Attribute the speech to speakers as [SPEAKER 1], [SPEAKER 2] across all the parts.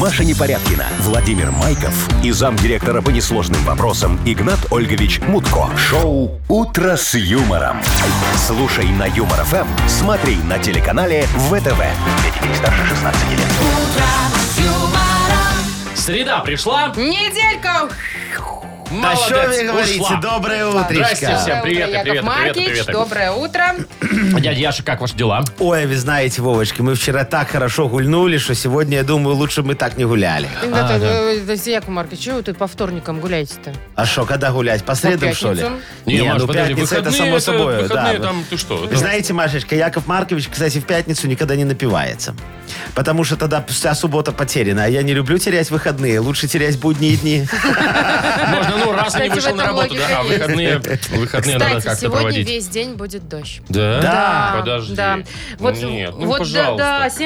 [SPEAKER 1] Маша Непорядкина, Владимир Майков и замдиректора по несложным вопросам Игнат Ольгович Мутко. Шоу «Утро с юмором». Слушай на Юмор ФМ, смотри на телеканале ВТВ. Для детей старше 16 лет.
[SPEAKER 2] Среда пришла.
[SPEAKER 3] Неделька!
[SPEAKER 4] А
[SPEAKER 2] Молодец,
[SPEAKER 4] что вы говорите?
[SPEAKER 2] ушла.
[SPEAKER 4] Доброе
[SPEAKER 2] Здрасте
[SPEAKER 4] утречко.
[SPEAKER 2] всем. привет,
[SPEAKER 3] Яков
[SPEAKER 2] привет, привет,
[SPEAKER 3] Маркич,
[SPEAKER 2] привет.
[SPEAKER 3] доброе утро.
[SPEAKER 2] Дядя Яша, как ваши дела?
[SPEAKER 4] Ой, вы знаете, Вовочка, мы вчера так хорошо гульнули, что сегодня, я думаю, лучше бы мы так не гуляли.
[SPEAKER 2] А,
[SPEAKER 3] Игнат, э, э, Яков Маркович, чего вы тут по вторникам гуляете-то?
[SPEAKER 4] А что, когда гулять? По средам, что ли?
[SPEAKER 3] пятницам?
[SPEAKER 4] Не, ну
[SPEAKER 2] подожди,
[SPEAKER 4] пятница это
[SPEAKER 2] выходные
[SPEAKER 4] само собой. да.
[SPEAKER 2] Выходные там, ты что?
[SPEAKER 4] Вы знаете, Машечка, Яков Маркович, кстати, в пятницу никогда не напивается. Потому что тогда вся суббота потеряна. А я не люблю терять выходные. Лучше терять будние дни.
[SPEAKER 2] А? Можно, ну, раз
[SPEAKER 3] Кстати,
[SPEAKER 2] не вышел
[SPEAKER 3] в
[SPEAKER 2] на
[SPEAKER 3] этом
[SPEAKER 2] работу, да, а
[SPEAKER 3] логика
[SPEAKER 2] выходные, выходные надо
[SPEAKER 3] Кстати,
[SPEAKER 2] как-то
[SPEAKER 3] сегодня
[SPEAKER 2] проводить.
[SPEAKER 3] весь день будет дождь.
[SPEAKER 2] Да?
[SPEAKER 4] Да.
[SPEAKER 2] Подожди.
[SPEAKER 3] Да. Вот,
[SPEAKER 2] Нет, ну,
[SPEAKER 3] вот да,
[SPEAKER 2] пожалуйста.
[SPEAKER 3] да,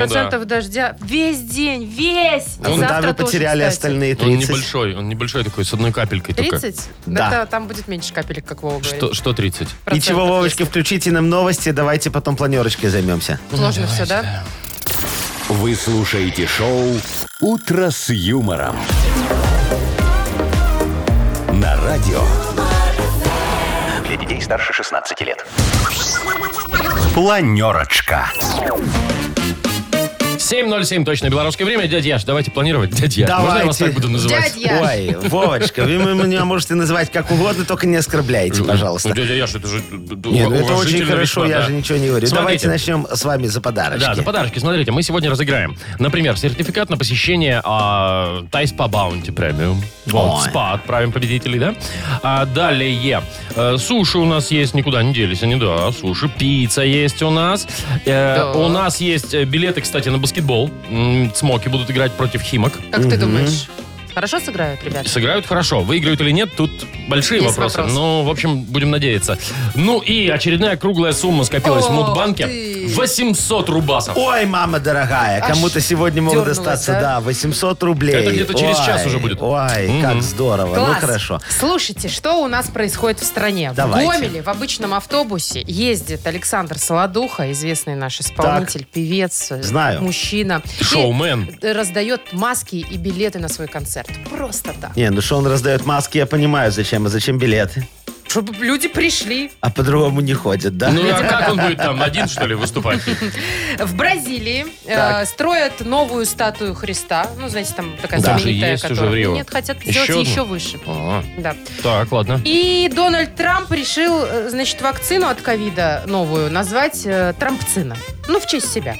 [SPEAKER 3] 70-80%
[SPEAKER 2] Ну
[SPEAKER 3] дождя. Весь день, весь. Завтра
[SPEAKER 4] А куда вы
[SPEAKER 3] тоже,
[SPEAKER 4] потеряли
[SPEAKER 3] кстати.
[SPEAKER 4] остальные
[SPEAKER 2] Он
[SPEAKER 4] 30?
[SPEAKER 2] небольшой, он небольшой такой, с одной капелькой только.
[SPEAKER 3] 30?
[SPEAKER 4] Да.
[SPEAKER 3] Это там будет меньше капелек, как Вова говорит.
[SPEAKER 2] Что, что 30?
[SPEAKER 3] Процентов,
[SPEAKER 4] Ничего, Вовочка,
[SPEAKER 3] если.
[SPEAKER 4] включите нам новости. Давайте потом планерочкой займемся.
[SPEAKER 3] Сложно все, да?
[SPEAKER 1] Вы слушаете шоу «Утро с юмором». На радио. Для детей старше 16 лет. Планерочка.
[SPEAKER 2] 7.07, точно, белорусское время. Дядя Яш, давайте планировать. Дядя Яш, можно я вас
[SPEAKER 4] Давайте.
[SPEAKER 2] так буду называть?
[SPEAKER 3] Дядь Яш.
[SPEAKER 4] Ой, Вовочка, вы меня можете называть как угодно, только не оскорбляйте,
[SPEAKER 2] Ну,
[SPEAKER 4] пожалуйста.
[SPEAKER 2] дядя Яш, это же
[SPEAKER 4] Не, ну это очень хорошо, я же
[SPEAKER 2] не
[SPEAKER 4] ничего не говорю.
[SPEAKER 2] Смотрите.
[SPEAKER 4] Давайте начнем с вами за
[SPEAKER 2] Да, за
[SPEAKER 4] подарочки.
[SPEAKER 2] подарочки. Смотрите, мы сегодня разыграем, например, сертификат на посещение а, Thai Spa Bounty Premium. Вот,
[SPEAKER 4] Ой.
[SPEAKER 2] спа отправим победителей, да? А, далее. э, суши у нас есть, никуда не делись они, да. Суши, пицца есть у нас. Э,
[SPEAKER 3] Да.
[SPEAKER 2] У нас есть э, билеты, кстати, на баскетбол. М, Смоки будут играть против Химок.
[SPEAKER 3] Как ты думаешь? Хорошо сыграют, ребят?
[SPEAKER 2] Сыграют хорошо. Выиграют или нет, тут большие
[SPEAKER 3] Есть
[SPEAKER 2] вопросы.
[SPEAKER 3] вопрос.
[SPEAKER 2] Ну, в общем, будем надеяться. Ну и очередная круглая сумма скопилась в
[SPEAKER 3] Ох
[SPEAKER 2] Мудбанке.
[SPEAKER 3] ты.
[SPEAKER 2] 800 рубасов.
[SPEAKER 4] Ой, мама дорогая,
[SPEAKER 3] Аж
[SPEAKER 4] кому-то сегодня могут
[SPEAKER 3] дернулась,
[SPEAKER 4] достаться,
[SPEAKER 3] да?
[SPEAKER 4] да, 800 рублей.
[SPEAKER 2] Это где-то через
[SPEAKER 4] Ой,
[SPEAKER 2] час уже будет.
[SPEAKER 4] Ой,
[SPEAKER 2] Мгм.
[SPEAKER 4] как здорово. Ну хорошо.
[SPEAKER 3] Слушайте, что у нас происходит в стране?
[SPEAKER 4] Давайте.
[SPEAKER 3] В Гомеле в обычном автобусе ездит Александр Солодуха, известный наш исполнитель, певец, э,
[SPEAKER 4] Знаю.
[SPEAKER 3] мужчина. и
[SPEAKER 2] Шоумен.
[SPEAKER 3] раздает маски и билеты на свой концерт. Просто так.
[SPEAKER 4] Не, ну что он раздает маски, я понимаю, зачем, а зачем билеты?
[SPEAKER 3] Чтобы люди пришли.
[SPEAKER 4] А по-другому не ходят, да?
[SPEAKER 2] Ну а как он будет там один, что ли, выступать?
[SPEAKER 3] В Бразилии э,
[SPEAKER 4] Так.
[SPEAKER 3] строят новую статую Христа. Ну, знаете, там такая
[SPEAKER 2] Даже
[SPEAKER 3] знаменитая,
[SPEAKER 2] есть уже
[SPEAKER 3] которая-
[SPEAKER 2] в Рио.
[SPEAKER 3] Нет, хотят
[SPEAKER 2] Еще
[SPEAKER 3] сделать
[SPEAKER 2] одну?
[SPEAKER 3] еще выше.
[SPEAKER 2] А,
[SPEAKER 3] Да.
[SPEAKER 2] Так, ладно.
[SPEAKER 3] И Дональд Трамп решил, э, значит, вакцину от ковида новую назвать э, Трампцина. Ну, в честь себя.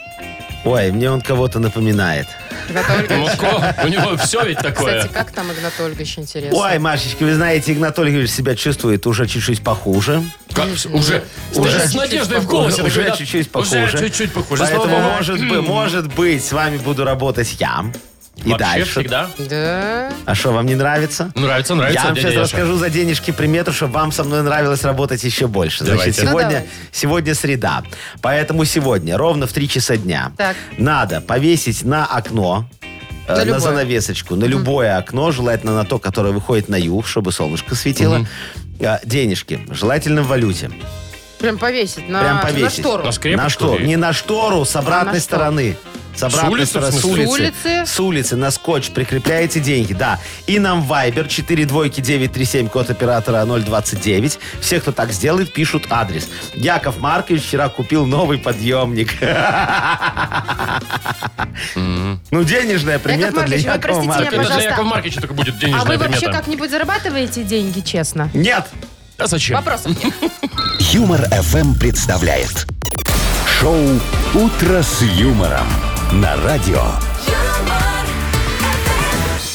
[SPEAKER 4] Ой, мне он кого-то напоминает.
[SPEAKER 3] Игнат Ольгович.
[SPEAKER 2] Мутко, Ну, у него все ведь такое.
[SPEAKER 3] Кстати, как там Игнат Ольгович, интересно?
[SPEAKER 4] Ой, Машечка, вы знаете, Игнат Ольгович себя чувствует уже чуть-чуть похуже.
[SPEAKER 2] Как- Уже
[SPEAKER 4] Уже
[SPEAKER 2] уже с
[SPEAKER 4] чуть-чуть
[SPEAKER 2] надеждой в
[SPEAKER 4] похоже.
[SPEAKER 2] голосе.
[SPEAKER 4] Уже
[SPEAKER 2] такой, да,
[SPEAKER 4] чуть-чуть похоже.
[SPEAKER 2] Уже чуть-чуть похоже.
[SPEAKER 4] Поэтому,
[SPEAKER 2] Слава богу.
[SPEAKER 4] может быть, может быть, с вами буду работать я. И
[SPEAKER 2] Вообще
[SPEAKER 4] дальше.
[SPEAKER 2] всегда.
[SPEAKER 3] Да.
[SPEAKER 4] А что, вам не нравится?
[SPEAKER 2] Нравится,
[SPEAKER 4] Я
[SPEAKER 2] нравится,
[SPEAKER 4] вам
[SPEAKER 2] дядя
[SPEAKER 4] сейчас
[SPEAKER 2] Яша.
[SPEAKER 4] расскажу за денежки примету, чтобы вам со мной нравилось работать еще больше. Значит,
[SPEAKER 2] Давайте. Ну,
[SPEAKER 4] сегодня,
[SPEAKER 3] давайте.
[SPEAKER 4] сегодня среда. Поэтому сегодня, ровно в 3 часа дня,
[SPEAKER 3] Так.
[SPEAKER 4] надо повесить на окно, э,
[SPEAKER 3] На
[SPEAKER 4] на,
[SPEAKER 3] любое.
[SPEAKER 4] занавесочку, на любое окно, желательно на то, которое выходит на юг, чтобы солнышко светило, э, денежки, желательно в валюте.
[SPEAKER 3] Прям повесить на,
[SPEAKER 4] Прям
[SPEAKER 3] на
[SPEAKER 4] повесить.
[SPEAKER 3] штору.
[SPEAKER 2] На скрепку,
[SPEAKER 4] на
[SPEAKER 2] что
[SPEAKER 4] что?
[SPEAKER 2] ли?
[SPEAKER 4] Не на штору, с обратной
[SPEAKER 3] А на что?
[SPEAKER 4] стороны. С обратной
[SPEAKER 2] улицы, в
[SPEAKER 4] стороны, с
[SPEAKER 2] смысле?
[SPEAKER 4] улицы.
[SPEAKER 3] С улицы?
[SPEAKER 4] С улицы на скотч прикрепляете деньги, да. И нам Viber 42937, код оператора 029. Все, кто так сделает, пишут адрес. Яков Маркович вчера купил новый подъемник. Ну, денежная примета для
[SPEAKER 3] Маркович, вы
[SPEAKER 4] Якова
[SPEAKER 2] Это
[SPEAKER 3] простите меня,
[SPEAKER 4] Марковича.
[SPEAKER 2] для
[SPEAKER 3] пожалуйста.
[SPEAKER 2] Якова Маркича только будет
[SPEAKER 3] А вы
[SPEAKER 2] денежная
[SPEAKER 3] вообще
[SPEAKER 2] примета.
[SPEAKER 3] как-нибудь зарабатываете деньги, честно?
[SPEAKER 4] Нет!
[SPEAKER 2] А зачем?
[SPEAKER 3] Вопросов нет.
[SPEAKER 1] Юмор FM представляет шоу Утро с юмором на радио.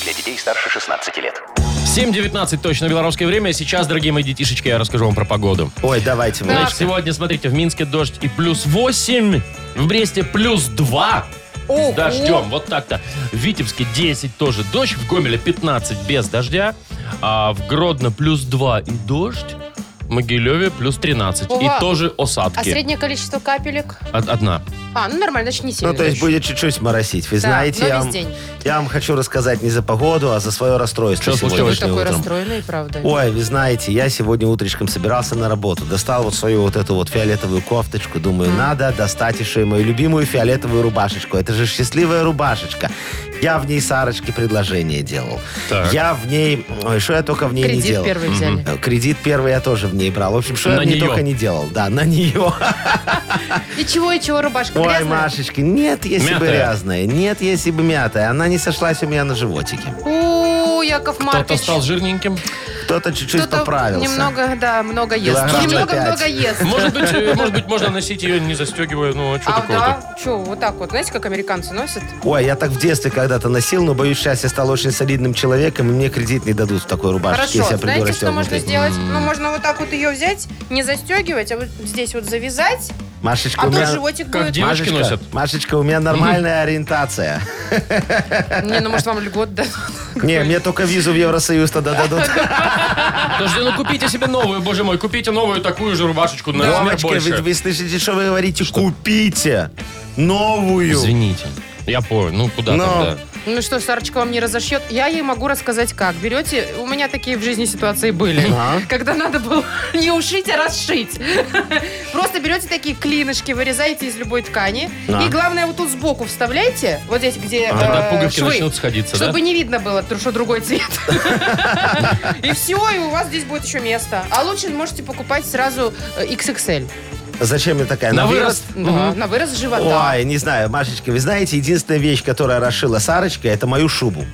[SPEAKER 1] Для детей старше 16 лет.
[SPEAKER 2] 7.19 точно белорусское время. Сейчас, дорогие мои детишечки, я расскажу вам про погоду.
[SPEAKER 4] Ой, давайте, Вовочка.
[SPEAKER 2] Значит, сегодня, смотрите, в Минске дождь и плюс 8, в Бресте плюс 2.
[SPEAKER 3] Ого.
[SPEAKER 2] С дождем, вот так-то. В Витебске 10 тоже дождь, в Гомеле 15 без дождя, а в Гродно плюс 2 и дождь, в Могилеве плюс 13
[SPEAKER 3] Ого.
[SPEAKER 2] и тоже
[SPEAKER 3] А
[SPEAKER 2] осадки.
[SPEAKER 3] среднее количество капелек?
[SPEAKER 2] Од- Одна.
[SPEAKER 3] А, ну нормально, значит, не сильно.
[SPEAKER 4] Ну, то есть
[SPEAKER 3] дождь.
[SPEAKER 4] будет чуть-чуть моросить. Вы
[SPEAKER 3] Да,
[SPEAKER 4] знаете,
[SPEAKER 3] но
[SPEAKER 4] я
[SPEAKER 3] весь
[SPEAKER 4] вам,
[SPEAKER 3] день.
[SPEAKER 4] я вам хочу рассказать не за погоду, а за свое расстройство
[SPEAKER 2] Что
[SPEAKER 4] сегодня.
[SPEAKER 2] случилось?
[SPEAKER 3] Вы
[SPEAKER 2] Точно
[SPEAKER 3] такой
[SPEAKER 2] утром.
[SPEAKER 3] расстроенный, правда.
[SPEAKER 4] Ой, вы знаете, я сегодня утречком собирался на работу. Достал вот свою вот эту вот фиолетовую кофточку. Думаю, надо достать еще и мою любимую фиолетовую рубашечку. Это же счастливая рубашечка. Я в ней Сарочке предложение делал.
[SPEAKER 2] Так.
[SPEAKER 4] Я в ней... Ой, что я только в ней не
[SPEAKER 3] Кредит
[SPEAKER 4] делал.
[SPEAKER 3] первый взяли.
[SPEAKER 4] Э, Кредит первый я тоже в ней брал. В общем, что
[SPEAKER 2] На
[SPEAKER 4] я в ней
[SPEAKER 2] нее.
[SPEAKER 4] только не делал. Да, на нее.
[SPEAKER 3] И чего, и чего рубашка
[SPEAKER 4] Ой,
[SPEAKER 3] грязная?
[SPEAKER 4] Машечка, нет, если бы
[SPEAKER 2] Мятая.
[SPEAKER 4] грязная. Нет, если бы мятая. Она не сошлась у меня на животике.
[SPEAKER 3] У, Яков
[SPEAKER 2] Кто-то
[SPEAKER 3] Маркович.
[SPEAKER 2] стал жирненьким.
[SPEAKER 4] Кто-то чуть-чуть
[SPEAKER 3] кто-то
[SPEAKER 4] поправился.
[SPEAKER 3] Немного, да, много ест.
[SPEAKER 4] Килограмм
[SPEAKER 3] Немного,
[SPEAKER 4] пять.
[SPEAKER 3] много ест.
[SPEAKER 2] Может быть, э, может быть, можно носить ее, не застегивая. Ну, а что
[SPEAKER 3] А,
[SPEAKER 2] такого-то?
[SPEAKER 3] да? Че, вот так вот. Знаете, как американцы носят?
[SPEAKER 4] Ой, я так в детстве когда-то носил, но боюсь, сейчас я стал очень солидным человеком, и мне кредит не дадут в такой рубашке, если
[SPEAKER 3] Хорошо.
[SPEAKER 4] я приду
[SPEAKER 3] Знаете, что можно
[SPEAKER 4] расстегнутой.
[SPEAKER 3] сделать? Ну, можно вот так вот ее взять, не застегивать, а вот здесь вот завязать,
[SPEAKER 4] Машечка,
[SPEAKER 3] а
[SPEAKER 4] у
[SPEAKER 3] тут
[SPEAKER 4] меня...
[SPEAKER 3] животик
[SPEAKER 2] Как
[SPEAKER 3] будет.
[SPEAKER 2] де- Девочки
[SPEAKER 4] Машечка,
[SPEAKER 2] носят.
[SPEAKER 4] Машечка, у меня нормальная ориентация.
[SPEAKER 3] Не, ну, может, вам льгот дадут.
[SPEAKER 4] Не, мне только визу в Евросоюз тогда дадут.
[SPEAKER 2] Подожди, ну купите себе новую, боже мой, купите новую такую же рубашечку на размер
[SPEAKER 4] Мамочка, вы,
[SPEAKER 2] больше.
[SPEAKER 4] вы слышите, что вы говорите? Купите новую.
[SPEAKER 2] Извините. Я понял, ну куда
[SPEAKER 4] Но-
[SPEAKER 2] тогда?
[SPEAKER 3] Ну что, Сарочка вам не разошьет? Я ей могу рассказать как. Берете, у меня такие в жизни ситуации были. Когда надо было не ушить, а расшить. Просто берете такие клинышки, вырезаете из любой ткани.
[SPEAKER 4] Да.
[SPEAKER 3] И главное, вот тут сбоку вставляете, вот здесь, где
[SPEAKER 2] Тогда
[SPEAKER 3] э,
[SPEAKER 2] пуговки
[SPEAKER 3] швы,
[SPEAKER 2] начнут сходиться, да?
[SPEAKER 3] Чтобы не видно было, тр- что другой цвет. И все, и у вас здесь будет еще место. А лучше можете покупать сразу э, XXL.
[SPEAKER 4] Зачем мне такая?
[SPEAKER 2] На
[SPEAKER 4] На
[SPEAKER 2] вырост.
[SPEAKER 3] Да, На вырос живота.
[SPEAKER 4] Ой, не знаю, Машечка, вы знаете, единственная вещь, которая расшила Сарочка, это мою шубу.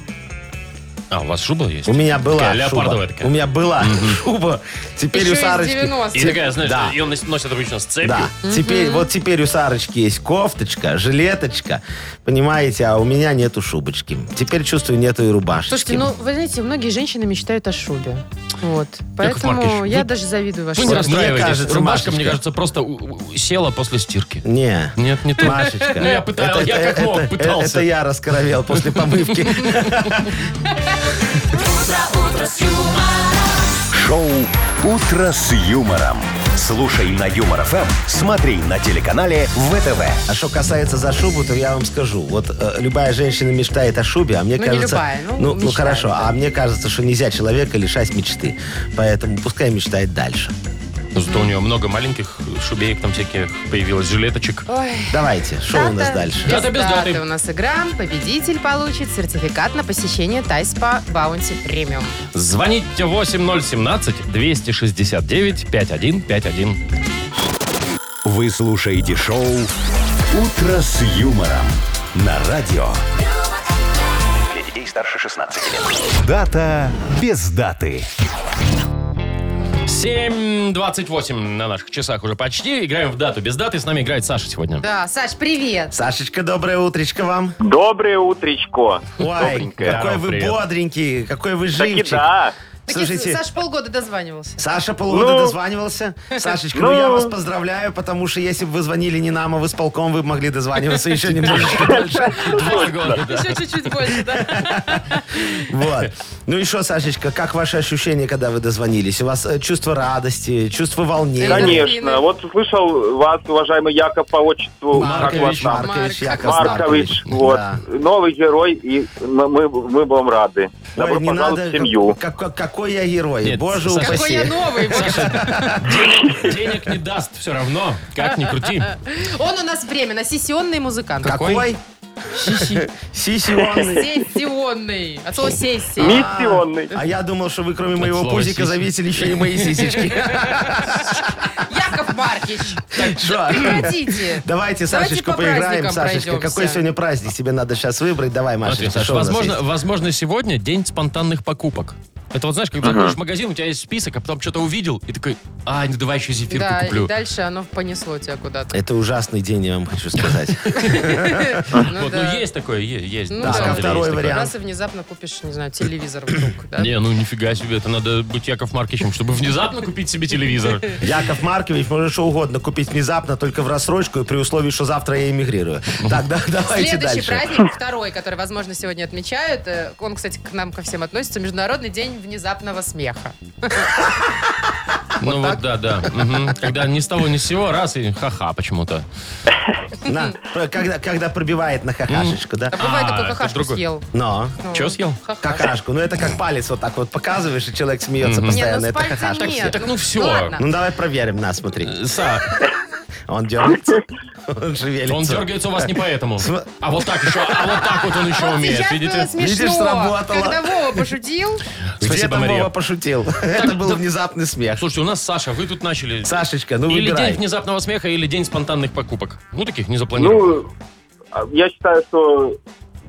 [SPEAKER 2] А, у вас шуба есть?
[SPEAKER 4] У меня была
[SPEAKER 2] Такая
[SPEAKER 4] шуба.
[SPEAKER 2] леопардовая такая.
[SPEAKER 4] У меня была шуба. Теперь
[SPEAKER 3] Еще
[SPEAKER 4] у
[SPEAKER 3] из
[SPEAKER 4] Сарочки.
[SPEAKER 3] 90-х.
[SPEAKER 2] И
[SPEAKER 4] Те-
[SPEAKER 2] такая, знаешь,
[SPEAKER 4] да.
[SPEAKER 2] ее нос- носят обычно с цепью.
[SPEAKER 4] Да, теперь, вот теперь у Сарочки есть кофточка, жилеточка, понимаете, а у меня нету шубочки. Теперь чувствую, нету и рубашки.
[SPEAKER 3] Слушайте, ну, вы знаете, многие женщины мечтают о шубе. Вот. Поэтому
[SPEAKER 2] Маркович,
[SPEAKER 3] я
[SPEAKER 2] вы-
[SPEAKER 3] даже завидую вашей
[SPEAKER 2] Вы не
[SPEAKER 4] Вот
[SPEAKER 3] шубе.
[SPEAKER 2] расстраивайтесь.
[SPEAKER 4] мне кажется,
[SPEAKER 2] Рубашка, мне
[SPEAKER 4] Машечка.
[SPEAKER 2] кажется, просто у- у- села после стирки.
[SPEAKER 4] Не,
[SPEAKER 2] Нет, не то.
[SPEAKER 4] Машечка.
[SPEAKER 2] Ну, я пытал- я как мог
[SPEAKER 4] это-
[SPEAKER 2] пытался.
[SPEAKER 4] это я раскоровел после помывки.
[SPEAKER 1] Шоу «Утро с юмором». Слушай на Юмор ФМ, смотри на телеканале ВТВ.
[SPEAKER 4] А что касается за шубу, то я вам скажу. Вот э, любая женщина мечтает о шубе, а мне
[SPEAKER 3] Ну, не
[SPEAKER 4] кажется...
[SPEAKER 3] любая, ну,
[SPEAKER 4] ну,
[SPEAKER 3] мечтает,
[SPEAKER 4] хорошо,
[SPEAKER 3] да.
[SPEAKER 4] а мне кажется, что нельзя человека лишать мечты. Поэтому пускай мечтает дальше.
[SPEAKER 2] Ну, Зато у нее много маленьких шубеек там всяких появилось, жилеточек.
[SPEAKER 3] Ой.
[SPEAKER 4] Давайте, что у нас
[SPEAKER 3] Дата
[SPEAKER 4] дальше?
[SPEAKER 3] без
[SPEAKER 2] Дата без
[SPEAKER 3] даты
[SPEAKER 2] даты.
[SPEAKER 3] у нас игра. Победитель получит сертификат на посещение Тайспа Баунти Премиум.
[SPEAKER 2] Звоните 8017-269-5151.
[SPEAKER 1] Вы слушаете шоу «Утро с юмором» на радио. Для детей старше 16 лет. Дата без даты.
[SPEAKER 2] 7.28 на наших часах уже почти. Играем в дату без даты. С нами играет Саша сегодня.
[SPEAKER 3] Да, Саш, привет.
[SPEAKER 4] Сашечка, доброе утречко вам.
[SPEAKER 5] Доброе утречко.
[SPEAKER 4] Ой,
[SPEAKER 5] Добренькое.
[SPEAKER 4] какой вы
[SPEAKER 2] Привет.
[SPEAKER 4] бодренький, какой вы
[SPEAKER 5] Так и
[SPEAKER 4] живчик.
[SPEAKER 5] да.
[SPEAKER 4] Слушайте,
[SPEAKER 3] Саш полгода дозванивался.
[SPEAKER 4] Саша полгода
[SPEAKER 5] Ну?
[SPEAKER 4] дозванивался. Сашечка, ну
[SPEAKER 5] Ну?
[SPEAKER 4] я вас поздравляю, потому что если бы вы звонили не нам, а в исполком, вы могли дозваниваться еще немножечко дольше.
[SPEAKER 2] Два года, да.
[SPEAKER 3] Еще чуть-чуть больше, да?
[SPEAKER 4] Вот. Ну и что, Сашечка, как ваши ощущения, когда вы дозвонились? У вас э, чувство радости, чувство волнения?
[SPEAKER 5] Конечно. Вот слышал вас, уважаемый Яков, по отчеству. как
[SPEAKER 4] Маркович,
[SPEAKER 5] вас там?
[SPEAKER 4] Маркович,
[SPEAKER 3] Марк-
[SPEAKER 4] Яков
[SPEAKER 5] Маркович, вот.
[SPEAKER 4] Да.
[SPEAKER 5] Новый герой, и мы, мы будем рады. Добро
[SPEAKER 4] Ой, не
[SPEAKER 5] пожаловать
[SPEAKER 4] надо,
[SPEAKER 5] в семью.
[SPEAKER 4] как- как- какой я герой,
[SPEAKER 2] Нет,
[SPEAKER 4] боже
[SPEAKER 2] Саша,
[SPEAKER 4] упаси.
[SPEAKER 3] Какой я новый. боже.
[SPEAKER 2] Денег не даст все равно, как ни крути.
[SPEAKER 3] Он у нас временно сессионный музыкант.
[SPEAKER 4] Какой? Сисионный.
[SPEAKER 3] Сессионный. А то сессия.
[SPEAKER 5] Миссионный.
[SPEAKER 4] А я думал, что вы кроме моего
[SPEAKER 2] слово
[SPEAKER 4] пузика
[SPEAKER 2] сиси.
[SPEAKER 4] зависели еще и мои сисечки.
[SPEAKER 3] Яков Маркич,
[SPEAKER 4] Что?
[SPEAKER 3] прекратите.
[SPEAKER 4] Давайте,
[SPEAKER 3] Давайте
[SPEAKER 4] Сашечку,
[SPEAKER 3] по
[SPEAKER 4] поиграем.
[SPEAKER 3] праздникам
[SPEAKER 4] Сашечка,
[SPEAKER 3] пройдемся.
[SPEAKER 4] какой сегодня праздник тебе надо сейчас выбрать? Давай,
[SPEAKER 2] Смотри,
[SPEAKER 4] Машечка,
[SPEAKER 2] Саш,
[SPEAKER 4] что А у нас
[SPEAKER 2] возможно,
[SPEAKER 4] есть?
[SPEAKER 2] возможно, сегодня день спонтанных покупок. Это вот знаешь, когда заходишь в магазин, у тебя есть список, а потом что-то увидел, и такой, а, ну давай еще зефирку
[SPEAKER 3] Да, и
[SPEAKER 2] куплю.
[SPEAKER 3] дальше оно понесло тебя куда-то.
[SPEAKER 4] Это ужасный день, я вам хочу сказать.
[SPEAKER 3] Ну
[SPEAKER 2] Вот,
[SPEAKER 3] да.
[SPEAKER 2] ну есть такое, е- есть.
[SPEAKER 3] Ну
[SPEAKER 2] на
[SPEAKER 3] да.
[SPEAKER 2] самом
[SPEAKER 3] Да,
[SPEAKER 2] деле,
[SPEAKER 4] второй
[SPEAKER 2] есть такое.
[SPEAKER 4] вариант.
[SPEAKER 3] Раз и внезапно купишь, не знаю, телевизор вдруг. да?
[SPEAKER 2] Не, ну нифига себе, это надо быть Яков Маркичем, чтобы внезапно купить себе телевизор.
[SPEAKER 4] Яков Маркович может что угодно купить внезапно, только в рассрочку и при условии, что завтра я эмигрирую. Так, да, давайте
[SPEAKER 3] Следующий
[SPEAKER 4] дальше.
[SPEAKER 3] праздник, второй, который, возможно, сегодня отмечают, э, он, кстати, к нам ко всем относится, Международный день внезапного смеха.
[SPEAKER 2] Ну вот, да, да. Мгм. Когда ни с того ни с сего, раз и ха-ха почему-то.
[SPEAKER 4] На, про- когда, когда пробивает на хахашечку, да?
[SPEAKER 3] А бывает,
[SPEAKER 2] А,
[SPEAKER 3] такой
[SPEAKER 2] это
[SPEAKER 3] какашку
[SPEAKER 2] другой.
[SPEAKER 3] съел.
[SPEAKER 4] Но.
[SPEAKER 3] Ну,
[SPEAKER 2] Чё съел?
[SPEAKER 3] ха-ха.
[SPEAKER 4] Какашку. Ну, это как палец вот так вот показываешь, и человек смеется
[SPEAKER 3] Не, ну
[SPEAKER 4] постоянно.
[SPEAKER 3] с
[SPEAKER 4] Это
[SPEAKER 3] пальцем Ну
[SPEAKER 4] хахашка.
[SPEAKER 3] нет.
[SPEAKER 2] Так, ну всё.
[SPEAKER 3] ладно.
[SPEAKER 4] Ну, давай проверим. На, смотри.
[SPEAKER 2] Са,
[SPEAKER 4] Он дергается. Он шевелится.
[SPEAKER 2] Он дергается у вас не поэтому.
[SPEAKER 4] См-
[SPEAKER 2] А вот так еще, а вот так вот он еще умеет,
[SPEAKER 3] Сейчас было
[SPEAKER 2] видите?
[SPEAKER 3] смешно,
[SPEAKER 4] Видишь, сработало.
[SPEAKER 3] когда Вова пошутил.
[SPEAKER 2] Спасибо,
[SPEAKER 4] Где-то Вова
[SPEAKER 2] Мария.
[SPEAKER 4] пошутил. Это был
[SPEAKER 2] да-
[SPEAKER 4] внезапный смех.
[SPEAKER 2] Слушайте, у нас Саша, вы тут начали.
[SPEAKER 4] Сашечка, ну
[SPEAKER 2] Или день
[SPEAKER 4] выбирай.
[SPEAKER 2] внезапного смеха, или день спонтанных покупок. Ну, таких не запланированных.
[SPEAKER 5] Ну, а, я считаю, что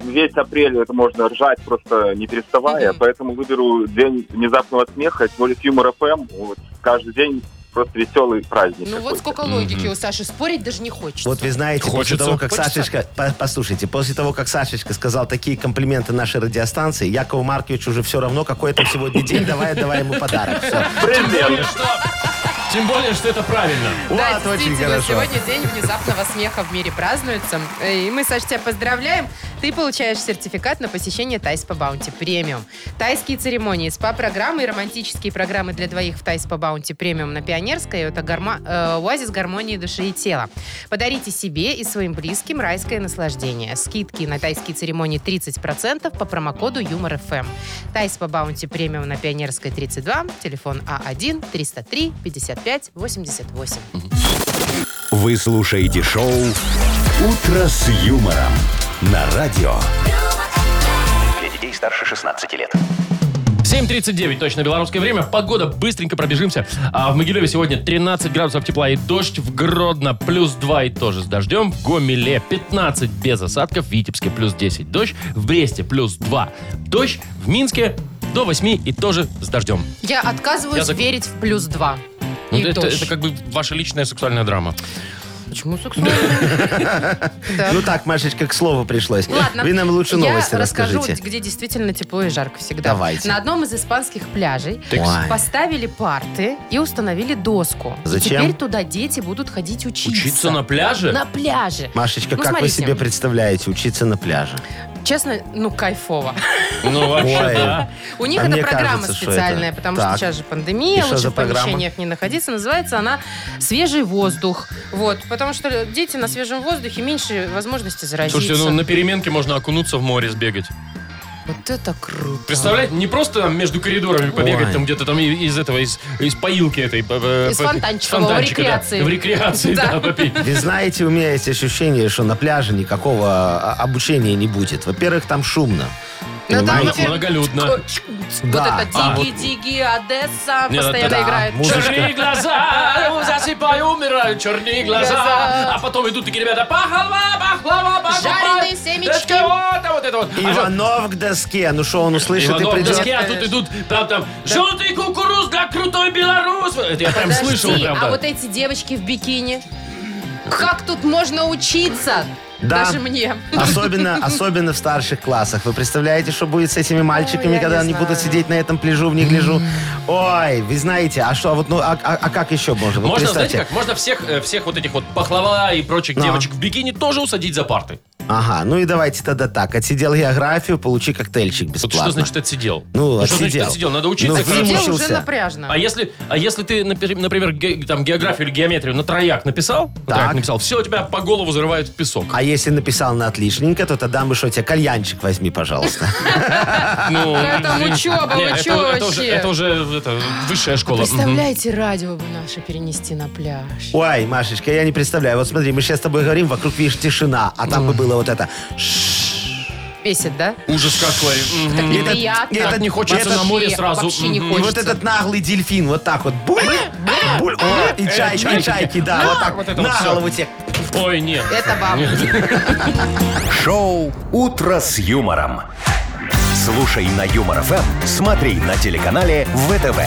[SPEAKER 5] весь апрель это можно ржать, просто не переставая.
[SPEAKER 3] Мгм.
[SPEAKER 5] Поэтому выберу день внезапного смеха, тем более Юмор ФМ. Вот, каждый день просто веселый праздник.
[SPEAKER 3] Ну вот
[SPEAKER 5] какой-то.
[SPEAKER 3] сколько логики у Саши. Спорить даже не хочется.
[SPEAKER 4] Вот вы знаете,
[SPEAKER 2] Хочется.
[SPEAKER 4] после того, как
[SPEAKER 3] Хочется.
[SPEAKER 4] Сашечка... по- Послушайте, после того, как Сашечка сказал такие комплименты нашей радиостанции, Якову Марковичу уже все равно, какой это сегодня день, давай, давай ему подарок. Всё.
[SPEAKER 5] Привет!
[SPEAKER 2] Тем более, что- Тем более, что это правильно.
[SPEAKER 3] Да,
[SPEAKER 4] Вот, очень
[SPEAKER 3] действительно,
[SPEAKER 4] хорошо.
[SPEAKER 3] сегодня день внезапного смеха в мире празднуется. Э, И мы, Саша, тебя поздравляем. Ты получаешь сертификат на посещение Тайс по Баунти Премиум. Тайские церемонии, СПА-программы и романтические программы для двоих в Тайс по Баунти Премиум на Пионерской. Это гарма- э, оазис гармонии души и тела. Подарите себе и своим близким райское наслаждение. Скидки на тайские церемонии 30% по промокоду Юмор ФМ. Тайс по Баунти Премиум на Пионерской 32, телефон А А1-303-55-88.
[SPEAKER 1] Вы слушаете шоу «Утро с юмором» на радио.
[SPEAKER 6] Для детей старше 16 лет.
[SPEAKER 2] 7.39, точно белорусское время. Погода, быстренько пробежимся. А в Могилеве сегодня 13 градусов тепла и дождь. В Гродно плюс 2 и тоже с дождем. В Гомеле 15 без осадков. В Витебске плюс 10 дождь. В Бресте плюс 2 дождь. В Минске до 8 и тоже с дождем.
[SPEAKER 3] Я отказываюсь
[SPEAKER 2] Я зак-
[SPEAKER 3] верить в плюс два.
[SPEAKER 2] Ну,
[SPEAKER 3] И
[SPEAKER 2] это,
[SPEAKER 3] дождь.
[SPEAKER 2] это как бы ваша личная сексуальная драма.
[SPEAKER 3] Почему сексуально? Так.
[SPEAKER 4] Ну так, Машечка, к слову пришлось.
[SPEAKER 3] Ладно.
[SPEAKER 4] Вы нам лучше новости
[SPEAKER 3] Я расскажу,
[SPEAKER 4] расскажите.
[SPEAKER 3] где действительно тепло и жарко всегда.
[SPEAKER 4] Давайте.
[SPEAKER 3] На одном из испанских пляжей
[SPEAKER 2] Тыкс.
[SPEAKER 4] Ой.
[SPEAKER 3] поставили парты и установили доску. И
[SPEAKER 4] Зачем?
[SPEAKER 3] Теперь туда дети будут ходить учиться.
[SPEAKER 2] Учиться на пляже?
[SPEAKER 3] На пляже.
[SPEAKER 4] Машечка,
[SPEAKER 3] Ну,
[SPEAKER 4] как
[SPEAKER 3] смотрите.
[SPEAKER 4] вы себе представляете учиться на пляже?
[SPEAKER 3] Честно, ну кайфово.
[SPEAKER 2] Ну, вообще,
[SPEAKER 4] Ой.
[SPEAKER 2] да.
[SPEAKER 3] У них
[SPEAKER 4] А
[SPEAKER 3] это
[SPEAKER 4] мне
[SPEAKER 3] программа
[SPEAKER 4] кажется, что
[SPEAKER 3] специальная,
[SPEAKER 4] это-
[SPEAKER 3] потому что
[SPEAKER 4] Так.
[SPEAKER 3] сейчас же
[SPEAKER 4] И
[SPEAKER 3] пандемия,
[SPEAKER 4] что
[SPEAKER 3] лучше
[SPEAKER 4] за
[SPEAKER 3] в
[SPEAKER 4] программа?
[SPEAKER 3] помещениях не находиться. Называется она «Свежий воздух». Вот, потому что дети на свежем воздухе меньше возможности заразиться.
[SPEAKER 2] Слушайте, ну на переменке можно окунуться в море, сбегать.
[SPEAKER 3] Вот это круто.
[SPEAKER 2] Представляете, не просто там между коридорами побегать
[SPEAKER 4] Ой.
[SPEAKER 2] там где-то там и- из этого, из, из поилки этой. э, э,
[SPEAKER 3] Из
[SPEAKER 2] э,
[SPEAKER 3] фонтанчика, в
[SPEAKER 2] да.
[SPEAKER 3] рекреации.
[SPEAKER 2] В рекреации, да,
[SPEAKER 3] Да.
[SPEAKER 2] попить.
[SPEAKER 4] Вы знаете, у меня есть ощущение, что на пляже никакого а, обучения не будет. Во-первых, там шумно.
[SPEAKER 3] Ну, там
[SPEAKER 4] Понимаете?
[SPEAKER 3] вообще-
[SPEAKER 2] Многолюдно.
[SPEAKER 4] Да.
[SPEAKER 3] Вот
[SPEAKER 2] А,
[SPEAKER 3] это «Диги-диги», Одесса
[SPEAKER 2] Не, ну,
[SPEAKER 3] постоянно
[SPEAKER 2] да,
[SPEAKER 3] играет.
[SPEAKER 4] музыка.
[SPEAKER 2] Черные глаза, засыпаю, умираю, черные глаза.
[SPEAKER 3] Глаза.
[SPEAKER 2] А потом идут такие ребята, пахлава, пахлава, пахлава.
[SPEAKER 3] Жареные семечки.
[SPEAKER 2] кого-то вот это вот. А что-
[SPEAKER 4] Иванов к доске. Ну что, он услышит и
[SPEAKER 2] Иванов в
[SPEAKER 4] придет?
[SPEAKER 2] доске, а тут идут там, там, желтый кукуруз, как крутой белорус. Это я прям
[SPEAKER 3] Подожди,
[SPEAKER 2] слышал, прям, да.
[SPEAKER 3] а вот эти девочки в бикини? Как тут можно учиться?
[SPEAKER 4] Да.
[SPEAKER 3] Даже мне.
[SPEAKER 4] Особенно, особенно в старших классах. Вы представляете, что будет с этими мальчиками,
[SPEAKER 3] я
[SPEAKER 4] когда
[SPEAKER 3] не
[SPEAKER 4] они
[SPEAKER 3] знаю.
[SPEAKER 4] будут сидеть на этом пляжу, в них лежу? Ой, вы знаете, а что, а вот, ну, а, а- а как еще можно? Вот
[SPEAKER 2] Можно, знаете
[SPEAKER 4] представьте.
[SPEAKER 2] как, можно всех, э, всех вот этих вот пахлава и прочих
[SPEAKER 4] Да.
[SPEAKER 2] девочек в бикини тоже усадить за парты.
[SPEAKER 4] Ага, ну и давайте тогда так. Отсидел географию, получи коктейльчик
[SPEAKER 2] Вот
[SPEAKER 4] бесплатно.
[SPEAKER 2] что значит отсидел?
[SPEAKER 4] Ну,
[SPEAKER 2] Что значит
[SPEAKER 4] отсидел.
[SPEAKER 2] отсидел? Надо учиться.
[SPEAKER 4] Ну,
[SPEAKER 2] как раз.
[SPEAKER 4] вымучил.
[SPEAKER 3] Где уже
[SPEAKER 4] мучился.
[SPEAKER 2] А
[SPEAKER 3] напряжно.
[SPEAKER 2] если, а если ты, напер- например, ге- там, географию или геометрию на трояк написал, на
[SPEAKER 4] Так.
[SPEAKER 2] трояк написал, все, тебя по голову взрывают в песок. Ну,
[SPEAKER 4] А если написал на отличненько, то тогда мы что, тебе кальянчик возьми, пожалуйста.
[SPEAKER 2] Ну,
[SPEAKER 3] это
[SPEAKER 2] извините.
[SPEAKER 3] учеба,
[SPEAKER 2] Не,
[SPEAKER 3] вы
[SPEAKER 2] это-
[SPEAKER 3] чё
[SPEAKER 2] это уже-
[SPEAKER 3] вообще?
[SPEAKER 2] Это уже это, высшая школа. Мгм.
[SPEAKER 3] Представляете, радио бы наше перенести на пляж.
[SPEAKER 4] Ой, Машечка, я не представляю. Вот смотри, мы сейчас с тобой говорим, вокруг, видишь, тишина. А там бы было вот это.
[SPEAKER 3] Бесит, да?
[SPEAKER 2] Ужас какой. Мгм.
[SPEAKER 3] Так неприятно.
[SPEAKER 4] это-
[SPEAKER 2] Так не хочется
[SPEAKER 4] это
[SPEAKER 2] на море
[SPEAKER 3] вообще-
[SPEAKER 2] сразу.
[SPEAKER 3] вообще не
[SPEAKER 2] Мгм.
[SPEAKER 4] И
[SPEAKER 3] хочется.
[SPEAKER 4] вот этот наглый дельфин, вот так вот. Буль, буль, буль. О, И чайки, и чайки, да, вот так.
[SPEAKER 2] Э, вот это вот
[SPEAKER 4] На
[SPEAKER 2] всё.
[SPEAKER 4] голову тебе.
[SPEAKER 2] Ой, нет.
[SPEAKER 3] Это вам.
[SPEAKER 1] Шоу «Утро с юмором». Слушай на Юмор ФМ, смотри на телеканале ВТВ.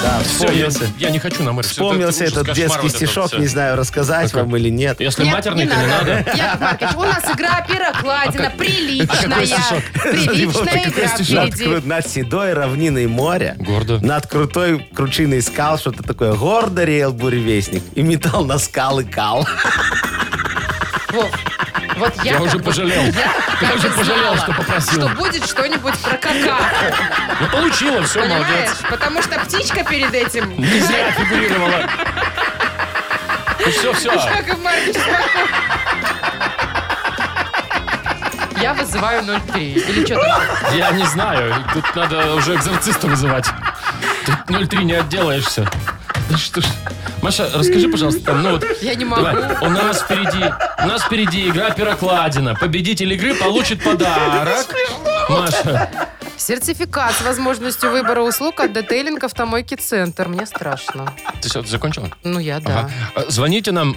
[SPEAKER 4] Да,
[SPEAKER 2] Все, я,
[SPEAKER 4] вспомнился.
[SPEAKER 2] я не хочу на море.
[SPEAKER 4] Вспомнился
[SPEAKER 2] Это ужас,
[SPEAKER 4] этот
[SPEAKER 2] кошмар
[SPEAKER 4] детский
[SPEAKER 2] вот этот
[SPEAKER 4] стишок,
[SPEAKER 2] всё.
[SPEAKER 4] не знаю, рассказать вам или нет.
[SPEAKER 2] Если
[SPEAKER 3] Нет,
[SPEAKER 2] матерный, то не надо. А
[SPEAKER 3] Яков Маркович, у нас игра пирокладина, приличная. Приличная
[SPEAKER 4] Какой
[SPEAKER 3] игра
[SPEAKER 4] стишок? Над, кру-
[SPEAKER 3] впереди.
[SPEAKER 4] над седой равниной моря.
[SPEAKER 2] Гордо.
[SPEAKER 4] Над крутой кручиной скал. Что-то такое. Гордо реял буревестник. И метал на скалы кал.
[SPEAKER 3] Вов, Вот я,
[SPEAKER 2] Я уже
[SPEAKER 3] как бы-
[SPEAKER 2] пожалел. Я уже пожалел, что попросил.
[SPEAKER 3] что будет что-нибудь про какаху.
[SPEAKER 2] Ну, получила, все,
[SPEAKER 3] Понимаешь?
[SPEAKER 2] молодец.
[SPEAKER 3] Потому что птичка перед этим...
[SPEAKER 2] Не зря фигурировала. Ну, Все, все.
[SPEAKER 3] Яков Маркович, спокойно. Я вызываю 03. Или что там?
[SPEAKER 2] Я не знаю. Тут надо уже экзорциста вызывать. Тут 0,3 не отделаешься. Да что ж. Маша, расскажи, пожалуйста, там, ну вот...
[SPEAKER 3] Я не могу.
[SPEAKER 2] Давай, у нас впереди, у нас впереди игра Пирокладина. Победитель игры получит подарок. Маша,
[SPEAKER 3] Сертификат с возможностью выбора услуг от детейлинг автомойки «Центр». Мне страшно.
[SPEAKER 2] ты все, закончила?
[SPEAKER 3] Ну, я да.
[SPEAKER 2] Ага. Э, Звоните нам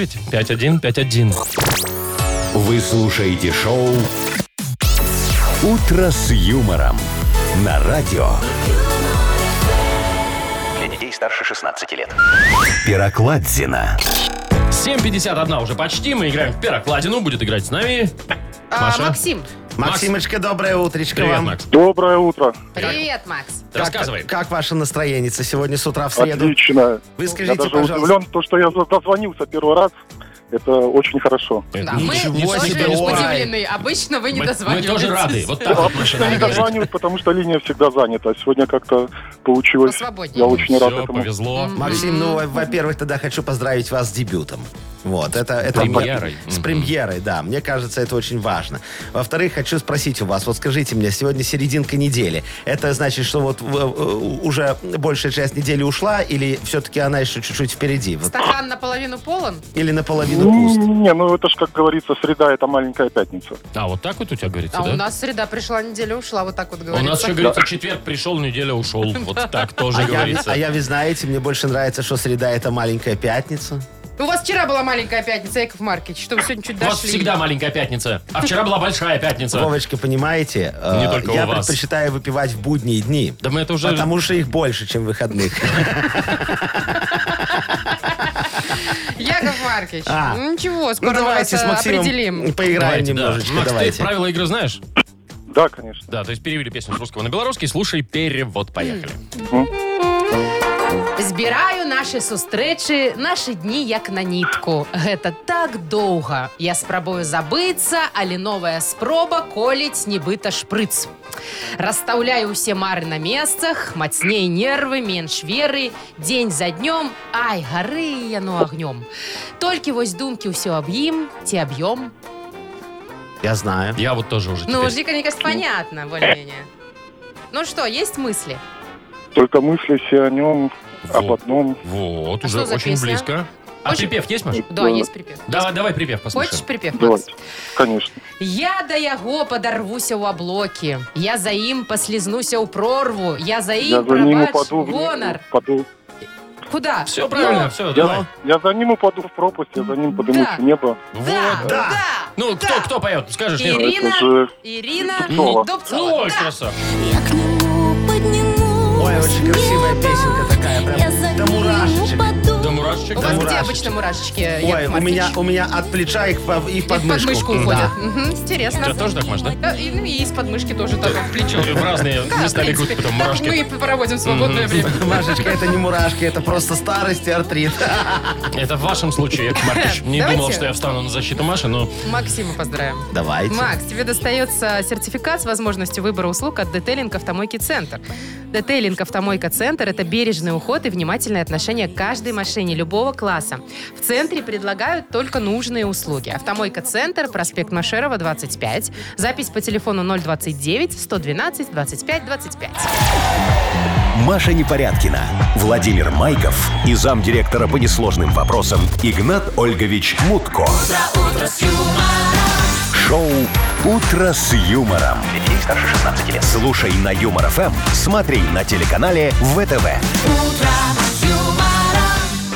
[SPEAKER 2] 8017-269-5151.
[SPEAKER 1] Вы слушаете шоу «Утро с юмором» на радио.
[SPEAKER 6] Для детей старше 16 лет.
[SPEAKER 1] Пирокладзина.
[SPEAKER 2] 7.51 уже почти. Мы играем в Пирокладину. Будет играть с нами
[SPEAKER 3] А,
[SPEAKER 2] Маша?
[SPEAKER 3] Максим.
[SPEAKER 4] Максимочка, доброе утречко
[SPEAKER 2] Привет,
[SPEAKER 4] вам.
[SPEAKER 2] Макс.
[SPEAKER 5] Доброе утро.
[SPEAKER 3] Привет, Макс.
[SPEAKER 4] Как-
[SPEAKER 2] Рассказывай.
[SPEAKER 4] Как, ваше настроение сегодня с утра в среду?
[SPEAKER 5] Отлично.
[SPEAKER 4] Вы скажите,
[SPEAKER 5] я даже
[SPEAKER 4] пожалуйста.
[SPEAKER 5] удивлен, то, что я дозвонился первый раз. Это очень хорошо.
[SPEAKER 3] Да,
[SPEAKER 4] Ничего
[SPEAKER 3] мы тоже
[SPEAKER 4] себе, ура.
[SPEAKER 3] удивлены. Обычно вы не
[SPEAKER 2] Мы, мы
[SPEAKER 3] дозваниваетесь.
[SPEAKER 2] тоже рады. Вот так вот, Маша,
[SPEAKER 5] Обычно А не
[SPEAKER 2] надо говорить.
[SPEAKER 5] дозванивают, потому что линия всегда занята. А Сегодня как-то получилось.
[SPEAKER 3] Посвободнее.
[SPEAKER 5] Я очень рад
[SPEAKER 2] Все,
[SPEAKER 5] этому.
[SPEAKER 2] повезло.
[SPEAKER 4] Максим, ну, во- во-первых, тогда хочу поздравить вас с дебютом. Вот, это, это
[SPEAKER 2] премьерой.
[SPEAKER 4] С
[SPEAKER 2] Мгм.
[SPEAKER 4] премьерой, да. Мне кажется, это очень важно. Во-вторых, хочу спросить у вас: вот скажите мне, сегодня серединка недели. Это значит, что вот э, э, уже большая часть недели ушла, или все-таки она еще чуть-чуть впереди? Вот.
[SPEAKER 3] Стакан наполовину полон?
[SPEAKER 4] Или наполовину
[SPEAKER 5] Ну,
[SPEAKER 4] пуст?
[SPEAKER 5] Не, ну это ж, как говорится, среда это маленькая пятница.
[SPEAKER 2] А, вот так вот у тебя говорится,
[SPEAKER 3] А
[SPEAKER 2] да?
[SPEAKER 3] у нас среда пришла, неделя ушла, вот так вот
[SPEAKER 2] А у
[SPEAKER 3] говорится.
[SPEAKER 2] нас еще говорится, четверг пришел, неделя ушел. Вот так тоже
[SPEAKER 4] А я,
[SPEAKER 2] говорится.
[SPEAKER 4] а я, вы знаете, мне больше нравится, что среда это маленькая пятница.
[SPEAKER 3] У вас вчера была маленькая пятница, Яков Маркович, что вы сегодня чуть
[SPEAKER 2] У вас
[SPEAKER 3] дошли.
[SPEAKER 2] всегда маленькая пятница. А вчера была большая пятница.
[SPEAKER 4] Вовочка, понимаете, э,
[SPEAKER 2] Не только
[SPEAKER 4] я
[SPEAKER 2] у вас.
[SPEAKER 4] предпочитаю выпивать в будние дни.
[SPEAKER 2] Да мы это уже...
[SPEAKER 4] Потому что их больше, чем выходных.
[SPEAKER 3] Яков Маркович,
[SPEAKER 4] А.
[SPEAKER 3] ну ничего,
[SPEAKER 4] Ну
[SPEAKER 3] скоро мы вас
[SPEAKER 4] давайте с
[SPEAKER 3] э,
[SPEAKER 4] Максимом
[SPEAKER 3] определим.
[SPEAKER 4] поиграем
[SPEAKER 2] Давайте, да.
[SPEAKER 4] немножечко.
[SPEAKER 2] Макс,
[SPEAKER 4] давайте.
[SPEAKER 2] ты правила игры знаешь?
[SPEAKER 5] Да, конечно.
[SPEAKER 2] Да, то есть перевели песню с русского на белорусский. Слушай перевод. Поехали.
[SPEAKER 3] Збираю наші сустречі, наші дні як на нитку. Гэта так доўга. Я спрабую забыцца, але новая спроба коліць нібыта шпрыц. Расстаўляю ўсе мары на месцах, мацней нервы, менш веры, дзень за днём, ай, гары яно агнём. Толькі вось думкі ўсё аб ім ці аб'ём.
[SPEAKER 4] Я знаю.
[SPEAKER 2] Я вот тоже уже
[SPEAKER 3] Ну,
[SPEAKER 2] теперь.
[SPEAKER 3] Жика, мне кажется, понятно, более-менее. Ну что, есть мысли?
[SPEAKER 5] Только мысли все о нем, об
[SPEAKER 2] Во.
[SPEAKER 5] одном.
[SPEAKER 2] Вот,
[SPEAKER 3] А
[SPEAKER 2] уже
[SPEAKER 3] что за
[SPEAKER 2] очень
[SPEAKER 3] песня?
[SPEAKER 2] близко. А
[SPEAKER 3] Очень-
[SPEAKER 2] припев есть, Маша?
[SPEAKER 3] Да, есть припев.
[SPEAKER 2] Давай, давай припев
[SPEAKER 3] Хочешь
[SPEAKER 2] послушаем.
[SPEAKER 3] припев, Макс?
[SPEAKER 5] Давайте. Конечно.
[SPEAKER 3] Я да яго падарвуся ў аблокі. Я за ім паслізнуся ў прорву. Я за
[SPEAKER 5] Я
[SPEAKER 3] ім
[SPEAKER 5] за ним
[SPEAKER 3] прабач
[SPEAKER 5] упаду. в-
[SPEAKER 3] гонар.
[SPEAKER 5] упаду.
[SPEAKER 3] Куда?
[SPEAKER 2] Все правильно,
[SPEAKER 3] Ну,
[SPEAKER 2] все, давай.
[SPEAKER 5] Я, я за ним упаду в пропасть, я за ним поднимусь
[SPEAKER 3] Да.
[SPEAKER 5] в небо.
[SPEAKER 3] Ну, да,
[SPEAKER 2] Вот.
[SPEAKER 3] да.
[SPEAKER 2] Ну, кто, кто поет? Скажешь,
[SPEAKER 4] ну
[SPEAKER 2] Лена?
[SPEAKER 3] Ирина.
[SPEAKER 5] Это же
[SPEAKER 3] Ирина
[SPEAKER 5] Дубцова.
[SPEAKER 3] Дубцова.
[SPEAKER 2] Ой,
[SPEAKER 3] да.
[SPEAKER 2] красавчик.
[SPEAKER 7] Я к нему подниму.
[SPEAKER 4] Ой, очень красивая песенка такая, прям
[SPEAKER 7] Я за
[SPEAKER 4] до
[SPEAKER 7] ним
[SPEAKER 4] мурашечек.
[SPEAKER 7] упаду.
[SPEAKER 2] Да, мурашечек.
[SPEAKER 3] У вас где
[SPEAKER 4] Мурашечки.
[SPEAKER 3] обычно мурашечки,
[SPEAKER 4] Ой, у меня, у меня от плеча их по- и в
[SPEAKER 3] под
[SPEAKER 4] подмышку.
[SPEAKER 3] мышку
[SPEAKER 4] Да.
[SPEAKER 3] уходят. Мгм, Интересно.
[SPEAKER 2] У тебя тоже так, Маш, да?
[SPEAKER 3] Да, и, ну, и из подмышки тоже так в плечо.
[SPEAKER 2] В разные
[SPEAKER 3] Да, в
[SPEAKER 2] места бегут
[SPEAKER 3] принципе,
[SPEAKER 2] потом
[SPEAKER 3] так
[SPEAKER 2] мурашки.
[SPEAKER 3] Мы и проводим свободное время.
[SPEAKER 4] Машечка, это не мурашки, это просто старость и артрит.
[SPEAKER 2] Это в вашем случае, Яков Маркович. Не
[SPEAKER 3] Давайте.
[SPEAKER 2] думал, что я встану на защиту Маши, но
[SPEAKER 3] Максима поздравим.
[SPEAKER 4] Давайте.
[SPEAKER 3] Макс, тебе достается сертификат с возможностью выбора услуг от Детейлинг Автомойки Центр. Детейлинг Автомойка Центр – это бережный уход и внимательное отношение к каждой машине любого класса. В центре предлагают только нужные услуги. Автомойка Центр, проспект Машерова, 25. Запись по телефону 029 112 25 25.
[SPEAKER 1] Маша Непорядкина, Владимир Майков и замдиректора по несложным вопросам Игнат Ольгович Мутко. Шоу Утро с юмором.
[SPEAKER 6] Для детей старше 16 лет.
[SPEAKER 1] Слушай на юмор ФМ, смотри на телеканале ВТВ.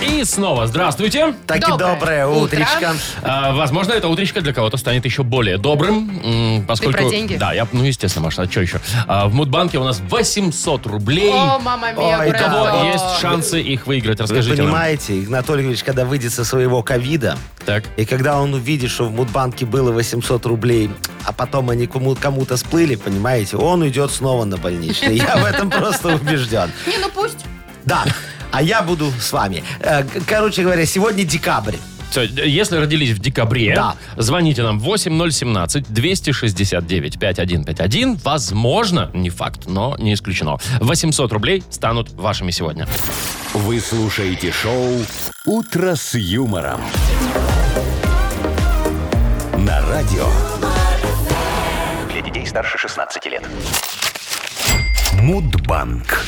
[SPEAKER 2] И снова здравствуйте.
[SPEAKER 4] Так и
[SPEAKER 3] Доброе
[SPEAKER 4] доброе
[SPEAKER 3] утро.
[SPEAKER 4] утречко.
[SPEAKER 2] А, возможно, эта утречка для кого-то станет еще более добрым, м, поскольку...
[SPEAKER 3] про деньги?
[SPEAKER 2] Да, я, ну, естественно, Маша, а что еще? А, в Мудбанке у нас 800 рублей.
[SPEAKER 3] О, мама мия,
[SPEAKER 4] Ой,
[SPEAKER 2] У кого
[SPEAKER 3] браво!
[SPEAKER 2] есть шансы их выиграть?
[SPEAKER 4] Вы
[SPEAKER 2] Расскажите нам.
[SPEAKER 4] понимаете, Игнатольевич, когда выйдет со своего ковида,
[SPEAKER 2] Так.
[SPEAKER 4] и когда он увидит, что в Мудбанке было 800 рублей, а потом они кому- кому-то сплыли, понимаете, он уйдет снова на больничный. Я в этом просто убежден.
[SPEAKER 3] Не, ну пусть.
[SPEAKER 4] Да, а я буду с вами. Э, к- Короче говоря, сегодня декабрь.
[SPEAKER 2] Всё, если родились в декабре,
[SPEAKER 4] Да.
[SPEAKER 2] звоните нам 8017-269-5151. Возможно, не факт, но не исключено. 800 рублей станут вашими сегодня.
[SPEAKER 1] Вы слушаете шоу Утро с юмором. На радио
[SPEAKER 6] Для детей старше 16 лет.
[SPEAKER 1] Мудбанк.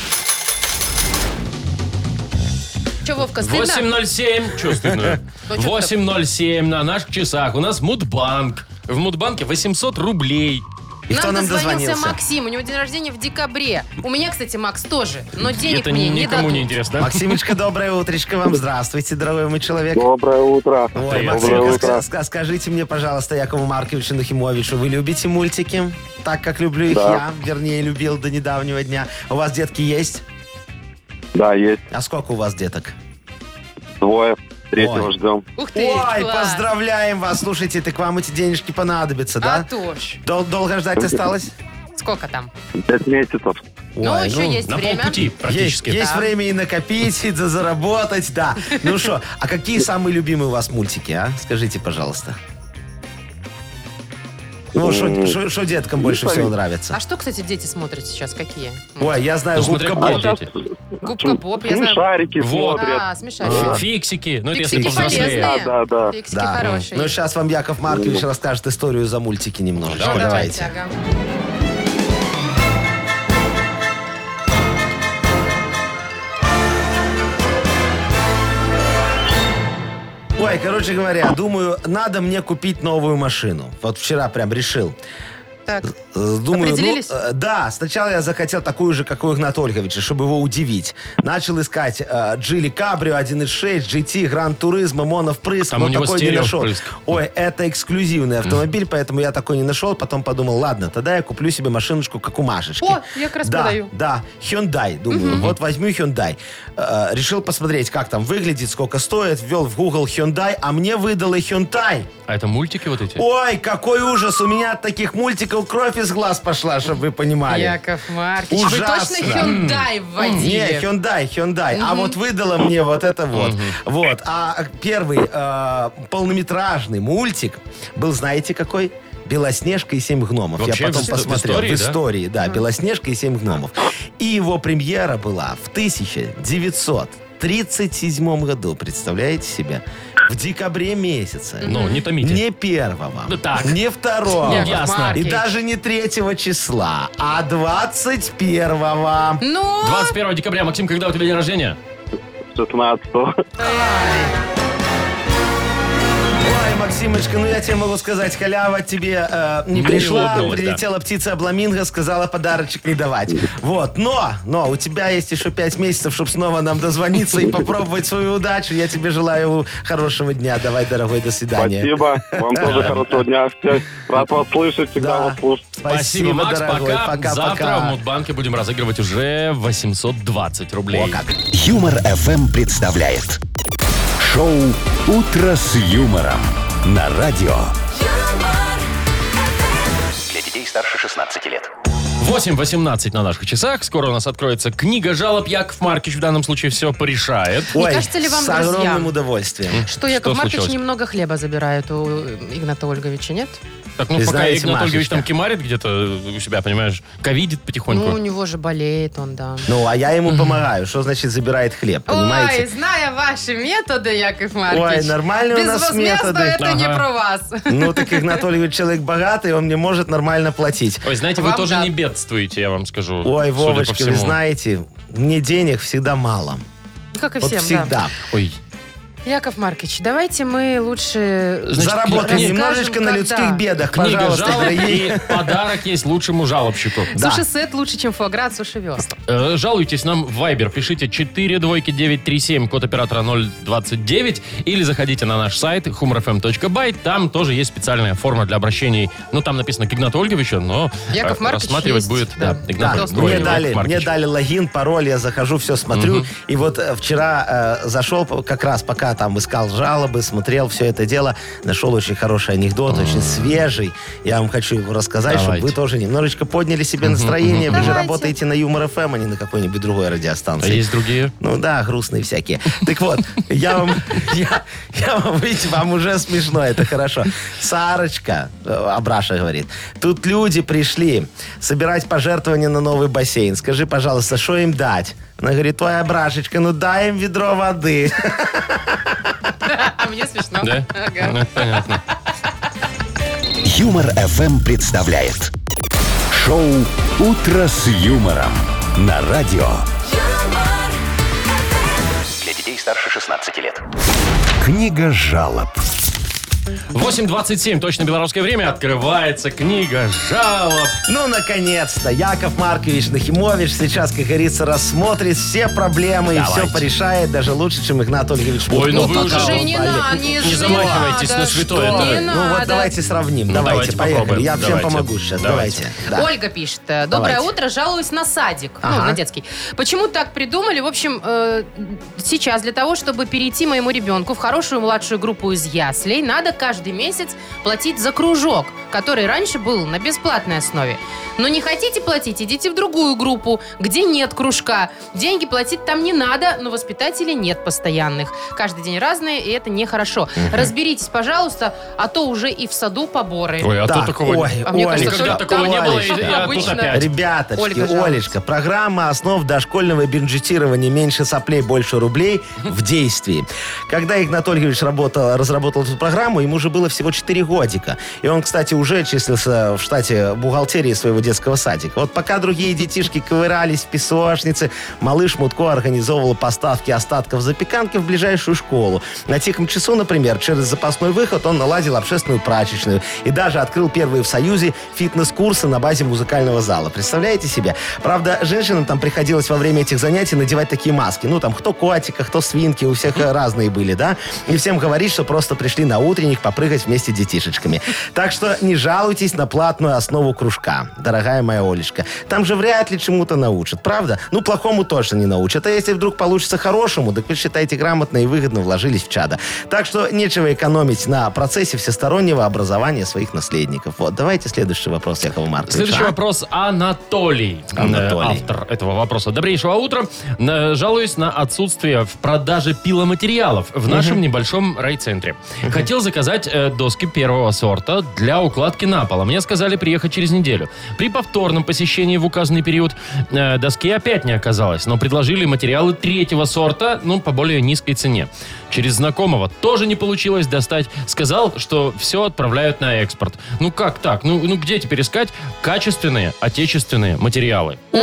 [SPEAKER 3] Че, Вовка, стыдно?
[SPEAKER 2] 8.07. Че стыдно?
[SPEAKER 3] Ну, чё ты-
[SPEAKER 2] 8.07 на наших часах. У нас Мудбанк. В Мудбанке 800 рублей.
[SPEAKER 4] И кто нам
[SPEAKER 3] дозвонился
[SPEAKER 4] дозвонился?
[SPEAKER 3] Максим. У него день рождения в декабре. У меня, кстати, Макс тоже. Но денег
[SPEAKER 2] Это
[SPEAKER 3] мне не
[SPEAKER 2] никому
[SPEAKER 3] дадут.
[SPEAKER 2] не интересно. да?
[SPEAKER 4] Максимочка, доброе утречко вам. Здравствуйте, дорогой мой человек.
[SPEAKER 5] Доброе утро.
[SPEAKER 4] Ой,
[SPEAKER 2] Привет.
[SPEAKER 4] Максимка,
[SPEAKER 5] Доброе
[SPEAKER 4] ска-
[SPEAKER 5] утро.
[SPEAKER 4] ска- скажите мне, пожалуйста, Якову Марковичу Нахимовичу, вы любите мультики? Так, как люблю их
[SPEAKER 5] Да.
[SPEAKER 4] я, вернее, любил до недавнего дня. У вас детки есть?
[SPEAKER 5] Да, есть
[SPEAKER 4] А сколько у вас деток?
[SPEAKER 5] двое. Третьего
[SPEAKER 4] Ой.
[SPEAKER 5] ждем.
[SPEAKER 3] Ух ты,
[SPEAKER 4] Ой,
[SPEAKER 3] класс.
[SPEAKER 4] поздравляем вас. Слушайте, так вам эти денежки понадобятся,
[SPEAKER 3] А
[SPEAKER 4] да?
[SPEAKER 3] то ж.
[SPEAKER 4] Дол- долго ждать осталось?
[SPEAKER 3] Сколько там?
[SPEAKER 5] Пять месяцев.
[SPEAKER 3] ну,
[SPEAKER 4] Ой,
[SPEAKER 3] еще есть
[SPEAKER 2] На
[SPEAKER 3] время.
[SPEAKER 2] полпути
[SPEAKER 4] Есть,
[SPEAKER 2] практически.
[SPEAKER 4] есть время и накопить, и за- заработать, да. Ну что, а какие самые любимые у вас мультики, а? Скажите, пожалуйста. Ну, что деткам больше всего нравится?
[SPEAKER 3] А что, кстати, дети смотрят сейчас? Какие?
[SPEAKER 4] Ой, а я знаю,
[SPEAKER 2] Ну, смотря
[SPEAKER 4] губка
[SPEAKER 2] какие
[SPEAKER 4] Боб.
[SPEAKER 2] дети.
[SPEAKER 3] Губка Боб, я знаю.
[SPEAKER 5] Шарики
[SPEAKER 2] Вот.
[SPEAKER 5] смотрят.
[SPEAKER 3] А,
[SPEAKER 2] Фи-
[SPEAKER 3] смешарики.
[SPEAKER 2] Фиксики. Ну, это если
[SPEAKER 3] Фиксики
[SPEAKER 2] повзрослее.
[SPEAKER 3] полезные.
[SPEAKER 5] Да, да, да.
[SPEAKER 3] Фиксики
[SPEAKER 4] Да.
[SPEAKER 3] хорошие.
[SPEAKER 4] Ну, сейчас вам Яков Маркович расскажет историю за мультики немного.
[SPEAKER 3] Ну,
[SPEAKER 4] Давайте.
[SPEAKER 3] ага.
[SPEAKER 4] Ой, короче говоря, думаю, надо мне купить новую машину. Вот вчера прям решил.
[SPEAKER 3] Так,
[SPEAKER 4] Э, Думаю, ну,
[SPEAKER 3] Определились?
[SPEAKER 4] э, да, сначала я захотел такую же, как у Игната Ольговича, чтобы его удивить. Начал искать э, Джили Кабрио 1.6, GT, Гран Туризмо, Монов Прыск,
[SPEAKER 2] Там
[SPEAKER 4] но
[SPEAKER 2] у него
[SPEAKER 4] такой не
[SPEAKER 2] стерео
[SPEAKER 4] нашел.
[SPEAKER 2] впрыск.
[SPEAKER 4] Ой, это эксклюзивный автомобиль, поэтому я такой не нашел. Потом подумал, ладно, тогда я куплю себе машиночку, как у Машечки.
[SPEAKER 3] О, я как раз
[SPEAKER 4] да,
[SPEAKER 3] продаю.
[SPEAKER 4] Да, Hyundai, думаю, вот возьму Hyundai. Э, решил посмотреть, как там выглядит, сколько стоит, ввел в Google Hyundai, а мне выдало Hyundai.
[SPEAKER 2] А это мультики вот эти?
[SPEAKER 4] Ой, какой ужас! У меня от таких мультиков кровь из глаз пошла, чтобы вы понимали.
[SPEAKER 3] Яков Маркович. Вы точно
[SPEAKER 4] Ужасно.
[SPEAKER 3] Hyundai
[SPEAKER 4] Не,
[SPEAKER 3] вводили?
[SPEAKER 4] Hyundai, Hyundai. А вот выдала мне вот это вот. Вот. А первый э, полнометражный мультик был, знаете, какой? Белоснежка и семь гномов.
[SPEAKER 2] Вообще
[SPEAKER 4] Я потом
[SPEAKER 2] в ис- в
[SPEAKER 4] посмотрел.
[SPEAKER 2] истории, да?
[SPEAKER 4] истории, да. Белоснежка и семь гномов. И его премьера была в 1937 году. Представляете себе? В декабре месяце.
[SPEAKER 2] Ну, не томите.
[SPEAKER 4] Не первого,
[SPEAKER 2] Ну, так.
[SPEAKER 4] не второго,
[SPEAKER 2] Яков Ясно.
[SPEAKER 4] и
[SPEAKER 3] Маркович.
[SPEAKER 4] даже не третьего числа, а 21
[SPEAKER 3] Ну,
[SPEAKER 2] 21 декабря. Максим, когда у тебя день рождения?
[SPEAKER 5] 16
[SPEAKER 4] Ой, Максимочка, ну я тебе могу сказать, халява тебе э,
[SPEAKER 2] Не
[SPEAKER 4] не пришла,
[SPEAKER 2] улыбнулась, да.
[SPEAKER 4] прилетела птица обламинго, сказала подарочек не давать. Вот, но, но у тебя есть еще пять месяцев, чтобы снова нам дозвониться и попробовать свою удачу. Я тебе желаю хорошего дня. Давай, дорогой, до свидания.
[SPEAKER 5] Спасибо. Вам тоже хорошего дня. Всех Рад вас слышать, всегда
[SPEAKER 4] Да.
[SPEAKER 5] вас слушать.
[SPEAKER 4] Спасибо,
[SPEAKER 2] Макс,
[SPEAKER 4] дорогой.
[SPEAKER 2] пока.
[SPEAKER 4] Пока,
[SPEAKER 2] Завтра
[SPEAKER 4] пока.
[SPEAKER 2] в Мудбанке будем разыгрывать уже 820 рублей.
[SPEAKER 4] О, как.
[SPEAKER 1] Юмор FM представляет шоу Утро с юмором на радио.
[SPEAKER 7] юмор,
[SPEAKER 6] Для детей старше 16 лет.
[SPEAKER 2] 8.18 на наших часах. Скоро у нас откроется книга жалоб. Яков Маркич в данном случае все порешает.
[SPEAKER 3] Не
[SPEAKER 4] Ой,
[SPEAKER 3] кажется ли вам,
[SPEAKER 4] с
[SPEAKER 3] друзья?
[SPEAKER 4] огромным удовольствием.
[SPEAKER 3] что Яков Маркович
[SPEAKER 2] случилось?
[SPEAKER 3] немного хлеба забирает у Игната Ольговича, нет?
[SPEAKER 2] Так, ну,
[SPEAKER 4] Вы
[SPEAKER 2] пока
[SPEAKER 4] знаете,
[SPEAKER 2] Игнат Ольгович
[SPEAKER 4] Машечка.
[SPEAKER 2] там кемарит где-то у себя, понимаешь, ковидит
[SPEAKER 3] Ну, у
[SPEAKER 2] потихоньку.
[SPEAKER 3] него же болеет он, да.
[SPEAKER 4] Ну, а я ему помогаю. Что значит забирает хлеб, понимаете?
[SPEAKER 3] Ой, зная ваши методы, Яков Маркович.
[SPEAKER 4] Ой, нормальные у нас
[SPEAKER 3] безвозмездно
[SPEAKER 4] методы.
[SPEAKER 3] это не
[SPEAKER 2] Ага.
[SPEAKER 3] про вас.
[SPEAKER 4] Ну, так Игнатольевич человек богатый, он не может нормально платить.
[SPEAKER 2] Ой, знаете, вы
[SPEAKER 3] Вам
[SPEAKER 2] тоже
[SPEAKER 3] да.
[SPEAKER 2] не бедствуете, я вам скажу.
[SPEAKER 4] Ой,
[SPEAKER 2] судя по
[SPEAKER 4] Вовочка, вы
[SPEAKER 2] всему.
[SPEAKER 4] знаете, мне денег всегда мало.
[SPEAKER 3] Как и
[SPEAKER 4] Вот
[SPEAKER 3] всем, да.
[SPEAKER 4] всегда.
[SPEAKER 2] Ой,
[SPEAKER 3] Яков Маркович, давайте мы лучше...
[SPEAKER 2] Значит,
[SPEAKER 4] Заработаем
[SPEAKER 2] кни-
[SPEAKER 4] немножечко на
[SPEAKER 3] когда?
[SPEAKER 4] людских бедах,
[SPEAKER 2] книга
[SPEAKER 4] пожалуйста.
[SPEAKER 2] жалоб
[SPEAKER 4] дорогие.
[SPEAKER 2] и подарок есть лучшему жалобщику.
[SPEAKER 4] Да.
[SPEAKER 3] Суши-сет лучше, чем фуаград, суши-вест.
[SPEAKER 2] Э, Жалуйтесь нам в Viber. Пишите 4 двойки 937, код оператора 029. Или заходите на наш сайт humorfm.by. Там тоже есть специальная форма для обращений. Ну, там написано к Игнату Ольговичу, но
[SPEAKER 3] Яков
[SPEAKER 2] э,
[SPEAKER 3] Маркович
[SPEAKER 2] рассматривать
[SPEAKER 3] есть,
[SPEAKER 2] будет да,
[SPEAKER 3] да.
[SPEAKER 2] Игнат
[SPEAKER 4] Да,
[SPEAKER 2] Ольгович.
[SPEAKER 3] Здравствуйте,
[SPEAKER 4] мне
[SPEAKER 2] Яков
[SPEAKER 4] дали, мне
[SPEAKER 2] Маркович.
[SPEAKER 4] дали логин, пароль, я захожу, все смотрю. И вот э, вчера э, зашел, п- как раз пока там искал жалобы, смотрел все это дело, нашел очень хороший анекдот, очень свежий. Я вам хочу его рассказать, чтобы вы
[SPEAKER 2] Давайте.
[SPEAKER 4] тоже немножечко подняли себе настроение. Вы же
[SPEAKER 3] Давайте.
[SPEAKER 4] работаете на Юмор ФМ, а не на какой-нибудь другой
[SPEAKER 2] А
[SPEAKER 4] радиостанции.
[SPEAKER 2] есть другие?
[SPEAKER 4] Ну да, грустные всякие. Так вот, я вам, я, я вам, видите, вам уже смешно, это хорошо. Сарочка, э, Абраша говорит, тут люди пришли собирать пожертвования на новый бассейн. Скажи, пожалуйста, что им дать? Она говорит, твоя Брашечка, ну дай им ведро воды.
[SPEAKER 3] А мне смешно.
[SPEAKER 2] Да?
[SPEAKER 3] Ага.
[SPEAKER 2] Ну, понятно.
[SPEAKER 1] Юмор FM представляет шоу Утро с юмором на радио.
[SPEAKER 7] юмор.
[SPEAKER 6] Для детей старше 16 лет. старше 16 лет.
[SPEAKER 1] Книга жалоб.
[SPEAKER 2] 8.27, точно белорусское время, открывается книга жалоб.
[SPEAKER 4] Ну, наконец-то, Яков Маркович Нахимович сейчас, как говорится, рассмотрит все проблемы и все порешает, даже лучше, чем Игнат Ольгович.
[SPEAKER 2] Ой, ну
[SPEAKER 4] Мутко.
[SPEAKER 2] вы
[SPEAKER 4] Вот
[SPEAKER 2] уже
[SPEAKER 4] так
[SPEAKER 3] Слушай,
[SPEAKER 4] вот,
[SPEAKER 3] не
[SPEAKER 4] блин.
[SPEAKER 3] на, не,
[SPEAKER 2] Не замахивайтесь
[SPEAKER 3] надо,
[SPEAKER 2] на святое,
[SPEAKER 3] что?
[SPEAKER 2] да.
[SPEAKER 3] Не
[SPEAKER 4] Ну
[SPEAKER 3] надо.
[SPEAKER 4] вот давайте сравним. Ну, давайте,
[SPEAKER 2] давайте
[SPEAKER 4] поехали.
[SPEAKER 2] попробуем.
[SPEAKER 4] Я всем
[SPEAKER 2] Давайте.
[SPEAKER 4] помогу сейчас.
[SPEAKER 2] Давайте.
[SPEAKER 4] Давайте. Да.
[SPEAKER 3] Ольга пишет. э, Доброе
[SPEAKER 4] Давайте.
[SPEAKER 3] утро, жалуюсь на садик. Ну,
[SPEAKER 4] Ага.
[SPEAKER 3] на детский. Почему так придумали? В общем, э, сейчас для того, чтобы перейти моему ребенку в хорошую младшую группу из яслей, надо каждый месяц платить за кружок, который раньше был на бесплатной основе. Но не хотите платить, идите в другую группу, где нет кружка. Деньги платить там не надо, но воспитателей нет постоянных. Каждый день разные, и это нехорошо. Разберитесь, пожалуйста, а то уже и в саду поборы.
[SPEAKER 2] Ой, а
[SPEAKER 4] Да.
[SPEAKER 2] то такого...
[SPEAKER 4] Ой,
[SPEAKER 3] А мне
[SPEAKER 4] Оль,
[SPEAKER 3] кажется,
[SPEAKER 2] Никогда
[SPEAKER 3] что
[SPEAKER 2] такого не было, и,
[SPEAKER 3] там
[SPEAKER 2] и- а тут
[SPEAKER 3] обычно-
[SPEAKER 2] опять.
[SPEAKER 4] Ребяточки,
[SPEAKER 3] Олечка,
[SPEAKER 4] Олечка,
[SPEAKER 3] жалуется.
[SPEAKER 4] программа основ дошкольного бюджетирования «Меньше соплей, больше рублей» в действии. Когда Игнат Ольгович работал, разработал эту программу, ему уже было всего 4 годика. И он, кстати, уже числился в штате бухгалтерии своего детского садика. Вот пока другие детишки ковырялись в песочнице, малыш Мутко организовывал поставки остатков запеканки в ближайшую школу. На тихом часу, например, через запасной выход он наладил общественную прачечную и даже открыл первые в Союзе фитнес-курсы на базе музыкального зала. Представляете себе? Правда, женщинам там приходилось во время этих занятий надевать такие маски. Ну, там, кто котика, кто свинки, у всех э, разные были, да? И всем говорить, что просто пришли на утренник попрыгать вместе с детишечками. Так что не жалуйтесь на платную основу кружка, дорогая моя Олечка. Там же вряд ли чему-то научат, правда? Ну, плохому точно не научат. А если вдруг получится хорошему, так вы считаете грамотно и выгодно вложились в чадо. Так что нечего экономить на процессе всестороннего образования своих наследников. Вот, давайте следующий вопрос, Якова Марковича.
[SPEAKER 2] Следующий
[SPEAKER 4] А?
[SPEAKER 2] вопрос Анатолий.
[SPEAKER 4] Анатолий.
[SPEAKER 2] Э, Автор этого вопроса. Добрейшего утра. Э, Жалуюсь на отсутствие в продаже пиломатериалов в нашем небольшом райцентре. Хотел заказать э, доски первого сорта для укладки на пол. а Мне сказали приехать через неделю. При повторном посещении в указанный период э, доски опять не оказалось, но предложили материалы третьего сорта, ну, по более низкой цене. Через знакомого тоже не получилось достать. Сказал, что все отправляют на экспорт. Ну как так? Ну, ну где теперь искать качественные отечественные материалы?
[SPEAKER 4] Ой,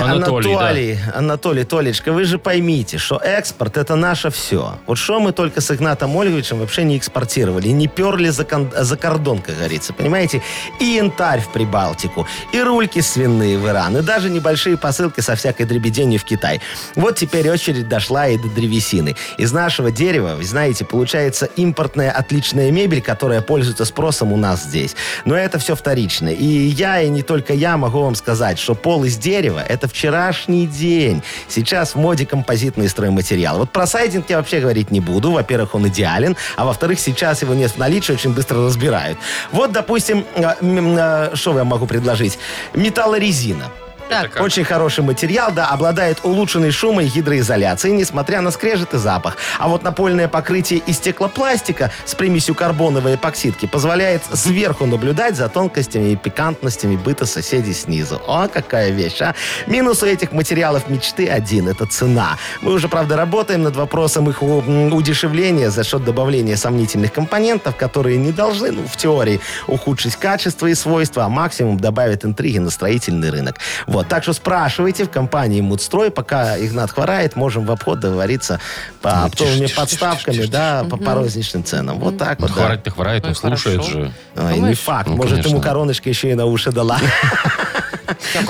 [SPEAKER 2] Анатолий,
[SPEAKER 4] Анатолий,
[SPEAKER 2] да.
[SPEAKER 4] Анатолий, Толечка, вы же поймите, что экспорт это наше все. Вот что мы только с Игнатом Ольговичем вообще не экспортировали, не перли за, кон- за кордон, как говорится, понимаете? И янтарь в Прибалтику, и рульки свиные в Иран, и даже небольшие посылки со всякой дребеденью в Китай. Вот теперь очередь дошла и до древесины. Из нашего дерева, вы знаете, получается импортная отличная мебель, которая пользуется спросом у нас здесь. Но это все вторично. И я, и не только я могу вам сказать, что пол из дерева – это вчерашний день. Сейчас в моде композитные стройматериалы. Вот про сайдинг я вообще говорить не буду. Во-первых, он идеален, а во-вторых, сейчас его нет в наличии, очень быстро разбирают. Вот, допустим, э, м, э, что я могу предложить? Металлорезина.
[SPEAKER 3] Так,
[SPEAKER 2] Как?
[SPEAKER 4] Очень хороший материал, да, обладает улучшенной шумом и гидроизоляцией, несмотря на скрежет и запах. А вот напольное покрытие из стеклопластика с примесью карбоновой эпоксидки позволяет сверху наблюдать за тонкостями и пикантностями быта соседей снизу. О, какая вещь, а! Минус у этих материалов мечты один – это цена. Мы уже, правда, работаем над вопросом их у- м, удешевления за счет добавления сомнительных компонентов, которые не должны, ну, в теории, ухудшить качество и свойства, а максимум добавят интриги на строительный рынок. Вот, так что спрашивайте в компании Мудстрой, пока Игнат хворает, можем в обход договориться по оптовыми подставками, да, по, по розничным ценам. Вот так вот, да.
[SPEAKER 2] Хворать-то хворает,
[SPEAKER 3] Ну
[SPEAKER 2] но
[SPEAKER 3] и хорошо.
[SPEAKER 2] слушает же.
[SPEAKER 4] Ой, не
[SPEAKER 3] Думаешь?
[SPEAKER 4] факт,
[SPEAKER 2] Ну,
[SPEAKER 4] может,
[SPEAKER 2] конечно.
[SPEAKER 4] ему короночка еще и на уши дала.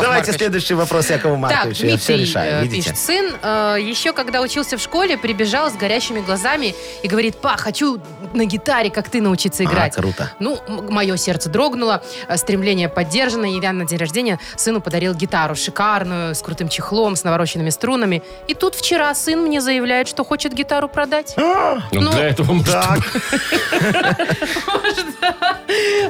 [SPEAKER 4] Давайте следующий вопрос Якова
[SPEAKER 3] Так,
[SPEAKER 4] Марковича. Я все
[SPEAKER 3] Дмитрий
[SPEAKER 4] решаю,
[SPEAKER 3] э,
[SPEAKER 4] видите?
[SPEAKER 3] пишет, сын э, еще когда учился в школе, прибежал с горящими глазами и говорит, па, хочу на гитаре, как ты научиться
[SPEAKER 4] А,
[SPEAKER 3] играть.
[SPEAKER 4] круто.
[SPEAKER 3] Ну, мое сердце дрогнуло, э, стремление поддержано. И я на день рождения сыну подарил гитару шикарную, с крутым чехлом, с навороченными струнами. И тут вчера сын мне заявляет, что хочет гитару продать.
[SPEAKER 2] Ну,
[SPEAKER 3] Ну,
[SPEAKER 2] для этого может,
[SPEAKER 4] Так,
[SPEAKER 3] Может, да.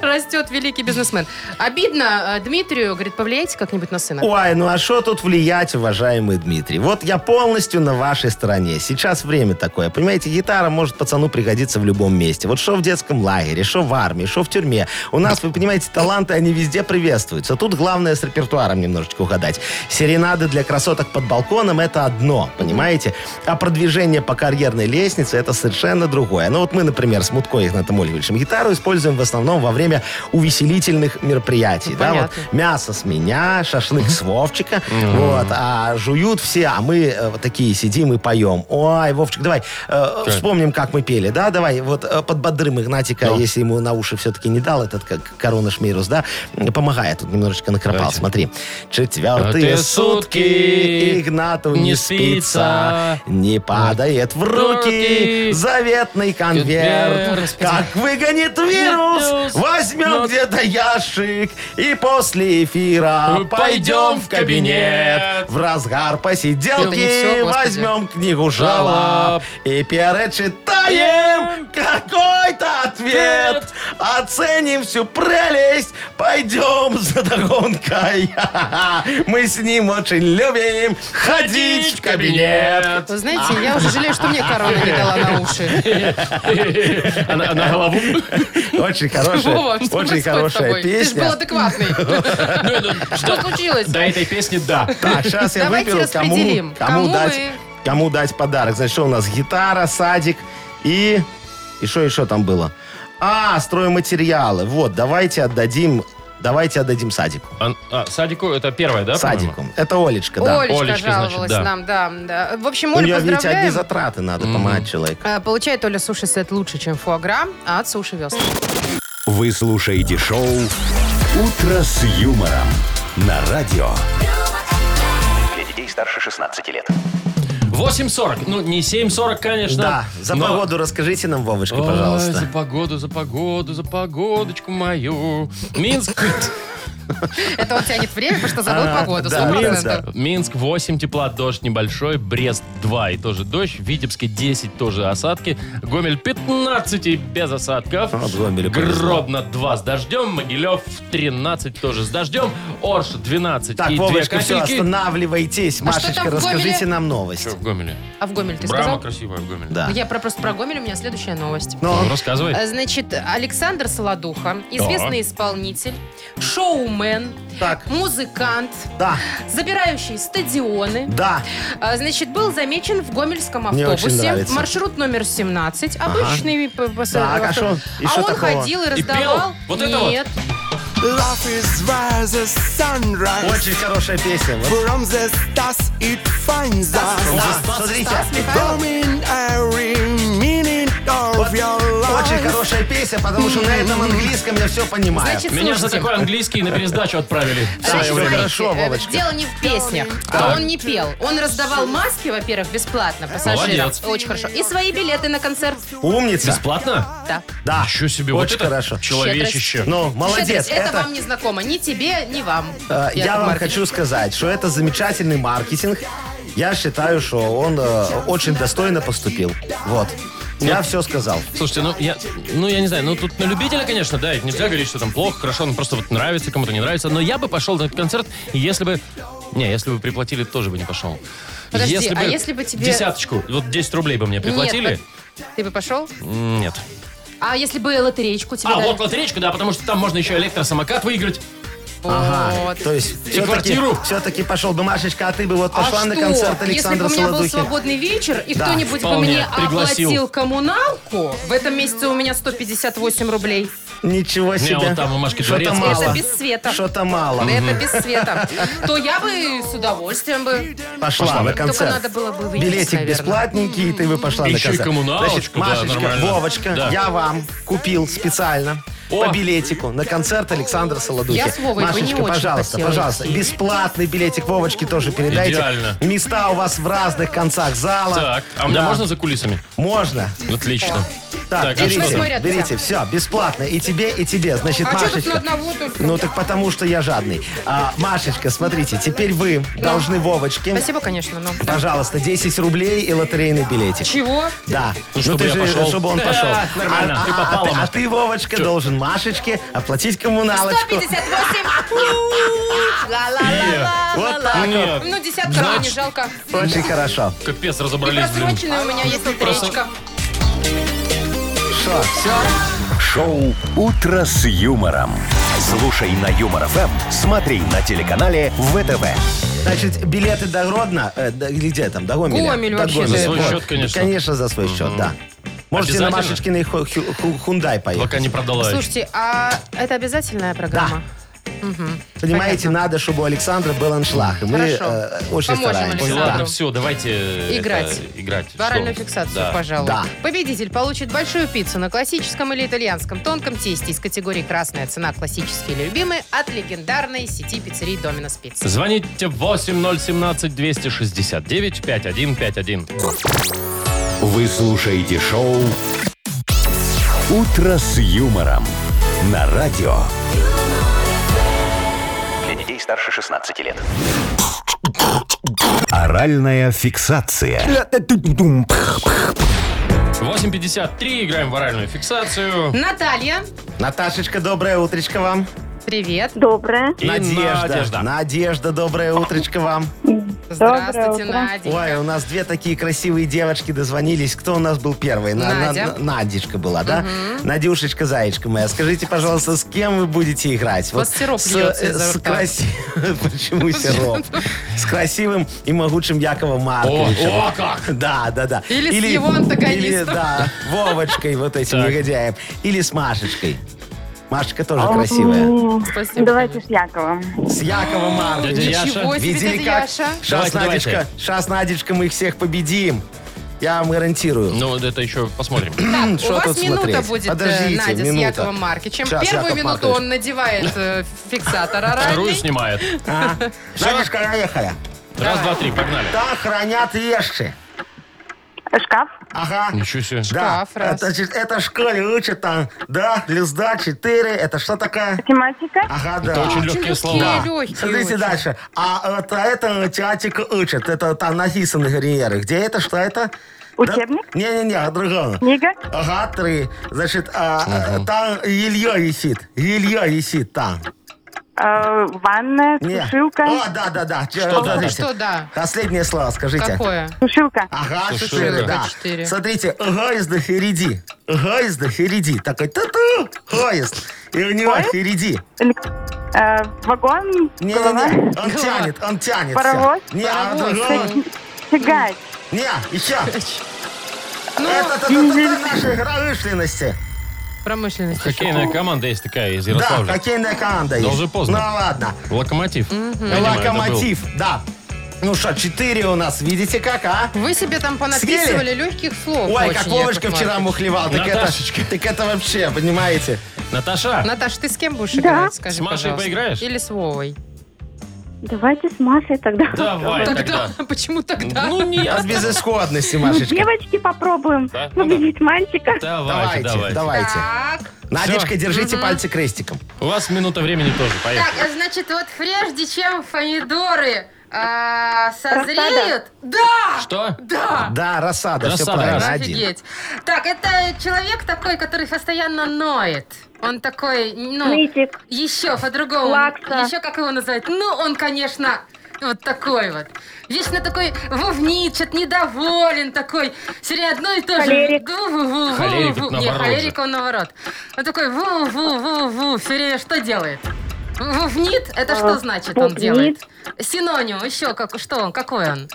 [SPEAKER 3] Растет великий бизнесмен. Обидно э, Дмитрию, говорит, повлияйте как-нибудь на сына.
[SPEAKER 4] Ой, ну а что тут влиять, уважаемый Дмитрий? Вот я полностью на вашей стороне. Сейчас время такое. Понимаете, гитара может пацану пригодиться в любом месте. Вот что в детском лагере, что в армии, что в тюрьме. У нас, вы понимаете, таланты, они везде приветствуются. Тут главное с репертуаром немножечко угадать. Серенады для красоток под балконом – это одно, понимаете? А продвижение по карьерной лестнице – это совершенно другое. Ну вот мы, например, с Мутко Игнатом Ольговичем гитару используем в основном во время увеселительных мероприятий.
[SPEAKER 3] Ну,
[SPEAKER 4] да, вот
[SPEAKER 3] понятно.
[SPEAKER 4] мясо с меня, меня, шашлык с Вовчика. Вот, а жуют все, а мы э, вот такие сидим и поем. Ой, Вовчик, давай э, вспомним, как мы пели, да? Давай, вот э, подбодрым Игнатика, если ему на уши все-таки не дал этот как коронашмирус, да? Помогает, тут немножечко накропал,
[SPEAKER 2] Давайте.
[SPEAKER 4] смотри. Четвертые
[SPEAKER 2] Четвертые
[SPEAKER 4] сутки
[SPEAKER 2] сутки
[SPEAKER 4] Игнату
[SPEAKER 2] не
[SPEAKER 4] не спится,
[SPEAKER 2] спится.
[SPEAKER 4] не падает в руки
[SPEAKER 2] руки
[SPEAKER 4] заветный
[SPEAKER 2] Конверт.
[SPEAKER 4] конверт.
[SPEAKER 2] Господи.
[SPEAKER 4] Как выгонит вирус,
[SPEAKER 2] Вирус.
[SPEAKER 4] возьмем
[SPEAKER 2] Но-
[SPEAKER 4] где-то ящик и после эфира
[SPEAKER 2] Мы
[SPEAKER 4] пойдем
[SPEAKER 2] пойдем
[SPEAKER 4] в кабинет.
[SPEAKER 2] кабинет.
[SPEAKER 4] В разгар
[SPEAKER 3] Всё,
[SPEAKER 4] посиделки
[SPEAKER 3] всё, господи.
[SPEAKER 4] возьмем книгу жалоб
[SPEAKER 2] Жалоб.
[SPEAKER 4] и перечитаем какой-то ответ.
[SPEAKER 2] Ответ.
[SPEAKER 4] Оценим всю прелесть, пойдем за догонкой. Мы с ним очень любим ходить в кабинет.
[SPEAKER 3] Вы знаете, я уже жалею, что мне корона не дала на уши.
[SPEAKER 2] А на- а на голову?
[SPEAKER 3] Ну,
[SPEAKER 4] Очень хорошая,
[SPEAKER 3] Вова, что
[SPEAKER 4] очень
[SPEAKER 3] происходит с
[SPEAKER 4] хорошая
[SPEAKER 3] тобой? Ты же был
[SPEAKER 4] песня.
[SPEAKER 3] адекватный. Ну, Что случилось?
[SPEAKER 2] До этой песни да.
[SPEAKER 4] Так, сейчас я
[SPEAKER 3] Давайте
[SPEAKER 4] выберу, кому,
[SPEAKER 3] распределим.
[SPEAKER 4] кому
[SPEAKER 3] Кому
[SPEAKER 4] дать,
[SPEAKER 3] вы-
[SPEAKER 4] кому дать подарок. Значит, что у нас? Гитара, садик и... И что еще там было? А, стройматериалы. Вот, давайте отдадим... Давайте отдадим садику.
[SPEAKER 2] А- а, Садику это первая, да? по-моему?
[SPEAKER 4] садику. Это Олечка, да.
[SPEAKER 3] Олечка,
[SPEAKER 2] Олечка, значит,
[SPEAKER 3] жаловалась
[SPEAKER 2] да.
[SPEAKER 3] нам, да, да. В общем,
[SPEAKER 4] У
[SPEAKER 3] Олю
[SPEAKER 4] нее, видите, одни
[SPEAKER 3] поздравляем.
[SPEAKER 4] затраты надо помогать человеку.
[SPEAKER 3] А, Получает Оля суши сет лучше, чем фуагра, а от суши весла.
[SPEAKER 1] Вы слушаете шоу «Утро с юмором» на радио.
[SPEAKER 6] Для детей старше 16 лет.
[SPEAKER 2] 8.40. Ну, не 7.40, конечно.
[SPEAKER 4] Да, за
[SPEAKER 2] но-
[SPEAKER 4] погоду расскажите нам, Вовочка,
[SPEAKER 2] Ой,
[SPEAKER 4] пожалуйста.
[SPEAKER 2] за погоду, за погоду, за погодочку мою. Минск...
[SPEAKER 3] Это он тянет время, потому что забыл
[SPEAKER 4] А,
[SPEAKER 3] погоду.
[SPEAKER 4] да,
[SPEAKER 3] 100%.
[SPEAKER 4] да.
[SPEAKER 2] Минск 8, тепла, дождь небольшой. Брест 2 и тоже дождь. В Витебске 10, тоже осадки. Гомель 15 и без осадков.
[SPEAKER 4] А, в Гомеле повезло.
[SPEAKER 2] Гродно 2 с дождем. Могилев 13 тоже с дождем. Орш 12
[SPEAKER 4] Так,
[SPEAKER 2] и 2
[SPEAKER 4] Вовочка, все,
[SPEAKER 2] капельки.
[SPEAKER 4] останавливайтесь.
[SPEAKER 3] А что там
[SPEAKER 4] Машечка,
[SPEAKER 3] в Гомеле?
[SPEAKER 4] расскажите нам новость.
[SPEAKER 2] Что в Гомеле?
[SPEAKER 3] А в Гомель ты
[SPEAKER 2] Брама
[SPEAKER 3] сказал?
[SPEAKER 2] красивая в Гомеле.
[SPEAKER 4] Да. Э,
[SPEAKER 3] Я про, просто про Гомель, у меня следующая новость.
[SPEAKER 4] Но
[SPEAKER 2] Ну, рассказывай.
[SPEAKER 3] А, Значит, Александр Солодуха, известный исполнитель, шоумен,
[SPEAKER 4] так,
[SPEAKER 3] музыкант,
[SPEAKER 4] да,
[SPEAKER 3] забирающий стадионы,
[SPEAKER 4] да.
[SPEAKER 3] А, Значит, был замечен в Гомельском
[SPEAKER 4] Мне очень
[SPEAKER 3] автобусе.
[SPEAKER 4] нравится.
[SPEAKER 3] Маршрут номер 17. Обычный п- п-
[SPEAKER 4] Так, а
[SPEAKER 3] авто-
[SPEAKER 4] что? И
[SPEAKER 3] А
[SPEAKER 4] что
[SPEAKER 3] он
[SPEAKER 4] такого?
[SPEAKER 3] ходил и
[SPEAKER 2] И пел?
[SPEAKER 3] раздавал.
[SPEAKER 2] Вот это вот?
[SPEAKER 3] Нет.
[SPEAKER 8] Love is rise as sunrise.
[SPEAKER 4] Очень хорошая песня. Вот.
[SPEAKER 8] From the stars it finds us.
[SPEAKER 4] Да, смотрите.
[SPEAKER 3] Стас Михайлов.
[SPEAKER 8] From in every minute of
[SPEAKER 4] Вот
[SPEAKER 8] your life.
[SPEAKER 4] Очень хорошая песня, потому что на этом английском я все понимаю.
[SPEAKER 3] Значит,
[SPEAKER 2] Меня же за
[SPEAKER 3] слушайте.
[SPEAKER 2] такой английский на пересдачу отправили. в
[SPEAKER 4] Всё,
[SPEAKER 3] Значит,
[SPEAKER 2] свое время.
[SPEAKER 4] смотри.
[SPEAKER 3] смотрите,
[SPEAKER 4] А, Хорошо,
[SPEAKER 3] э,
[SPEAKER 4] Вовочка.
[SPEAKER 3] Дело не в песнях. А
[SPEAKER 4] Так.
[SPEAKER 3] Он не пел. Он раздавал маски, во-первых, бесплатно пассажирам.
[SPEAKER 2] Молодец.
[SPEAKER 3] Очень хорошо. И свои билеты на концерт.
[SPEAKER 4] Умница.
[SPEAKER 2] Бесплатно?
[SPEAKER 3] Да.
[SPEAKER 4] Да.
[SPEAKER 2] Еще себе. вот
[SPEAKER 4] А, Очень
[SPEAKER 2] это
[SPEAKER 4] хорошо.
[SPEAKER 2] Человечище.
[SPEAKER 4] Ну, молодец.
[SPEAKER 3] Щедрость. Это,
[SPEAKER 4] Это,
[SPEAKER 3] вам не знакомо. Ни тебе, ни вам.
[SPEAKER 4] э,
[SPEAKER 3] Яков
[SPEAKER 4] я вам
[SPEAKER 3] Маркович.
[SPEAKER 4] хочу сказать, что это замечательный маркетинг. Я считаю, что он э, очень достойно поступил. Вот. Я все сказал.
[SPEAKER 2] Слушайте, ну я, ну я не знаю, ну тут на любителя, конечно, да, нельзя говорить, что там плохо, хорошо, ну просто вот нравится, кому-то не нравится, но я бы пошел на этот концерт, если бы, не, если бы приплатили, тоже бы не пошел.
[SPEAKER 3] Подожди, а если бы тебе-
[SPEAKER 2] Десяточку, вот 10 рублей бы мне приплатили?
[SPEAKER 3] Нет, под- Ты бы пошел?
[SPEAKER 2] М, Нет.
[SPEAKER 3] А если бы лотереечку тебе
[SPEAKER 2] А,
[SPEAKER 3] дали?
[SPEAKER 2] вот лотереечку, да, потому что там можно еще электросамокат выиграть.
[SPEAKER 3] Вот.
[SPEAKER 4] То есть,
[SPEAKER 2] И
[SPEAKER 4] все-таки,
[SPEAKER 2] квартиру.
[SPEAKER 4] все-таки пошел бы, Машечка, а ты бы вот пошла
[SPEAKER 3] а
[SPEAKER 4] на
[SPEAKER 3] что?
[SPEAKER 4] концерт Александра
[SPEAKER 3] Если бы у меня был
[SPEAKER 4] Солодухи.
[SPEAKER 3] свободный вечер, и
[SPEAKER 4] Да,
[SPEAKER 3] кто-нибудь бы
[SPEAKER 2] вполне,
[SPEAKER 3] мне
[SPEAKER 2] пригласил.
[SPEAKER 3] оплатил коммуналку, в этом месяце у меня 158 рублей.
[SPEAKER 4] Ничего себе.
[SPEAKER 2] вот там у Машки
[SPEAKER 4] Что-то
[SPEAKER 2] дворец.
[SPEAKER 4] мало.
[SPEAKER 3] Это без света.
[SPEAKER 4] Что-то мало.
[SPEAKER 3] Это без света. То я бы с удовольствием бы...
[SPEAKER 4] Пошла, на концерт.
[SPEAKER 3] Только надо было бы выйти,
[SPEAKER 4] Билетик
[SPEAKER 3] наверное.
[SPEAKER 4] бесплатненький, и ты бы пошла на
[SPEAKER 2] Еще и
[SPEAKER 4] концерт.
[SPEAKER 2] коммуналочку, да,
[SPEAKER 4] Машечка,
[SPEAKER 2] нормально.
[SPEAKER 4] Вовочка,
[SPEAKER 2] Да.
[SPEAKER 4] я вам купил специально
[SPEAKER 2] О!
[SPEAKER 4] по билетику на концерт Александра Солодухи.
[SPEAKER 3] Я с Вовой бы не
[SPEAKER 4] Машечка,
[SPEAKER 3] очень
[SPEAKER 4] пожалуйста,
[SPEAKER 3] хотела
[SPEAKER 4] пожалуйста,
[SPEAKER 3] идти.
[SPEAKER 4] бесплатный билетик Вовочке тоже передайте.
[SPEAKER 2] Идеально.
[SPEAKER 4] Места у вас в разных концах зала.
[SPEAKER 2] Так, а у меня
[SPEAKER 4] Да.
[SPEAKER 2] можно за кулисами?
[SPEAKER 4] Можно.
[SPEAKER 2] Отлично.
[SPEAKER 4] Так,
[SPEAKER 2] а
[SPEAKER 3] что
[SPEAKER 4] берите,
[SPEAKER 3] там? Восьмой ряд,
[SPEAKER 4] берите, все, бесплатно. И тебе, и тебе. Значит,
[SPEAKER 3] А что тут на
[SPEAKER 4] Машечка,
[SPEAKER 3] одного только?
[SPEAKER 4] ну так потому что я жадный. А, Машечка, смотрите, теперь вы должны Вовочке,
[SPEAKER 3] Спасибо, конечно, но...
[SPEAKER 4] пожалуйста, 10 рублей и лотерейный билетик.
[SPEAKER 3] Чего?
[SPEAKER 4] Да.
[SPEAKER 2] Ну, чтобы я пошел.
[SPEAKER 4] Чтобы он
[SPEAKER 2] Да,
[SPEAKER 4] пошел.
[SPEAKER 2] нормально,
[SPEAKER 4] А-
[SPEAKER 2] ты
[SPEAKER 4] а- а
[SPEAKER 2] попала,
[SPEAKER 4] А
[SPEAKER 2] Машка.
[SPEAKER 4] ты, Вовочка, должен Машечке оплатить коммуналочку.
[SPEAKER 3] 158!
[SPEAKER 4] Вот так
[SPEAKER 3] Ла-ла-ла-ла-ла-ла.
[SPEAKER 2] Нет.
[SPEAKER 3] Ну, десятка мне не
[SPEAKER 2] Значит,
[SPEAKER 3] жалко.
[SPEAKER 4] Очень хорошо.
[SPEAKER 2] Капец,
[SPEAKER 3] И
[SPEAKER 2] разобрались, блин.
[SPEAKER 3] просроченная у меня есть лотереечка.
[SPEAKER 4] Что, все?
[SPEAKER 1] Шоу «Утро с юмором». Слушай на Юмор ФМ, смотри на телеканале ВТВ.
[SPEAKER 4] Значит, билеты до Гродно, э, до- или где там, до Гомеля?
[SPEAKER 3] Гомель
[SPEAKER 4] До
[SPEAKER 3] вообще-то.
[SPEAKER 4] Гомеля,
[SPEAKER 2] За свой
[SPEAKER 4] вот.
[SPEAKER 2] счет, конечно.
[SPEAKER 4] Конечно, за свой счет, да. Можете на
[SPEAKER 2] Обязательно?
[SPEAKER 4] Машечкиной ху- хю- ху- Хундай поехать.
[SPEAKER 2] Пока не продала.
[SPEAKER 3] Слушайте, а это обязательная программа?
[SPEAKER 4] Да. Понимаете, надо, чтобы у Александра был аншлаг. И мы
[SPEAKER 3] Хорошо.
[SPEAKER 4] э, очень
[SPEAKER 3] Поможем
[SPEAKER 4] стараемся.
[SPEAKER 3] Александру.
[SPEAKER 4] Да.
[SPEAKER 2] Ладно, все, давайте...
[SPEAKER 3] Играть.
[SPEAKER 2] это, играть.
[SPEAKER 3] Оральную
[SPEAKER 2] Всё.
[SPEAKER 3] фиксацию,
[SPEAKER 2] Да.
[SPEAKER 3] пожалуй.
[SPEAKER 4] Да.
[SPEAKER 3] Победитель получит большую пиццу на классическом или итальянском тонком тесте из категории «Красная цена. Классические или любимые» от легендарной сети пиццерий «Доминос Пицца».
[SPEAKER 2] Звоните 8017-269-5151.
[SPEAKER 1] Вы слушаете шоу «Утро с юмором» на радио.
[SPEAKER 6] Для детей старше 16 лет.
[SPEAKER 1] Оральная фиксация.
[SPEAKER 2] 8.53, играем в оральную фиксацию.
[SPEAKER 3] Наталья,
[SPEAKER 4] Наташечка, доброе утречко вам.
[SPEAKER 3] привет.
[SPEAKER 4] Ну,
[SPEAKER 9] Доброе.
[SPEAKER 2] И Надежда.
[SPEAKER 4] Надежда, доброе утречко вам.
[SPEAKER 3] Здравствуйте,
[SPEAKER 9] утро.
[SPEAKER 3] Наденька.
[SPEAKER 4] Ой, у нас две такие красивые девочки дозвонились. Кто у нас был первый? На- на-
[SPEAKER 3] Надя.
[SPEAKER 4] на- Надечка была, да? Надюшечка, зайчка моя. Скажите, пожалуйста, с кем вы будете играть?
[SPEAKER 3] вас сироп льется
[SPEAKER 4] э,
[SPEAKER 3] изо
[SPEAKER 4] с
[SPEAKER 3] рта.
[SPEAKER 4] краси- Почему сироп? С красивым и могучим Яковом Марковичем.
[SPEAKER 2] О, о, как!
[SPEAKER 4] Да, да, да.
[SPEAKER 3] Или с его антагонистом.
[SPEAKER 4] Или, да, Вовочкой, вот этим
[SPEAKER 2] Так.
[SPEAKER 4] негодяем. Или с Машечкой. Машечка тоже красивая.
[SPEAKER 9] М,
[SPEAKER 3] Спасибо.
[SPEAKER 9] Давайте с Яковом.
[SPEAKER 4] С Яковом Марковичем.
[SPEAKER 2] Дядя Яша.
[SPEAKER 3] Ничего себе,
[SPEAKER 4] Видели
[SPEAKER 3] дядя
[SPEAKER 4] как?
[SPEAKER 3] Яша.
[SPEAKER 4] Сейчас,
[SPEAKER 2] Давайте, давайте.
[SPEAKER 4] Надечка, сейчас, Надечка, мы их всех победим. Я вам гарантирую.
[SPEAKER 2] Ну, это еще посмотрим.
[SPEAKER 3] Так,
[SPEAKER 4] Что
[SPEAKER 3] у вас
[SPEAKER 4] тут
[SPEAKER 3] минута
[SPEAKER 4] смотреть?
[SPEAKER 3] будет, э,
[SPEAKER 4] Подождите,
[SPEAKER 3] Надя, с
[SPEAKER 4] минута.
[SPEAKER 3] Яковом Маркичем.
[SPEAKER 4] Щас,
[SPEAKER 3] Первую
[SPEAKER 4] Яков
[SPEAKER 3] минуту
[SPEAKER 4] Маркович.
[SPEAKER 3] он надевает э, фиксатор оральный.
[SPEAKER 2] Вторую снимает.
[SPEAKER 4] А? Надюшка, наехали.
[SPEAKER 2] Раз, два, три, погнали.
[SPEAKER 4] Так хранят вещи.
[SPEAKER 9] Шкаф.
[SPEAKER 4] Ага.
[SPEAKER 2] Ничего себе.
[SPEAKER 4] Да,
[SPEAKER 3] Шкаф,
[SPEAKER 4] это,
[SPEAKER 3] раз.
[SPEAKER 4] значит, это в школе учат там, да, Люзда 4, это что такое?
[SPEAKER 9] Тематика.
[SPEAKER 4] Ага, да.
[SPEAKER 2] Это очень
[SPEAKER 3] Очень
[SPEAKER 2] легкие
[SPEAKER 3] легкие,
[SPEAKER 2] слова.
[SPEAKER 3] легкие
[SPEAKER 4] Смотрите
[SPEAKER 3] очень.
[SPEAKER 4] дальше. А вот это театик учат, это там написано Гриеры. Где это, что это?
[SPEAKER 9] Учебник?
[SPEAKER 4] Да? Не-не-не, а другого.
[SPEAKER 9] Книга.
[SPEAKER 4] Ага, три. Значит, а, а, там Илья висит. Илья висит там.
[SPEAKER 9] э, Ванная.
[SPEAKER 4] Не. О,
[SPEAKER 9] Сушилка.
[SPEAKER 4] да, да, да.
[SPEAKER 2] Что да?
[SPEAKER 4] Подождите.
[SPEAKER 3] Что да?
[SPEAKER 4] Последнее слово скажите.
[SPEAKER 3] Какое?
[SPEAKER 9] Сушилка.
[SPEAKER 4] Ага,
[SPEAKER 2] Слушай,
[SPEAKER 4] четыре,
[SPEAKER 2] это
[SPEAKER 4] да.
[SPEAKER 3] четыре.
[SPEAKER 4] Смотрите, Гайс до хереди. Гайс до хереди. Такой ту-ту, Гайс. И у него
[SPEAKER 9] Поезд?
[SPEAKER 4] хереди.
[SPEAKER 9] элек- э, Вагон.
[SPEAKER 4] Не-не-не, он
[SPEAKER 3] Голова.
[SPEAKER 4] тянет, он тянет. всё.
[SPEAKER 9] Паровоз?
[SPEAKER 4] Не, а
[SPEAKER 3] Паровоз.
[SPEAKER 4] другого-
[SPEAKER 9] Тягать.
[SPEAKER 4] Не, еще.
[SPEAKER 3] Ну,
[SPEAKER 4] Это, это, это, это наша громышленности.
[SPEAKER 3] промышленность.
[SPEAKER 2] Хоккейная команда есть такая из
[SPEAKER 4] Да,
[SPEAKER 2] Ярославля.
[SPEAKER 4] хоккейная команда есть.
[SPEAKER 2] уже поздно.
[SPEAKER 4] Ну ладно.
[SPEAKER 2] Локомотив. Видимо, это был.
[SPEAKER 4] Локомотив, да. Ну что, четыре у нас, видите как, а?
[SPEAKER 3] Вы себе там понаписывали легких слов.
[SPEAKER 4] Ой,
[SPEAKER 3] очень,
[SPEAKER 4] как Вовочка
[SPEAKER 3] Яков
[SPEAKER 4] вчера
[SPEAKER 3] Маркович.
[SPEAKER 4] мухлевал. Так это,
[SPEAKER 2] Наташечка.
[SPEAKER 4] так это вообще, понимаете?
[SPEAKER 2] Наташа,
[SPEAKER 3] Наташа, ты с кем будешь играть, скажи,
[SPEAKER 2] С Машей
[SPEAKER 3] пожалуйста?
[SPEAKER 2] поиграешь?
[SPEAKER 3] Или с Вовой? Ну,
[SPEAKER 9] Давайте с Машей тогда.
[SPEAKER 2] давай тогда.
[SPEAKER 3] Почему тогда?
[SPEAKER 2] Ну, не...
[SPEAKER 4] От безысходности,
[SPEAKER 9] Ну,
[SPEAKER 4] Машечка.
[SPEAKER 9] девочки, попробуем
[SPEAKER 2] Да, ну да.
[SPEAKER 9] победить мальчика.
[SPEAKER 2] Давайте,
[SPEAKER 4] Давайте,
[SPEAKER 2] давайте.
[SPEAKER 4] давайте.
[SPEAKER 3] Так,
[SPEAKER 4] Надечка, держите пальцы крестиком.
[SPEAKER 2] У вас минута времени тоже,
[SPEAKER 10] Так,
[SPEAKER 2] поехали.
[SPEAKER 10] а значит, вот прежде чем помидоры а,
[SPEAKER 9] Рассада?
[SPEAKER 10] созреют... Да!
[SPEAKER 2] Что?
[SPEAKER 10] Да!
[SPEAKER 4] Да, рассада, все
[SPEAKER 2] Рассада,
[SPEAKER 4] правильно.
[SPEAKER 2] раз.
[SPEAKER 4] Один.
[SPEAKER 10] Офигеть. Так, это человек такой, который постоянно ноет. Он такой, ну,
[SPEAKER 9] Нытик.
[SPEAKER 10] еще по-другому.
[SPEAKER 9] Плакса.
[SPEAKER 10] Еще как его называют? Ну, он, конечно, вот такой вот. Вечно такой вовничет, недоволен такой. Все время одно и то же.
[SPEAKER 9] Холерик.
[SPEAKER 10] Ву-ву-ву-ву-ву.
[SPEAKER 2] Холерик, это
[SPEAKER 10] Не,
[SPEAKER 2] наоборот
[SPEAKER 10] холерик
[SPEAKER 2] же.
[SPEAKER 10] он наоборот. Он такой ву-ву-ву-ву. Все время что делает? Вовнит, это
[SPEAKER 9] А,
[SPEAKER 10] что значит он
[SPEAKER 9] бубнит.
[SPEAKER 10] делает? Синоним, еще как, что он, какой он?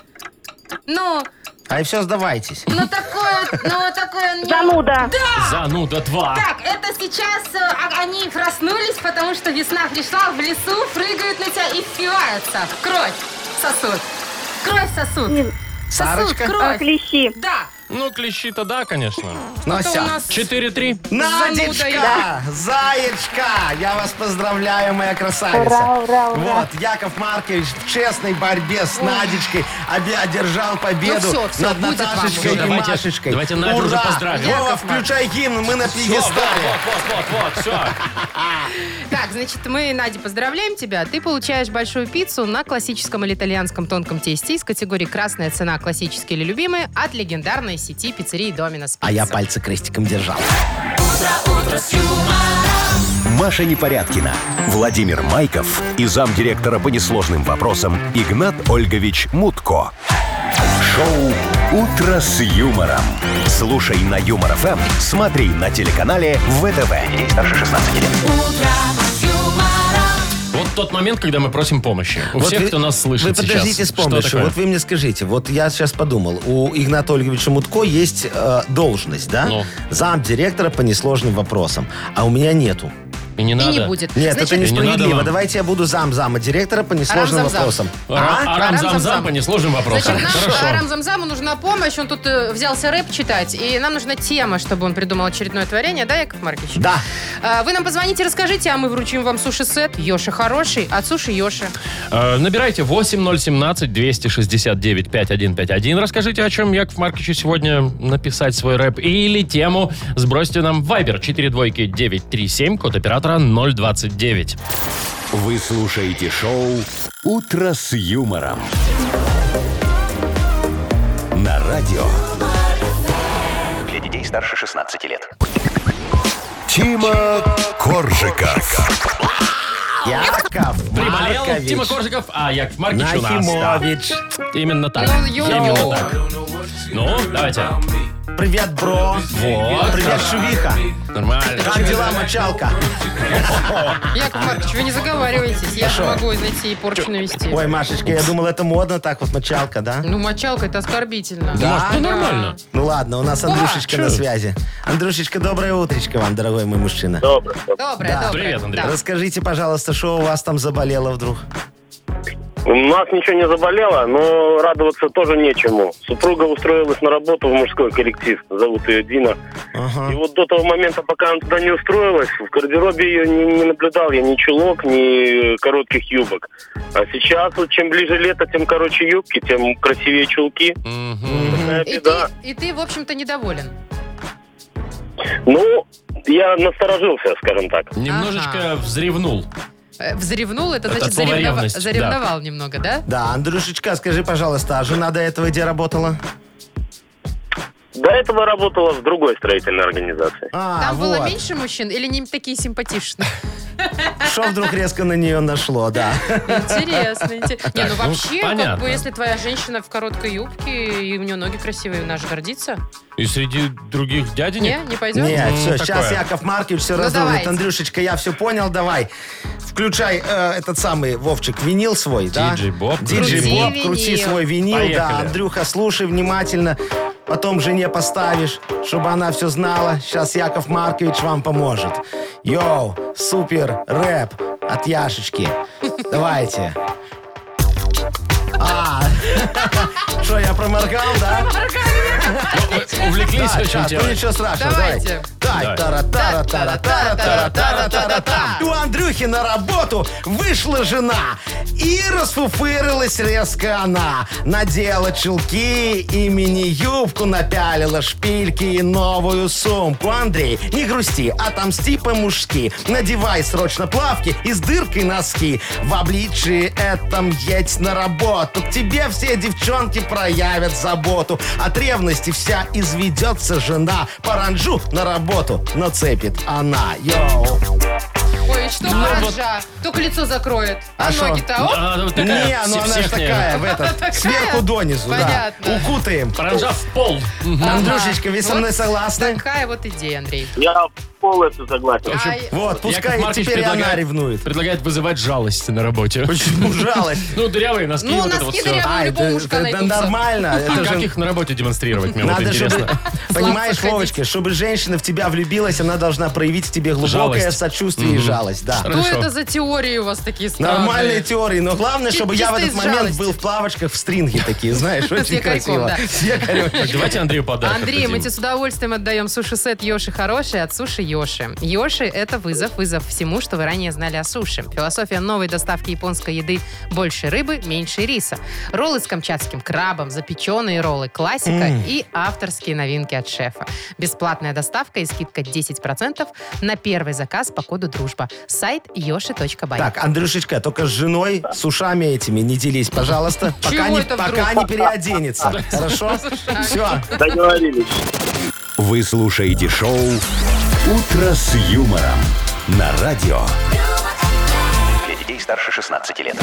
[SPEAKER 10] Ну,
[SPEAKER 4] А и все, сдавайтесь.
[SPEAKER 10] ну такой, ну вот такой он не-
[SPEAKER 9] Зануда.
[SPEAKER 2] Зануда два.
[SPEAKER 10] так, это сейчас э, а- они проснулись, потому что весна пришла, в лесу прыгают на тебя и впиваются. в Кровь сосуд. Кровь сосуд. Сосуд,
[SPEAKER 4] Сарочка?
[SPEAKER 9] А,
[SPEAKER 10] кровь.
[SPEAKER 9] Клещи.
[SPEAKER 10] Да.
[SPEAKER 2] Ну, клещи-то да, конечно.
[SPEAKER 4] Ну
[SPEAKER 3] это у
[SPEAKER 4] все.
[SPEAKER 3] нас
[SPEAKER 2] 4-3.
[SPEAKER 4] Надечка,
[SPEAKER 3] зануда
[SPEAKER 4] Заячка, я вас поздравляю, моя красавица.
[SPEAKER 9] Ура, ура, ура.
[SPEAKER 4] Вот, Яков Маркович в честной борьбе с Надечкой обе- одержал победу
[SPEAKER 3] Ну всё, всё,
[SPEAKER 4] над
[SPEAKER 3] будет вам.
[SPEAKER 4] Наташечкой
[SPEAKER 2] Всё,
[SPEAKER 4] и
[SPEAKER 2] давайте-
[SPEAKER 4] Машечкой.
[SPEAKER 2] давайте Надю
[SPEAKER 4] ура.
[SPEAKER 2] уже поздравим.
[SPEAKER 4] Вова,
[SPEAKER 3] Яков
[SPEAKER 4] включай гимн, мы на
[SPEAKER 2] Всё, вот,
[SPEAKER 4] пьедестале.
[SPEAKER 2] вот, вот, вот, все.
[SPEAKER 3] Так, значит, мы, Надя, поздравляем тебя. Ты получаешь большую пиццу на классическом или итальянском тонком тесте из категории «Красная цена. Классические или любимые» от легендарной сети пиццерии «Доминос
[SPEAKER 4] А я
[SPEAKER 3] Пицца».
[SPEAKER 4] пальцы крестиком держал.
[SPEAKER 1] Маша Непорядкина, Владимир Майков и замдиректора по несложным вопросам Игнат Ольгович Мутко. Шоу «Утро с юмором». Слушай на Юмор ФМ, смотри на телеканале ВТВ. Ей старше 16 лет.
[SPEAKER 2] Вот тот момент, когда мы просим помощи. У
[SPEAKER 4] Вот
[SPEAKER 2] всех,
[SPEAKER 4] вы-
[SPEAKER 2] кто нас слышит
[SPEAKER 4] Вы подождите
[SPEAKER 2] сейчас.
[SPEAKER 4] с помощью.
[SPEAKER 2] Что такое?
[SPEAKER 4] Вот вы мне скажите, вот я сейчас подумал, у Игната Ольговича Мутко есть э, должность, да?
[SPEAKER 2] Ну.
[SPEAKER 4] Зам директора по несложным вопросам, а у меня нету.
[SPEAKER 2] И не
[SPEAKER 3] И
[SPEAKER 2] надо.
[SPEAKER 3] не будет.
[SPEAKER 4] Нет, это
[SPEAKER 3] Значит,
[SPEAKER 2] Не надо
[SPEAKER 4] несправедливо.
[SPEAKER 2] вам.
[SPEAKER 4] Давайте я буду зам зама директора по несложным
[SPEAKER 3] Арам-зам-зам.
[SPEAKER 4] вопросам.
[SPEAKER 2] Ара-
[SPEAKER 4] А?
[SPEAKER 2] Арам-зам-зам
[SPEAKER 3] Арам-зам-зам.
[SPEAKER 2] по несложным вопросам.
[SPEAKER 3] Значит, нам
[SPEAKER 2] Хорошо.
[SPEAKER 3] Арам Замзаму нужна помощь. Он тут э, взялся рэп читать. И нам нужна тема, чтобы он придумал очередное творение. Да, Яков Маркович?
[SPEAKER 4] Да.
[SPEAKER 3] А, Вы нам позвоните, расскажите, а мы вручим вам суши-сет. Йоши хороший от суши Йоши.
[SPEAKER 2] Э, Набирайте 8017-269-5151. Расскажите, о чем Яков Марковичу сегодня написать свой рэп или тему. Сбросьте нам в Viber 42937, код оператора 029.
[SPEAKER 1] Вы слушаете шоу «Утро с юмором». На радио
[SPEAKER 6] Для детей старше 16 лет.
[SPEAKER 1] Тима Коржика.
[SPEAKER 4] Яков
[SPEAKER 2] Приболел
[SPEAKER 4] Маркович.
[SPEAKER 2] Тима Коржиков, а Яков Маркович у нас.
[SPEAKER 4] Нахимович.
[SPEAKER 2] да. Именно так.
[SPEAKER 3] Ну, йоу.
[SPEAKER 2] Именно так. Ну, давайте.
[SPEAKER 4] Привет, бро.
[SPEAKER 2] Вот.
[SPEAKER 4] Привет, Шувиха.
[SPEAKER 2] Нормально.
[SPEAKER 4] Как дела, мочалка?
[SPEAKER 3] Яков Маркович, вы не заговаривайтесь. Я же могу найти и порчу навести.
[SPEAKER 4] Ой, Машечка, я думал, это модно так вот, мочалка, да?
[SPEAKER 3] Ну, мочалка, это оскорбительно.
[SPEAKER 2] Может, ну нормально.
[SPEAKER 4] Ну ладно, у
[SPEAKER 3] А,
[SPEAKER 4] нас Андрюшечка на связи. Андрюшечка, доброе утречко вам, дорогой мой мужчина.
[SPEAKER 5] Доброе. доброе.
[SPEAKER 3] Доброе,
[SPEAKER 4] Да.
[SPEAKER 3] доброе.
[SPEAKER 2] Привет, Андрей.
[SPEAKER 3] Да.
[SPEAKER 4] Расскажите, пожалуйста, что у вас там заболело вдруг?
[SPEAKER 5] У нас ничего не заболело, но радоваться тоже нечему. Супруга устроилась на работу в мужской коллектив. Зовут ее Дина. И
[SPEAKER 4] Ага.
[SPEAKER 5] вот до того момента, пока она туда не устроилась, в гардеробе ее не, не наблюдал я ни чулок, ни коротких юбок. А сейчас, вот чем ближе лето, тем короче юбки, тем красивее чулки.
[SPEAKER 2] Мгм.
[SPEAKER 5] Такая
[SPEAKER 3] И
[SPEAKER 5] беда.
[SPEAKER 3] ты, и ты, в общем-то, недоволен.
[SPEAKER 5] Ну, я насторожился, скажем так.
[SPEAKER 2] Немножечко взревнул.
[SPEAKER 3] Э, Взревнул, это
[SPEAKER 2] Это
[SPEAKER 3] значит
[SPEAKER 2] слово
[SPEAKER 3] заревнова-
[SPEAKER 2] ревность, да.
[SPEAKER 3] заревновал немного, да?
[SPEAKER 4] Да, Андрюшечка, скажи, пожалуйста, а жена до этого где работала?
[SPEAKER 5] До этого работала в другой строительной организации.
[SPEAKER 4] А,
[SPEAKER 3] Там было
[SPEAKER 4] вот.
[SPEAKER 3] меньше мужчин или не такие симпатичные?
[SPEAKER 4] Что вдруг резко на нее нашло, да.
[SPEAKER 3] Интересно, интересно. Не, ну
[SPEAKER 2] ну,
[SPEAKER 3] вообще, как
[SPEAKER 2] понятно.
[SPEAKER 3] бы, если твоя женщина в короткой юбке, и у нее ноги красивые, она же гордится.
[SPEAKER 2] И среди других
[SPEAKER 3] Не,
[SPEAKER 2] дяденек?
[SPEAKER 3] не пойдет?
[SPEAKER 4] Нет,
[SPEAKER 2] Ну,
[SPEAKER 4] все, сейчас
[SPEAKER 2] такое.
[SPEAKER 4] Яков Маркович все
[SPEAKER 3] Ну,
[SPEAKER 4] раздумает.
[SPEAKER 3] давайте.
[SPEAKER 4] Андрюшечка, я все понял, давай. Включай э, этот самый Вовчик, винил свой, да?
[SPEAKER 2] Диджей Боб,
[SPEAKER 4] Диджей
[SPEAKER 2] крути
[SPEAKER 4] Боб,
[SPEAKER 3] винил.
[SPEAKER 4] крути свой винил, да.
[SPEAKER 2] Поехали.
[SPEAKER 4] Андрюха, слушай внимательно. Потом жене поставишь, чтобы она все знала. Сейчас Яков Маркович вам поможет. Йоу, супер рэп от Яшечки. Давайте. А, что, я проморгал, да?
[SPEAKER 2] Увлеклись
[SPEAKER 4] Да,
[SPEAKER 2] очень
[SPEAKER 4] да,
[SPEAKER 2] темой.
[SPEAKER 4] ну ничего страшного,
[SPEAKER 3] Давайте.
[SPEAKER 4] давай. Так, тара-тара, тара-тара, тара-тара, тара-та. У Андрюхи на работу вышла жена и расфуфырилась резко она. Надела чулки и мини-юбку, напялила шпильки и новую сумку. Андрей, не грусти, отомсти по-мужски. Надевай срочно плавки и с дыркой носки. В обличии этом едь на работу. К тебе все девчонки проявят заботу. От ревности вся изведется жена. Паранжу на работу нацепит она. Йоу.
[SPEAKER 3] Ой, и что
[SPEAKER 2] Ну,
[SPEAKER 3] ворожа? Только лицо закроет. А,
[SPEAKER 4] А шо?
[SPEAKER 3] ноги-то, оп,
[SPEAKER 2] А, вот такая
[SPEAKER 4] Не, ну она же
[SPEAKER 2] всехняя.
[SPEAKER 4] такая, в этот,
[SPEAKER 3] Такая?
[SPEAKER 4] сверху донизу, да.
[SPEAKER 3] Понятно.
[SPEAKER 4] Укутаем.
[SPEAKER 2] Паранжа в пол.
[SPEAKER 3] ага.
[SPEAKER 4] Андрюшечка, вы со
[SPEAKER 3] Вот
[SPEAKER 4] мной согласны?
[SPEAKER 3] Такая вот идея, Андрей.
[SPEAKER 5] Я полностью согласен.
[SPEAKER 2] общем,
[SPEAKER 3] Ай,
[SPEAKER 4] Вот, пускай
[SPEAKER 2] Яков Маркович
[SPEAKER 4] теперь и она
[SPEAKER 2] предлагает-
[SPEAKER 4] ревнует.
[SPEAKER 2] Предлагает вызывать жалость на работе.
[SPEAKER 4] Почему жалость?
[SPEAKER 2] Ну, дырявые носки,
[SPEAKER 3] Ну,
[SPEAKER 2] вот это вот
[SPEAKER 3] носки
[SPEAKER 2] все.
[SPEAKER 3] дырявые.
[SPEAKER 2] А
[SPEAKER 3] Там
[SPEAKER 4] Ай,
[SPEAKER 3] любого
[SPEAKER 4] это-
[SPEAKER 3] мужика
[SPEAKER 4] это
[SPEAKER 3] найдутся.
[SPEAKER 4] нормально. Это
[SPEAKER 2] как
[SPEAKER 4] же
[SPEAKER 2] их на работе демонстрировать, мне вот
[SPEAKER 4] Надо, чтобы,
[SPEAKER 2] интересно.
[SPEAKER 4] понимаешь,
[SPEAKER 3] ходить.
[SPEAKER 4] Вовочка, чтобы женщина в тебя влюбилась, она должна проявить в тебе глубокое
[SPEAKER 2] Жалость.
[SPEAKER 4] сочувствие и жалость, да.
[SPEAKER 2] Что-
[SPEAKER 3] Что
[SPEAKER 2] Хорошо.
[SPEAKER 3] это за теории у вас такие странные?
[SPEAKER 4] Нормальные теории, но главное,
[SPEAKER 3] Чи-
[SPEAKER 4] чтобы я в
[SPEAKER 3] чисто
[SPEAKER 4] этот
[SPEAKER 3] из
[SPEAKER 4] момент
[SPEAKER 3] жалости.
[SPEAKER 4] был в плавочках, в стринге такие, знаешь, очень
[SPEAKER 3] якорьком,
[SPEAKER 4] красиво.
[SPEAKER 3] да.
[SPEAKER 4] С якорем.
[SPEAKER 2] Так, Давайте Андрею подарок
[SPEAKER 3] Андрей, мы
[SPEAKER 2] отдадим.
[SPEAKER 3] тебе с удовольствием отдаем суши-сет Йоши Хороший от Суши Йоши. Йоши – это вызов, вызов всему, что вы ранее знали о суши. Философия новой доставки японской еды – больше рыбы, меньше риса. Роллы с камчатским крабом, запеченные роллы, классика и авторские новинки от шефа. Бесплатная доставка и скидка 10% на первый заказ по коду «Дружба». Сайт yoshi.by.
[SPEAKER 4] Так, Андрюшечка, только с женой, с ушами этими не делись, пожалуйста, пока
[SPEAKER 3] Чего
[SPEAKER 4] не,
[SPEAKER 3] это вдруг?
[SPEAKER 4] пока не переоденется. Хорошо? Все.
[SPEAKER 5] Договорились.
[SPEAKER 1] Вы слушаете шоу «Утро с юмором» на радио.
[SPEAKER 6] Для детей старше 16 лет.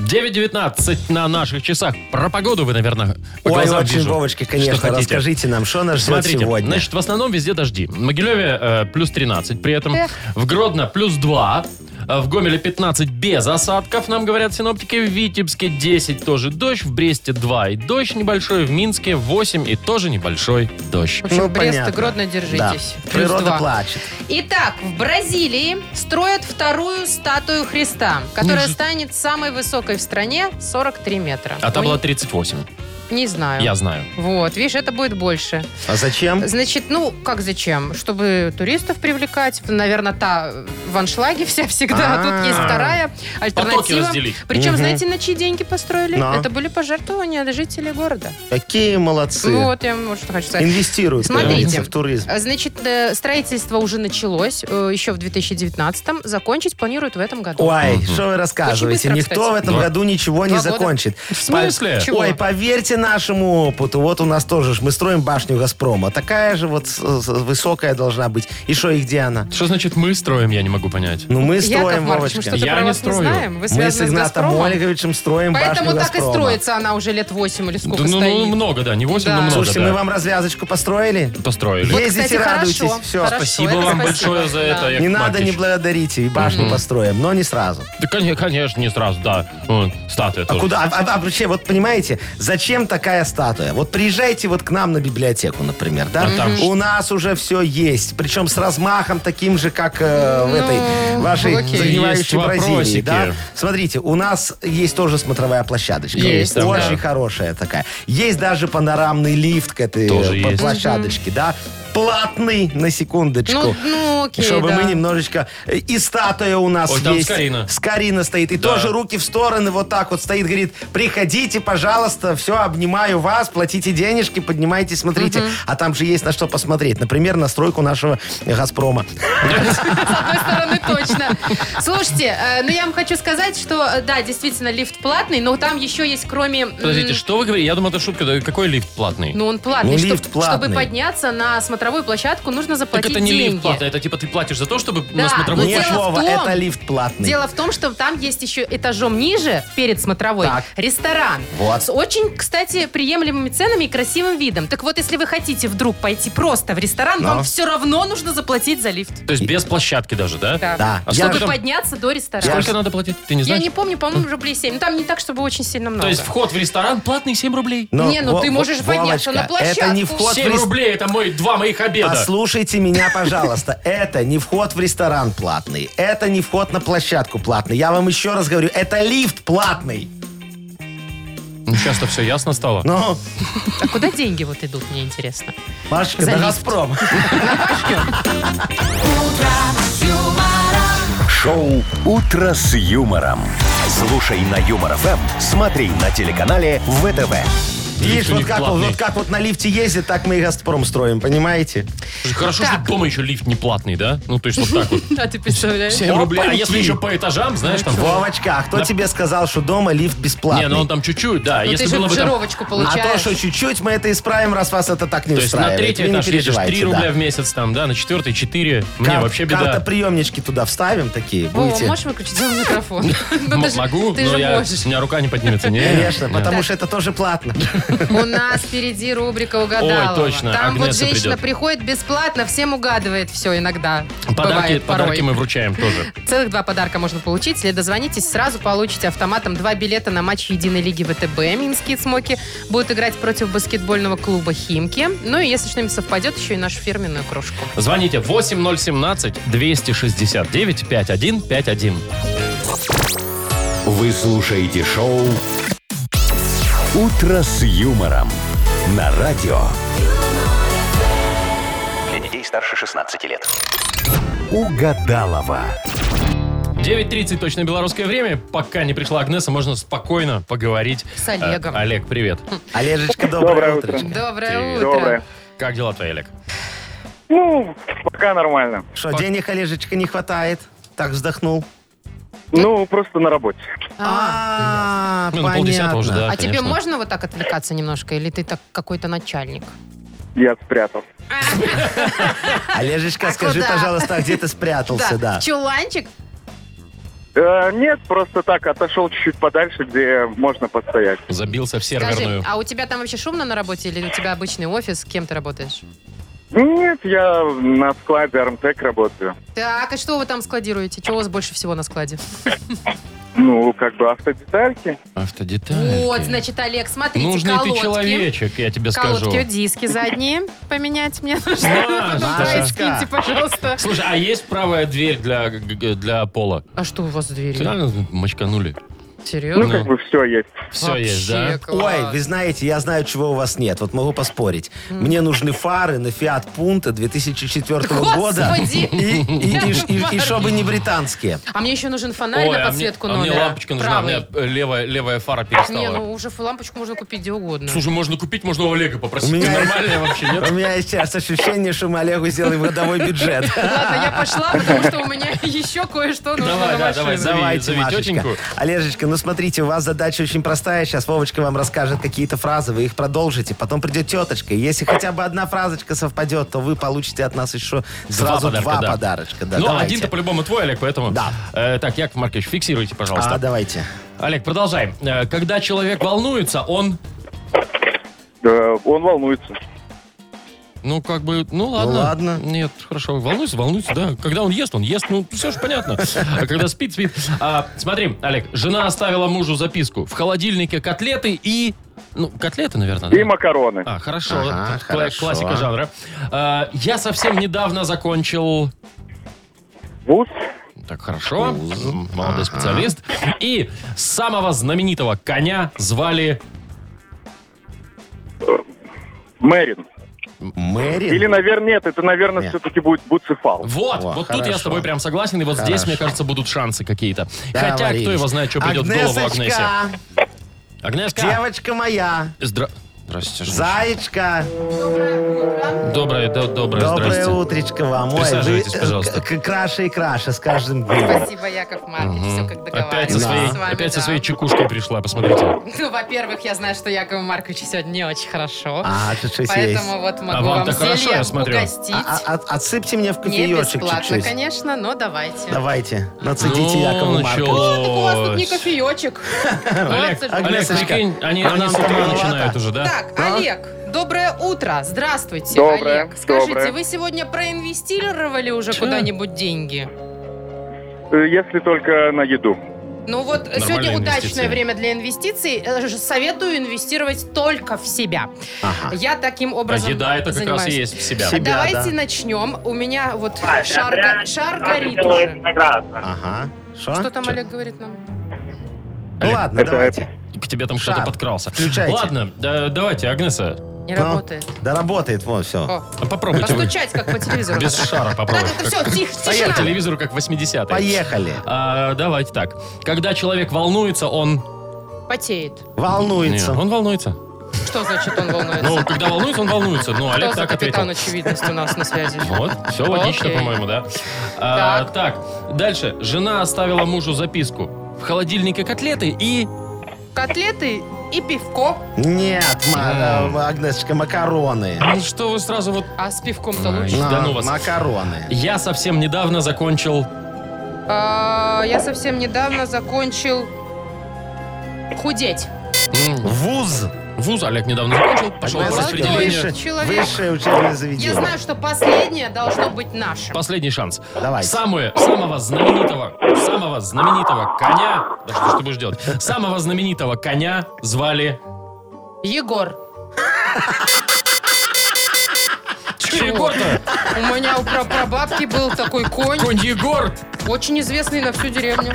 [SPEAKER 2] 9.19 на наших часах. Про погоду вы, наверное, по
[SPEAKER 4] Ой,
[SPEAKER 2] глазам
[SPEAKER 4] очень,
[SPEAKER 2] вижу,
[SPEAKER 4] Вовочка,
[SPEAKER 2] что
[SPEAKER 4] конечно,
[SPEAKER 2] хотите.
[SPEAKER 4] расскажите нам, что нас ждет
[SPEAKER 2] Смотрите,
[SPEAKER 4] сегодня.
[SPEAKER 2] значит, в основном везде дожди. В Могилеве э, плюс 13 при этом. В Гродно плюс 2. А В Гомеле 15 без осадков, нам говорят синоптики. В Витебске 10 тоже дождь. В Бресте 2 и дождь небольшой. В Минске 8 и тоже небольшой дождь.
[SPEAKER 3] В общем,
[SPEAKER 4] Ну,
[SPEAKER 3] Брест
[SPEAKER 4] понятно.
[SPEAKER 3] и Гродно держитесь.
[SPEAKER 4] Да.
[SPEAKER 3] Плюс
[SPEAKER 4] Природа
[SPEAKER 3] два.
[SPEAKER 4] плачет.
[SPEAKER 3] Итак, в Бразилии строят вторую статую Христа, которая
[SPEAKER 2] Ниж-
[SPEAKER 3] станет самой высокой в стране 43 метра.
[SPEAKER 2] А там
[SPEAKER 3] Ой, А.
[SPEAKER 2] было 38,
[SPEAKER 3] Не знаю.
[SPEAKER 2] я знаю.
[SPEAKER 3] Вот, видишь, это будет больше.
[SPEAKER 4] А зачем?
[SPEAKER 3] Значит, ну, как зачем? Чтобы туристов привлекать. Наверное, та в аншлаге вся всегда. А Тут есть
[SPEAKER 4] А-а-а.
[SPEAKER 3] вторая
[SPEAKER 2] Потоки
[SPEAKER 3] альтернатива.
[SPEAKER 2] разделить.
[SPEAKER 3] Причем,
[SPEAKER 4] Мгм.
[SPEAKER 3] знаете, на чьи деньги построили?
[SPEAKER 4] Но.
[SPEAKER 3] Это были пожертвования жителей города.
[SPEAKER 4] Какие молодцы.
[SPEAKER 3] Ну, вот я вот что хочу сказать.
[SPEAKER 4] Инвестируют, как
[SPEAKER 3] Смотрите.
[SPEAKER 4] говорится, в туризм.
[SPEAKER 3] А, Значит, э, строительство уже началось э, еще в 2019-м. Закончить планируют в этом году.
[SPEAKER 4] Ой, что вы рассказываете?
[SPEAKER 3] быстро,
[SPEAKER 4] Никто
[SPEAKER 3] кстати.
[SPEAKER 4] в этом
[SPEAKER 2] Два-
[SPEAKER 4] году ничего не
[SPEAKER 3] Два года.
[SPEAKER 4] закончит.
[SPEAKER 2] В смысле?
[SPEAKER 3] Чего?
[SPEAKER 4] Ой, поверьте нашему опыту. Вот у нас тоже ж мы строим башню Газпрома. Такая же вот э, с- с- высокая должна быть. И что, и где она?
[SPEAKER 2] Что значит мы строим, я не могу понять.
[SPEAKER 4] Ну, мы
[SPEAKER 3] Яков
[SPEAKER 4] строим,
[SPEAKER 3] Маркович, мы
[SPEAKER 4] Вовочка.
[SPEAKER 3] что-то
[SPEAKER 2] Я
[SPEAKER 3] про
[SPEAKER 2] не
[SPEAKER 3] вас
[SPEAKER 2] строю.
[SPEAKER 3] не знаем. Вы
[SPEAKER 4] Мы
[SPEAKER 3] связаны
[SPEAKER 4] с
[SPEAKER 3] с
[SPEAKER 4] Игнатом
[SPEAKER 3] «Газпромом».
[SPEAKER 4] Олеговичем строим
[SPEAKER 3] Поэтому
[SPEAKER 4] башню
[SPEAKER 3] так и
[SPEAKER 4] «Газпрома».
[SPEAKER 3] строится она уже лет 8 или сколько
[SPEAKER 2] Да ну, ну,
[SPEAKER 3] стоит.
[SPEAKER 2] много, да, не 8,
[SPEAKER 3] Да.
[SPEAKER 2] но Ну, много,
[SPEAKER 4] Слушайте,
[SPEAKER 2] да.
[SPEAKER 4] мы вам развязочку построили?
[SPEAKER 2] Построили.
[SPEAKER 3] Вот,
[SPEAKER 4] Ездите,
[SPEAKER 3] кстати,
[SPEAKER 4] радуйтесь.
[SPEAKER 3] хорошо,
[SPEAKER 4] Всё,
[SPEAKER 3] хорошо,
[SPEAKER 2] Спасибо
[SPEAKER 3] это
[SPEAKER 2] вам
[SPEAKER 3] спасибо.
[SPEAKER 2] большое за
[SPEAKER 3] Да.
[SPEAKER 2] это, Яков
[SPEAKER 4] Не надо, не
[SPEAKER 2] Маркович.
[SPEAKER 4] благодарите. И башню построим, но не сразу.
[SPEAKER 2] Да, коне- конечно, не сразу, да. Вон, статуя
[SPEAKER 4] А
[SPEAKER 2] тоже.
[SPEAKER 4] куда? А, а- а вообще, вот понимаете, зачем такая статуя? Вот приезжайте вот к нам на библиотеку, например, да?
[SPEAKER 2] А там
[SPEAKER 4] У нас уже все есть. Причем с размахом таким же, как э,
[SPEAKER 2] Ну,
[SPEAKER 4] в этой вашей
[SPEAKER 3] окей.
[SPEAKER 2] Есть
[SPEAKER 4] загнивающей Бразилии.
[SPEAKER 2] вопросики.
[SPEAKER 4] Да? Смотрите, у нас есть тоже смотровая площадочка.
[SPEAKER 2] Есть, там, да.
[SPEAKER 4] Очень хорошая такая. Есть даже панорамный лифт к этой
[SPEAKER 2] Тоже
[SPEAKER 4] э,
[SPEAKER 2] есть.
[SPEAKER 4] площадочке, да? Платный, на секундочку.
[SPEAKER 3] Ну, ну, окей,
[SPEAKER 4] Чтобы
[SPEAKER 3] да.
[SPEAKER 4] мы немножечко... э, И статуя у нас
[SPEAKER 2] Ой, там
[SPEAKER 4] есть.
[SPEAKER 2] Скорина.
[SPEAKER 4] Скорина стоит. И
[SPEAKER 2] Да.
[SPEAKER 4] тоже руки в стороны вот так вот стоит. Говорит, приходите, пожалуйста, все, обнимаю вас, платите денежки, поднимайтесь, смотрите. А там же есть на что посмотреть. Например, на стройку нашего э, «Газпрома».
[SPEAKER 3] С одной стороны, точно. Слушайте, э, ну я вам хочу сказать, что э, да, действительно, лифт платный, но там еще есть, кроме... м,
[SPEAKER 2] Подождите, что вы говорите? Я думал, это шутка. Да Какой лифт платный?
[SPEAKER 3] Ну, он платный.
[SPEAKER 4] Ну,
[SPEAKER 3] Чтоб-
[SPEAKER 4] лифт платный.
[SPEAKER 3] Чтобы подняться на смотровую площадку, нужно
[SPEAKER 2] так
[SPEAKER 3] заплатить
[SPEAKER 2] это не
[SPEAKER 3] деньги.
[SPEAKER 2] лифт платный, это типа ты платишь за то, чтобы
[SPEAKER 3] Да,
[SPEAKER 2] на смотровую
[SPEAKER 3] ну,
[SPEAKER 4] Нет,
[SPEAKER 3] дело в
[SPEAKER 4] Вова,
[SPEAKER 3] том-
[SPEAKER 4] это лифт платный.
[SPEAKER 3] Дело в том, что там есть еще этажом ниже, перед смотровой,
[SPEAKER 4] Так.
[SPEAKER 3] ресторан.
[SPEAKER 4] Вот.
[SPEAKER 3] С очень, кстати, приемлемыми ценами и красивым видом. Так вот, если вы хотите вдруг пойти просто в ресторан,
[SPEAKER 4] Но.
[SPEAKER 3] вам все равно нужно заплатить за лифт.
[SPEAKER 2] То есть без площадки даже, да?
[SPEAKER 4] Да.
[SPEAKER 2] А
[SPEAKER 3] Чтобы
[SPEAKER 2] сколько там-
[SPEAKER 3] подняться до ресторана.
[SPEAKER 2] Сколько надо платить? Ты не
[SPEAKER 3] Я
[SPEAKER 2] знаешь?
[SPEAKER 3] не помню, по-моему, рублей 7. Ну, там не так, чтобы очень сильно много.
[SPEAKER 2] То есть вход в ресторан платный 7 рублей?
[SPEAKER 4] Но,
[SPEAKER 3] Не, ну
[SPEAKER 4] Во-
[SPEAKER 3] ты
[SPEAKER 4] Во-
[SPEAKER 3] можешь подняться на
[SPEAKER 4] Вовочка, Это не
[SPEAKER 3] площадку.
[SPEAKER 4] вход в
[SPEAKER 2] 7
[SPEAKER 4] ресторан.
[SPEAKER 2] рублей, это мой, два моих обеда.
[SPEAKER 4] Послушайте меня, пожалуйста. Это не вход в ресторан платный. Это не вход на площадку платный. Я вам еще раз говорю, это лифт платный.
[SPEAKER 2] Ну, Сейчас-то все ясно стало.
[SPEAKER 4] Ну,
[SPEAKER 3] А куда деньги вот идут, мне интересно.
[SPEAKER 4] Машечка,
[SPEAKER 3] За
[SPEAKER 4] на
[SPEAKER 3] лифт.
[SPEAKER 4] «Газпром».
[SPEAKER 1] Шоу «Утро с юмором». Слушай на Юмор ФМ, смотри на телеканале ВТВ.
[SPEAKER 4] Видишь,
[SPEAKER 2] у
[SPEAKER 4] вот
[SPEAKER 2] них
[SPEAKER 4] как,
[SPEAKER 2] платный.
[SPEAKER 4] вот как вот на лифте ездит, так мы и «Газпром» строим, понимаете?
[SPEAKER 2] Хорошо, что
[SPEAKER 3] Так.
[SPEAKER 2] дома еще лифт не платный, да? Ну, то есть вот так вот.
[SPEAKER 3] А ты представляешь?
[SPEAKER 2] 7 рублей. А
[SPEAKER 4] Опаньки.
[SPEAKER 2] если еще по этажам, знаешь, там...
[SPEAKER 4] Вовочка, а кто
[SPEAKER 2] Да.
[SPEAKER 4] тебе сказал, что дома лифт бесплатный?
[SPEAKER 2] Не, ну он там чуть-чуть, да.
[SPEAKER 3] Ну, ты
[SPEAKER 2] Если
[SPEAKER 3] же
[SPEAKER 2] было бы там-
[SPEAKER 3] жировочку
[SPEAKER 4] а
[SPEAKER 3] получаешь.
[SPEAKER 4] то, что чуть-чуть, мы это исправим, раз вас это так не
[SPEAKER 2] То есть на
[SPEAKER 4] устраивает.
[SPEAKER 2] третий
[SPEAKER 4] Вы не
[SPEAKER 2] этаж едешь 3
[SPEAKER 4] переживайте,
[SPEAKER 2] рубля
[SPEAKER 4] да.
[SPEAKER 2] в месяц там, да, на четвертый 4. Мне
[SPEAKER 4] Кар-
[SPEAKER 2] вообще беда.
[SPEAKER 4] Картоприемнички туда вставим такие,
[SPEAKER 3] Вова,
[SPEAKER 4] будете...
[SPEAKER 3] можешь выключить свой микрофон? Ну,
[SPEAKER 2] М-
[SPEAKER 3] ты же-
[SPEAKER 2] Могу,
[SPEAKER 3] Ты
[SPEAKER 2] но
[SPEAKER 3] же
[SPEAKER 2] я-
[SPEAKER 3] можешь.
[SPEAKER 2] у меня рука не поднимется. Не,
[SPEAKER 4] Конечно,
[SPEAKER 2] не.
[SPEAKER 4] потому что это тоже платно.
[SPEAKER 3] У нас впереди рубрика угадалова.
[SPEAKER 2] Ой, точно,
[SPEAKER 3] Там вот
[SPEAKER 2] Агнеса
[SPEAKER 3] женщина
[SPEAKER 2] придет.
[SPEAKER 3] приходит бесплатно, всем угадывает все иногда.
[SPEAKER 2] Подарки,
[SPEAKER 3] Бывает порой.
[SPEAKER 2] подарки мы вручаем тоже.
[SPEAKER 3] Целых два подарка можно получить. Если дозвонитесь, сразу получите автоматом два билета на матч Единой лиги ВТБ. Минские цмоки будут играть против баскетбольного клуба «Химки». Ну и если что-нибудь совпадет, еще и нашу фирменную кружку.
[SPEAKER 2] Звоните 8017-269-5151.
[SPEAKER 1] Вы слушаете шоу «Утро с юмором» на радио.
[SPEAKER 6] Для детей старше 16 лет.
[SPEAKER 1] Угадалова.
[SPEAKER 2] 9.30 точно белорусское время. Пока не пришла Агнеса, можно спокойно поговорить.
[SPEAKER 3] С Олегом.
[SPEAKER 2] Э, Олег, привет.
[SPEAKER 4] Олежечка, доброе
[SPEAKER 5] Доброе
[SPEAKER 4] утро.
[SPEAKER 5] утро.
[SPEAKER 3] Доброе
[SPEAKER 2] Привет.
[SPEAKER 3] утро.
[SPEAKER 5] Доброе.
[SPEAKER 2] Как дела твои, Олег?
[SPEAKER 5] Ну, пока нормально.
[SPEAKER 4] Что, денег, Олежечка, не хватает? Так вздохнул.
[SPEAKER 5] Ну, просто на работе.
[SPEAKER 3] А,
[SPEAKER 4] А,
[SPEAKER 2] Ну, на полдесятого уже, да,
[SPEAKER 3] а тебе
[SPEAKER 2] конечно.
[SPEAKER 3] можно вот так отвлекаться немножко? Или ты так какой-то начальник?
[SPEAKER 5] Я спрятал.
[SPEAKER 4] Олежечка, скажи,
[SPEAKER 3] куда?
[SPEAKER 4] пожалуйста, а где ты спрятался, да?
[SPEAKER 3] в Чуланчик?
[SPEAKER 5] Э, нет, просто так а отошел чуть-чуть подальше, где можно постоять.
[SPEAKER 2] Забился в
[SPEAKER 3] Скажи,
[SPEAKER 2] серверную.
[SPEAKER 3] а у тебя там вообще шумно на работе? Или у тебя обычный офис? С кем ты работаешь?
[SPEAKER 11] Нет, я на складе Армтек работаю.
[SPEAKER 3] Так, а что вы там складируете? Чего у вас больше всего на складе?
[SPEAKER 11] Ну, как бы автодетальки.
[SPEAKER 2] Автодеталь.
[SPEAKER 3] а Вот, значит, Олег, смотрите,
[SPEAKER 2] Нужный ты
[SPEAKER 3] колодки.
[SPEAKER 2] человечек, я тебе скажу.
[SPEAKER 3] Колодки, диски задние поменять мне нужно.
[SPEAKER 2] Маш,
[SPEAKER 3] Давай,
[SPEAKER 2] Машка.
[SPEAKER 3] скиньте, пожалуйста.
[SPEAKER 2] Слушай, а есть правая дверь для, г- г- для пола?
[SPEAKER 3] А что у вас в двери?
[SPEAKER 2] Реально мочканули.
[SPEAKER 3] Серьезно?
[SPEAKER 2] Ну, как
[SPEAKER 11] бы все есть.
[SPEAKER 2] Все есть, да?
[SPEAKER 4] Ой, вы знаете, я знаю, чего у вас нет. Вот могу поспорить. Мне нужны фары на Фиат Пунта 2004 года.
[SPEAKER 3] Господи!
[SPEAKER 4] И- и- и ш- И и чтобы не британские.
[SPEAKER 3] А мне еще нужен фонарь
[SPEAKER 2] Ой,
[SPEAKER 3] на
[SPEAKER 2] а
[SPEAKER 3] подсветку
[SPEAKER 2] мне, а мне
[SPEAKER 3] номера.
[SPEAKER 2] лампочка нужна,
[SPEAKER 3] ну, Правый.
[SPEAKER 2] у меня э, левая, левая фара
[SPEAKER 3] Не,
[SPEAKER 2] перестала.
[SPEAKER 3] ну уже ф- лампочку можно купить где угодно.
[SPEAKER 2] Слушай, можно купить, можно у Олега
[SPEAKER 4] У
[SPEAKER 2] попросить. Ты
[SPEAKER 4] меня,
[SPEAKER 2] Нормальная вообще, нет?
[SPEAKER 4] у меня сейчас ощущение, что мы Олегу сделаем годовой бюджет.
[SPEAKER 3] Ладно, я пошла, потому что у меня еще кое-что нужно
[SPEAKER 2] Давай,
[SPEAKER 3] на
[SPEAKER 2] да,
[SPEAKER 3] машину.
[SPEAKER 2] давай, зови,
[SPEAKER 4] Давайте,
[SPEAKER 2] зови
[SPEAKER 4] Машечка.
[SPEAKER 2] тетеньку.
[SPEAKER 4] Олежечка, ну смотрите, у вас задача очень простая. Сейчас Вовочка вам расскажет какие-то фразы, вы их продолжите. Потом придет теточка. И Если хотя бы одна фразочка совпадет, то вы получите от нас еще сразу
[SPEAKER 2] подарка,
[SPEAKER 4] два
[SPEAKER 2] да.
[SPEAKER 4] подарочка. Да,
[SPEAKER 2] Ну,
[SPEAKER 4] давайте.
[SPEAKER 2] один-то по-любому твой, Олег, поэтому...
[SPEAKER 4] Да.
[SPEAKER 2] Э, так, Яков Маркович, фиксируйте, пожалуйста.
[SPEAKER 4] А, давайте.
[SPEAKER 2] Олег, продолжай. Э, когда человек волнуется, он...
[SPEAKER 11] Э, Он волнуется.
[SPEAKER 2] Ну, как бы, ну ладно.
[SPEAKER 4] ладно.
[SPEAKER 2] Нет, хорошо. Волнуйся, волнуйся, да. Когда он ест, он ест. Ну, все же понятно. А когда спит, спит. А, смотри, Олег, жена оставила мужу записку. В холодильнике котлеты и... Ну, котлеты, наверное, да?
[SPEAKER 11] И макароны.
[SPEAKER 2] А, хорошо.
[SPEAKER 4] Ага,
[SPEAKER 2] Кла-
[SPEAKER 4] хорошо.
[SPEAKER 2] Классика жанра. А, я совсем недавно закончил...
[SPEAKER 11] Вуз.
[SPEAKER 2] Так, хорошо. М, Молодой специалист. И самого знаменитого коня звали...
[SPEAKER 11] Мэрин.
[SPEAKER 4] Мэри.
[SPEAKER 11] Или, наверное, нет, это, наверное,
[SPEAKER 4] Нет.
[SPEAKER 11] все-таки будет Буцефал.
[SPEAKER 2] Вот,
[SPEAKER 4] Во,
[SPEAKER 2] вот тут я с
[SPEAKER 4] хорошо.
[SPEAKER 2] тобой прям согласен, и вот здесь,
[SPEAKER 4] Хорошо.
[SPEAKER 2] мне кажется, будут шансы какие-то. Хотя,
[SPEAKER 4] Договорились.
[SPEAKER 2] кто его знает, что придет в голову Агнесе.
[SPEAKER 4] Агнесочка,
[SPEAKER 2] Агнешка!
[SPEAKER 4] девочка моя,
[SPEAKER 2] Здра... Здрасте. женщина.
[SPEAKER 4] зайчка,
[SPEAKER 2] Доброе, да, доброе,
[SPEAKER 4] доброе
[SPEAKER 2] здрасте.
[SPEAKER 4] утречко вам. Ой, вы
[SPEAKER 2] Присаживайтесь,
[SPEAKER 4] э,
[SPEAKER 2] пожалуйста.
[SPEAKER 4] к- краше и краше с каждым днем.
[SPEAKER 3] Спасибо, Яков Маркович, все как
[SPEAKER 2] Опять со
[SPEAKER 3] договаривались
[SPEAKER 2] своей,
[SPEAKER 3] с вами.
[SPEAKER 2] опять со
[SPEAKER 3] да.
[SPEAKER 2] своей чекушкой пришла, посмотрите.
[SPEAKER 3] Ну, во-первых, я знаю, что Якову Марковичу сегодня не очень хорошо.
[SPEAKER 4] А, тут что есть.
[SPEAKER 3] Поэтому вот могу
[SPEAKER 2] А вам-то
[SPEAKER 3] вам
[SPEAKER 2] хорошо,
[SPEAKER 3] зелье
[SPEAKER 2] я смотрю.
[SPEAKER 3] угостить.
[SPEAKER 4] А- а- а- отсыпьте мне в
[SPEAKER 3] Не
[SPEAKER 4] кофеечек
[SPEAKER 3] бесплатно,
[SPEAKER 4] чуть-чуть.
[SPEAKER 3] конечно, но давайте.
[SPEAKER 4] Давайте,
[SPEAKER 2] Ну,
[SPEAKER 4] нацедите Якову
[SPEAKER 2] началось.
[SPEAKER 4] Марковичу.
[SPEAKER 3] Так у вас тут не кофеечек.
[SPEAKER 2] Олег, Олег,
[SPEAKER 3] Вот,
[SPEAKER 4] Агнесочка,
[SPEAKER 2] прикинь, они,
[SPEAKER 4] а
[SPEAKER 2] они
[SPEAKER 4] нам
[SPEAKER 2] с утра
[SPEAKER 4] поздновато.
[SPEAKER 2] начинают уже, да?
[SPEAKER 3] Так, Олег, доброе утро. Здравствуйте,
[SPEAKER 11] Доброе,
[SPEAKER 3] Олег. Скажите,
[SPEAKER 11] доброе.
[SPEAKER 3] вы сегодня проинвестировали уже куда-нибудь деньги?
[SPEAKER 11] Э, Если только на еду.
[SPEAKER 3] Ну вот
[SPEAKER 2] Нормальные
[SPEAKER 3] сегодня
[SPEAKER 2] инвестиции.
[SPEAKER 3] удачное время для инвестиций. Э, ж- Советую инвестировать только в себя.
[SPEAKER 4] Ага.
[SPEAKER 3] Я таким
[SPEAKER 2] А
[SPEAKER 3] образом
[SPEAKER 2] еда это как раз и
[SPEAKER 3] занимаюсь.
[SPEAKER 2] есть в себя.
[SPEAKER 4] Себе. Себя,
[SPEAKER 3] Давайте
[SPEAKER 4] да.
[SPEAKER 3] начнем. У меня вот шар, го- шар горит уже.
[SPEAKER 4] Ага.
[SPEAKER 2] А?
[SPEAKER 4] Шо?
[SPEAKER 3] Что там Олег говорит нам?
[SPEAKER 4] Ну
[SPEAKER 2] Э,
[SPEAKER 4] ладно,
[SPEAKER 11] Это-
[SPEAKER 4] давайте.
[SPEAKER 2] К тебе там кто-то
[SPEAKER 4] Шар.
[SPEAKER 2] подкрался.
[SPEAKER 4] Включайте.
[SPEAKER 2] Ладно, да, давайте, Агнеса,
[SPEAKER 3] Не
[SPEAKER 4] Ну,
[SPEAKER 3] работает.
[SPEAKER 4] Да работает, вот все.
[SPEAKER 3] О,
[SPEAKER 2] попробуйте вы.
[SPEAKER 3] постучать, как по телевизору.
[SPEAKER 2] Без
[SPEAKER 3] надо.
[SPEAKER 2] шара
[SPEAKER 3] Так,
[SPEAKER 2] попробуйте.
[SPEAKER 3] это все, тихо,
[SPEAKER 2] По
[SPEAKER 3] тишина.
[SPEAKER 2] телевизору как 80-е.
[SPEAKER 4] Поехали.
[SPEAKER 2] А, давайте так. Когда человек волнуется, он...
[SPEAKER 3] Потеет.
[SPEAKER 2] Нет,
[SPEAKER 4] Волнуется.
[SPEAKER 2] он волнуется.
[SPEAKER 3] Что значит он волнуется?
[SPEAKER 2] Ну, когда волнуется, он волнуется. Ну, Олег
[SPEAKER 3] Кто за
[SPEAKER 2] так ответил.
[SPEAKER 3] капитан очевидность у нас на связи?
[SPEAKER 2] Вот, все логично,
[SPEAKER 3] Окей.
[SPEAKER 2] по-моему, да. А, так, дальше. Жена оставила мужу записку. В холодильнике котлеты и...
[SPEAKER 3] Котлеты и пивко.
[SPEAKER 4] Нет, ма- э, Агнесочка, макароны.
[SPEAKER 2] Ну, Что вы сразу вот...
[SPEAKER 3] А с пивком-то
[SPEAKER 2] Ай.
[SPEAKER 3] лучше.
[SPEAKER 4] На,
[SPEAKER 2] Да ну вас.
[SPEAKER 4] макароны.
[SPEAKER 2] Я совсем недавно закончил...
[SPEAKER 3] А, Я совсем недавно закончил худеть.
[SPEAKER 2] М,
[SPEAKER 4] Вуз.
[SPEAKER 2] Вуз Олег недавно закончил. Пошел по
[SPEAKER 3] Агнесочка,
[SPEAKER 2] распределению.
[SPEAKER 3] Высшее-
[SPEAKER 4] Высшее,
[SPEAKER 3] человек.
[SPEAKER 4] высшее учебное заведение.
[SPEAKER 3] Я знаю, что последнее должно быть нашим.
[SPEAKER 2] Последний шанс.
[SPEAKER 4] Давайте.
[SPEAKER 2] Самое, самого знаменитого, самого знаменитого коня... Да что ж ты будешь делать? Самого знаменитого коня звали...
[SPEAKER 3] Егор,
[SPEAKER 2] Че, Егор-то?
[SPEAKER 3] у меня у прабабки был такой конь,
[SPEAKER 2] Конь Егор!
[SPEAKER 3] очень известный на всю деревню.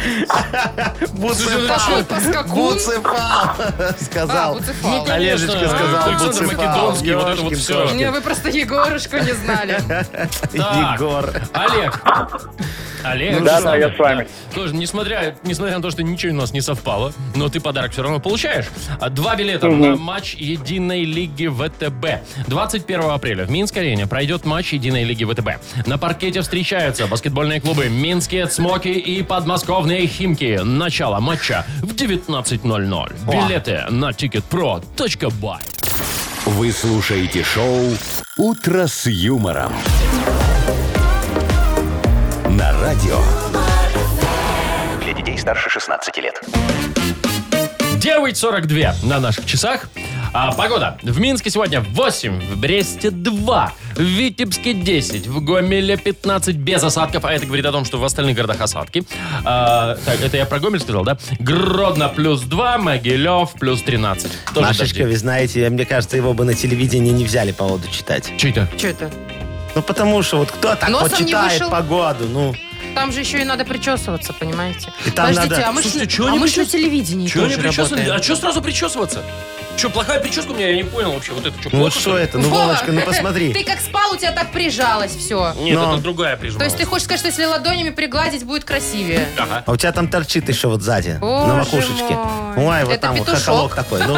[SPEAKER 3] Такой
[SPEAKER 4] Буцефал.
[SPEAKER 3] поскакун.
[SPEAKER 4] Буцефал,
[SPEAKER 3] А,
[SPEAKER 4] сказал.
[SPEAKER 3] Буцефал.
[SPEAKER 4] Олежечка сказал
[SPEAKER 2] Александр
[SPEAKER 4] Буцефал.
[SPEAKER 2] Македонский, вот это вот
[SPEAKER 4] Ёшкин
[SPEAKER 2] все.
[SPEAKER 4] кошкин.
[SPEAKER 3] Не, вы просто Егорушку не знали.
[SPEAKER 2] Так.
[SPEAKER 4] Егор.
[SPEAKER 2] Олег. Олег.
[SPEAKER 4] Ну
[SPEAKER 11] Да,
[SPEAKER 4] что
[SPEAKER 11] да, я с вами.
[SPEAKER 2] Тоже, несмотря, несмотря на то, что ничего у нас не совпало, но ты подарок все равно получаешь. А, Два билета на матч Единой Лиги ВТБ. 21 апреля в Минской арене пройдет матч Единой Лиги ВТБ. На паркете встречаются баскетбольные клубы «Минские Цмоки» и «Подмосковные Химки». Начало матча в 19.00. Билеты на ticketpro.by.
[SPEAKER 1] Вы слушаете шоу «Утро с юмором». На радио
[SPEAKER 6] Для детей старше 16 лет.
[SPEAKER 2] 9.42 на наших часах. А, А, погода. В Минске сегодня 8, в Бресте 2, в Витебске 10, в Гомеле 15 без осадков, а это говорит о том, что в остальных городах осадки. А, так, это я про Гомель сказал, да? Гродно плюс 2, Могилев плюс 13. Тоже
[SPEAKER 4] Машечка,
[SPEAKER 2] дожди.
[SPEAKER 4] вы знаете, мне кажется, его бы на телевидении не взяли погоду читать.
[SPEAKER 2] Че это?
[SPEAKER 3] Что это?
[SPEAKER 4] Ну, потому что вот кто так
[SPEAKER 3] Носом
[SPEAKER 4] вот
[SPEAKER 3] не
[SPEAKER 4] читает
[SPEAKER 3] вышел?
[SPEAKER 4] погоду, ну...
[SPEAKER 3] Там же еще и надо причесываться, понимаете?
[SPEAKER 4] И там
[SPEAKER 3] Подождите,
[SPEAKER 4] надо-
[SPEAKER 3] а мы
[SPEAKER 2] Слушайте,
[SPEAKER 3] же
[SPEAKER 2] чё
[SPEAKER 3] а
[SPEAKER 2] они
[SPEAKER 3] мы ж на
[SPEAKER 2] причес-
[SPEAKER 3] телевидении
[SPEAKER 2] Чего не
[SPEAKER 3] тоже
[SPEAKER 2] причесывали?
[SPEAKER 3] работаем.
[SPEAKER 2] А что сразу причесываться? Че, плохая прическа у меня? Я не понял вообще. Вот это что,
[SPEAKER 4] Ну вот что это? Ну,
[SPEAKER 3] Вова,
[SPEAKER 4] Вовочка, ну
[SPEAKER 3] Ты
[SPEAKER 4] посмотри.
[SPEAKER 3] как спал, у тебя так прижалось все.
[SPEAKER 2] Нет,
[SPEAKER 4] Но.
[SPEAKER 2] это другая прижималась.
[SPEAKER 3] То есть ты хочешь сказать, что если ладонями пригладить, будет красивее?
[SPEAKER 2] Ага.
[SPEAKER 4] А у тебя там торчит еще вот сзади,
[SPEAKER 3] Боже
[SPEAKER 4] на макушечке.
[SPEAKER 3] мой.
[SPEAKER 4] Ой, вот
[SPEAKER 3] Это
[SPEAKER 4] там вот
[SPEAKER 3] петушок.
[SPEAKER 4] хохолок такой. Ну,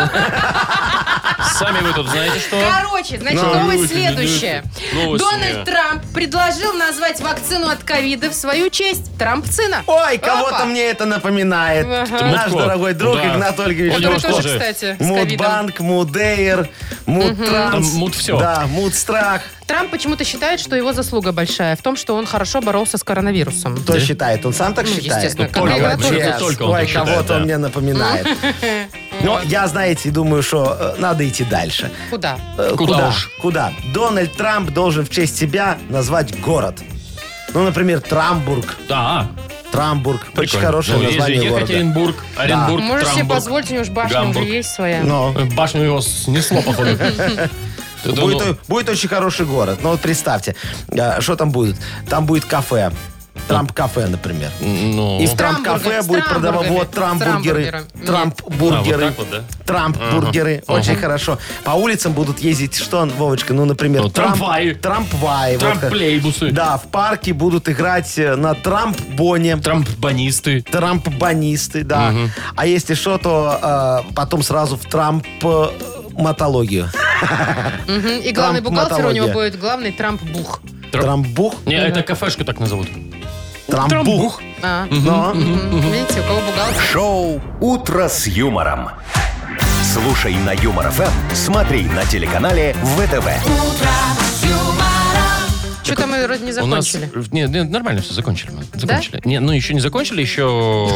[SPEAKER 2] Сами вы тут знаете, что...
[SPEAKER 3] Короче, значит,
[SPEAKER 2] Ну,
[SPEAKER 3] новость
[SPEAKER 2] люди,
[SPEAKER 3] следующая.
[SPEAKER 2] люди. Новость
[SPEAKER 3] Дональд
[SPEAKER 2] мне.
[SPEAKER 3] Трамп предложил назвать вакцину от ковида в свою честь. Трампцина.
[SPEAKER 4] Ой,
[SPEAKER 3] Опа.
[SPEAKER 4] кого-то мне это напоминает.
[SPEAKER 3] Ага.
[SPEAKER 4] Наш
[SPEAKER 2] Мутко.
[SPEAKER 4] дорогой друг
[SPEAKER 2] Да.
[SPEAKER 4] Игнат Ольгович
[SPEAKER 2] Он
[SPEAKER 3] Который
[SPEAKER 2] Очень
[SPEAKER 3] тоже,
[SPEAKER 2] похоже.
[SPEAKER 3] кстати, с ковидом.
[SPEAKER 4] Мудбанк, Мудейр,
[SPEAKER 2] Там
[SPEAKER 4] Мудтранс.
[SPEAKER 2] мут всё.
[SPEAKER 4] Да, Мудстрах.
[SPEAKER 3] Трамп почему-то считает, что его заслуга большая в том, что он хорошо боролся с коронавирусом.
[SPEAKER 4] Кто считает? Он сам так
[SPEAKER 3] Ну,
[SPEAKER 4] считает?
[SPEAKER 3] естественно,
[SPEAKER 4] Ну,
[SPEAKER 3] как
[SPEAKER 4] только-
[SPEAKER 3] Игнат
[SPEAKER 2] Ольгович.
[SPEAKER 4] Yes,
[SPEAKER 2] Только он
[SPEAKER 4] ой,
[SPEAKER 2] так считает,
[SPEAKER 4] кого-то
[SPEAKER 2] да.
[SPEAKER 4] он мне напоминает. Но я, знаете, думаю, что э, надо идти дальше.
[SPEAKER 3] Куда?
[SPEAKER 4] Э,
[SPEAKER 2] Куда
[SPEAKER 4] куда?
[SPEAKER 2] уж?
[SPEAKER 4] Куда? Дональд Трамп должен в честь себя назвать город. Ну, например, Трамбург.
[SPEAKER 2] Да,
[SPEAKER 4] Трамбург. Очень
[SPEAKER 2] прикольно.
[SPEAKER 4] хорошее
[SPEAKER 2] Ну, есть же
[SPEAKER 4] название города.
[SPEAKER 2] Екатеринбург, Оренбург,
[SPEAKER 3] Может себе
[SPEAKER 2] Трамбург.
[SPEAKER 3] позволить, у него же башня
[SPEAKER 2] Гамбург.
[SPEAKER 3] уже есть своя.
[SPEAKER 4] Но
[SPEAKER 2] Э, Башню его снесло, походу. Ты
[SPEAKER 4] будет,
[SPEAKER 2] думал,
[SPEAKER 4] о- будет очень хороший город. Ну, вот представьте, э, что там будет? Там будет кафе. Трамп-кафе, например.
[SPEAKER 2] Ну,
[SPEAKER 4] И в Трамп-кафе
[SPEAKER 3] С
[SPEAKER 4] будет продавать
[SPEAKER 3] трамбургами.
[SPEAKER 4] вот трамбургеры,
[SPEAKER 3] С трамбургерами.
[SPEAKER 4] трамп-бургеры,
[SPEAKER 2] А, вот так вот, да?
[SPEAKER 4] трамп-бургеры. Очень хорошо. По улицам будут ездить, что, Вовочка, ну, например,
[SPEAKER 2] Ну,
[SPEAKER 4] трамп-
[SPEAKER 2] трамваи.
[SPEAKER 4] Трампваи. вот как.
[SPEAKER 2] Трамплейбусы.
[SPEAKER 4] Да, в парке будут играть э, на трамп-боне.
[SPEAKER 2] трампбанисты.
[SPEAKER 4] Трамп-банисты, да. А если что, то э, потом сразу в э, трамп-матологию.
[SPEAKER 3] Мгм. И главный бухгалтер у
[SPEAKER 4] Трамп-матология.
[SPEAKER 3] него будет главный Трамп-бух.
[SPEAKER 2] Трамп-
[SPEAKER 4] Трамбух?
[SPEAKER 2] Не, это кафешку так назовут.
[SPEAKER 4] Трамбух. Ну,
[SPEAKER 3] А,
[SPEAKER 4] Но
[SPEAKER 3] мгм. Видите, у кого бухгалтер?
[SPEAKER 1] Шоу «Утро с юмором». Слушай на Юмор ФМ, смотри на телеканале ВТВ.
[SPEAKER 3] Что-то мы э, вроде не
[SPEAKER 2] У нас...
[SPEAKER 3] закончили.
[SPEAKER 2] Нет, нет, нормально все, закончили мы. Закончили. Не, ну, еще не закончили, еще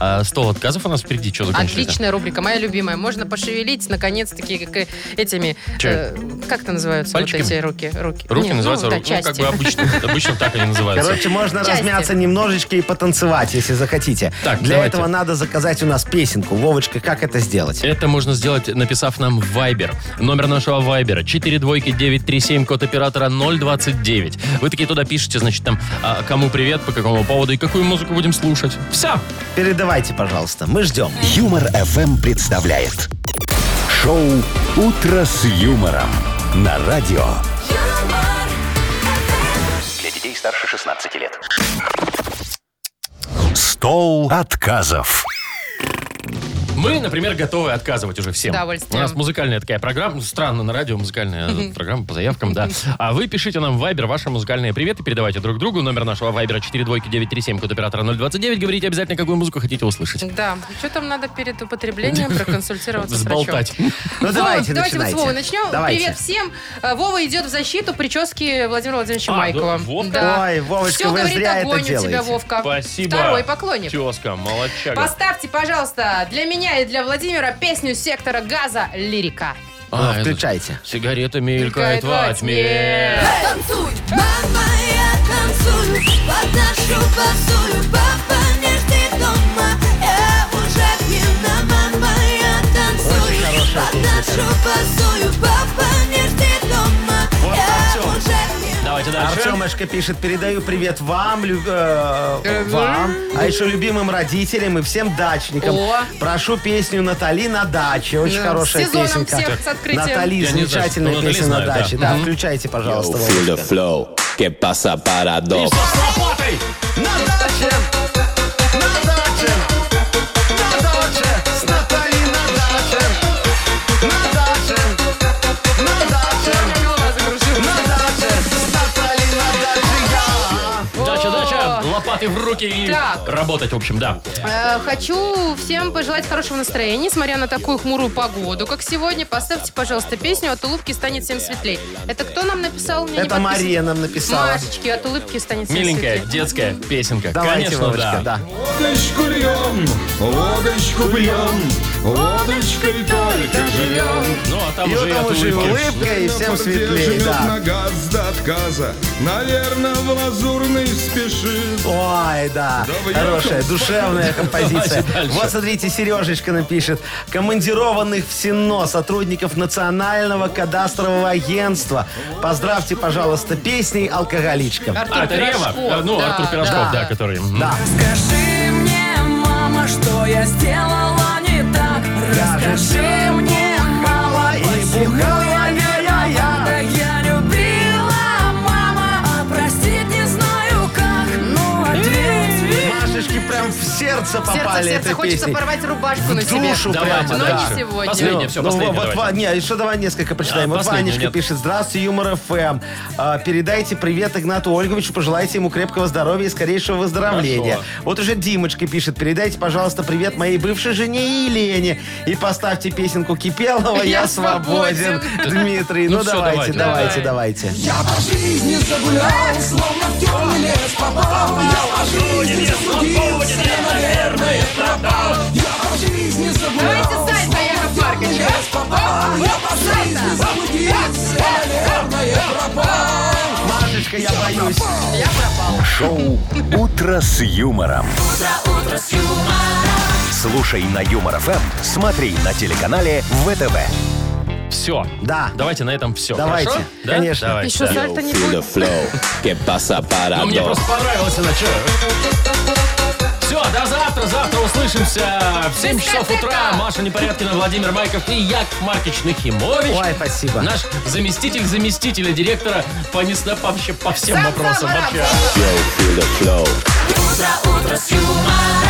[SPEAKER 2] э, стол отказов у нас впереди. Что закончили?
[SPEAKER 3] Отличная рубрика, моя любимая. Можно пошевелить, наконец-таки, как и этими...
[SPEAKER 2] Чё?
[SPEAKER 3] э, как это называются вот
[SPEAKER 2] Пальчиками?
[SPEAKER 3] эти руки? Руки,
[SPEAKER 2] Руки
[SPEAKER 3] Не,
[SPEAKER 2] называются
[SPEAKER 3] ну, да,
[SPEAKER 2] руки. Ну, как
[SPEAKER 3] части.
[SPEAKER 2] бы обычно, обычно так они называются.
[SPEAKER 4] Короче, можно
[SPEAKER 3] Части.
[SPEAKER 4] размяться немножечко и потанцевать, если захотите.
[SPEAKER 2] Так,
[SPEAKER 4] Для
[SPEAKER 2] давайте.
[SPEAKER 4] этого надо заказать у нас песенку. Вовочка, как это сделать?
[SPEAKER 2] Это можно сделать, написав нам в Viber. Номер нашего Viber 42937, код оператора 029. Вы такие туда пишете, значит, там, а, кому привет, по какому поводу и какую музыку будем слушать. Все.
[SPEAKER 4] Передавайте, пожалуйста. Мы ждем. Ну,
[SPEAKER 1] Юмор ФМ представляет. Шоу «Утро с юмором» на радио.
[SPEAKER 6] Для детей старше 16 лет.
[SPEAKER 1] Стол отказов.
[SPEAKER 2] Мы, например, готовы отказывать уже всем.
[SPEAKER 3] С удовольствием.
[SPEAKER 2] У нас музыкальная такая программа. Странно, на радио музыкальная э, программа по заявкам, да. А вы пишите нам в Viber ваши музыкальные приветы, передавайте друг другу. Номер нашего Viber 42937, код оператора 029. Говорите обязательно, какую музыку хотите услышать.
[SPEAKER 3] Да, что там надо перед употреблением проконсультироваться с врачом.
[SPEAKER 2] Сболтать.
[SPEAKER 4] Ну,
[SPEAKER 3] Вова, давайте вот
[SPEAKER 4] давайте,
[SPEAKER 3] с
[SPEAKER 4] начинайте.
[SPEAKER 3] Вовой начнем.
[SPEAKER 4] Давайте.
[SPEAKER 3] Привет всем. Э, Вова идет в защиту прически Владимира Владимировича
[SPEAKER 2] А,
[SPEAKER 3] Майкова.
[SPEAKER 2] да, Вовка?
[SPEAKER 4] Ой, Вовочка,
[SPEAKER 3] Все
[SPEAKER 4] вы
[SPEAKER 3] говорит
[SPEAKER 4] зря это
[SPEAKER 3] огонь у
[SPEAKER 4] делаете.
[SPEAKER 3] тебя, Вовка.
[SPEAKER 2] Спасибо.
[SPEAKER 3] Второй поклонник.
[SPEAKER 2] Тезка, молодчага.
[SPEAKER 3] Поставьте, пожалуйста, для меня и для Владимира песню сектора газа «Лирика».
[SPEAKER 4] А,
[SPEAKER 2] это-
[SPEAKER 4] включайте.
[SPEAKER 2] Сигарета мелькает во тьме.
[SPEAKER 7] Танцуй, мама, я танцую Под нашу босую Папа, не жди дома Я уже пьяна Мама, я танцую Под нашу босую Папа, не жди дома Я
[SPEAKER 4] Артём.
[SPEAKER 7] уже пьяна
[SPEAKER 2] Давайте дальше.
[SPEAKER 4] Артемашка пишет, передаю привет вам, лю- э, вам, а еще любимым родителям и всем дачникам.
[SPEAKER 3] О.
[SPEAKER 4] Прошу песню Натали на даче. Очень
[SPEAKER 3] Да,
[SPEAKER 4] хорошая
[SPEAKER 3] с сезоном
[SPEAKER 4] песенка.
[SPEAKER 3] всех, с открытием.
[SPEAKER 4] Натали,
[SPEAKER 2] Я не знаю,
[SPEAKER 4] замечательная
[SPEAKER 2] что Натали
[SPEAKER 4] песня
[SPEAKER 2] знаю,
[SPEAKER 4] на
[SPEAKER 2] да.
[SPEAKER 4] даче. Да,
[SPEAKER 2] Мгм.
[SPEAKER 4] включайте, пожалуйста.
[SPEAKER 8] Feel the flow. Que pasa paradox.
[SPEAKER 2] Дача, дача, лопаты в руки и
[SPEAKER 3] Так.
[SPEAKER 2] работать, в общем, да.
[SPEAKER 3] Э, Хочу всем пожелать хорошего настроения, несмотря на такую хмурую погоду, как сегодня. Поставьте, пожалуйста, песню «От улыбки станет всем светлей». Это кто нам написал? Мне не
[SPEAKER 4] Это
[SPEAKER 3] подписано.
[SPEAKER 4] Мария нам написала.
[SPEAKER 3] Машечки, «От улыбки станет всем
[SPEAKER 2] Миленькая
[SPEAKER 3] светлей».
[SPEAKER 2] детская песенка.
[SPEAKER 4] Давайте,
[SPEAKER 2] Конечно,
[SPEAKER 4] Вовочка,
[SPEAKER 2] да.
[SPEAKER 4] да.
[SPEAKER 8] Водочку льем, водочку пьем,
[SPEAKER 2] Водочкой только живем. Ну, а там
[SPEAKER 4] И
[SPEAKER 2] уже
[SPEAKER 4] вот там
[SPEAKER 2] и от
[SPEAKER 4] уже и
[SPEAKER 2] улыбки.
[SPEAKER 4] улыбка, и всем светлее,
[SPEAKER 8] Живет
[SPEAKER 4] да.
[SPEAKER 8] на газ до отказа. Наверное, в лазурный спешит.
[SPEAKER 4] Ой, да. Хорошая, душевная композиция. Вот смотрите, Сережечка напишет. Командированных в СИНО сотрудников Национального кадастрового агентства. Поздравьте, пожалуйста, песней «Алкоголичка».
[SPEAKER 2] А, это Рева? Э, Ну, Артур Пирожков, да, который... м.
[SPEAKER 7] Расскажи мне, мама, что я сделала не так. Расскажи мне, мама, почему я я я Так я любила, мама, а простить не знаю как. Ну ответь мне.
[SPEAKER 4] Машечки прям в сердце
[SPEAKER 3] В сердце, в
[SPEAKER 4] попали
[SPEAKER 3] сердце
[SPEAKER 4] этой
[SPEAKER 3] хочется
[SPEAKER 4] песней.
[SPEAKER 3] порвать рубашку на
[SPEAKER 4] В
[SPEAKER 3] себе.
[SPEAKER 4] душу прямо,
[SPEAKER 3] Но
[SPEAKER 4] да.
[SPEAKER 3] не сегодня.
[SPEAKER 2] Последнее, всё,
[SPEAKER 4] Ну,
[SPEAKER 2] последнее
[SPEAKER 4] вот,
[SPEAKER 2] давайте.
[SPEAKER 4] Не, еще давай несколько почитаем.
[SPEAKER 2] Да,
[SPEAKER 4] вот
[SPEAKER 2] последнее,
[SPEAKER 4] Ванечка
[SPEAKER 2] нет.
[SPEAKER 4] пишет. Здравствуй, Юмор ФМ. А, Передайте привет Игнату Ольговичу, пожелайте ему крепкого здоровья и скорейшего выздоровления.
[SPEAKER 2] Хорошо.
[SPEAKER 4] Вот уже Димочка пишет. Передайте, пожалуйста, привет моей бывшей жене Елене. И поставьте песенку Кипелова «Я
[SPEAKER 7] Я
[SPEAKER 4] свободен».
[SPEAKER 7] свободен.
[SPEAKER 4] Дмитрий,
[SPEAKER 7] Ну
[SPEAKER 4] ну
[SPEAKER 7] всё,
[SPEAKER 4] давайте, давайте,
[SPEAKER 7] давайте.
[SPEAKER 4] давайте.
[SPEAKER 7] Я по жизни загулял, словно в темный лес попал. Я по жизни заблудился, наверное, пропал. Я по жизни загулял,
[SPEAKER 3] Давайте сайт на Яков Маркович, а?
[SPEAKER 7] лес попал. Я по жизни заблудился, наверное, пропал.
[SPEAKER 4] Машечка, я боюсь.
[SPEAKER 3] Я пропал.
[SPEAKER 1] Шоу «Утро с юмором». Слушай на Юмор ФМ, смотри на телеканале Эм. ВТВ.
[SPEAKER 2] Все.
[SPEAKER 4] Да.
[SPEAKER 2] Давайте на этом все.
[SPEAKER 1] Давайте.
[SPEAKER 2] Хорошо? Да?
[SPEAKER 1] Конечно.
[SPEAKER 2] Давайте,
[SPEAKER 1] Еще
[SPEAKER 2] да.
[SPEAKER 1] сальто не Feel the будет.
[SPEAKER 2] Ну, мне просто понравилось она, что? Все, до завтра. Завтра услышимся в 7 часов утра. Маша Непорядкина, Владимир Майков и Яков Маркич Нахимович.
[SPEAKER 4] Ой, спасибо.
[SPEAKER 2] Наш заместитель заместителя директора по, несно- по, вообще, по всем вопросам. Вообще.
[SPEAKER 7] Утро, утро с юмором.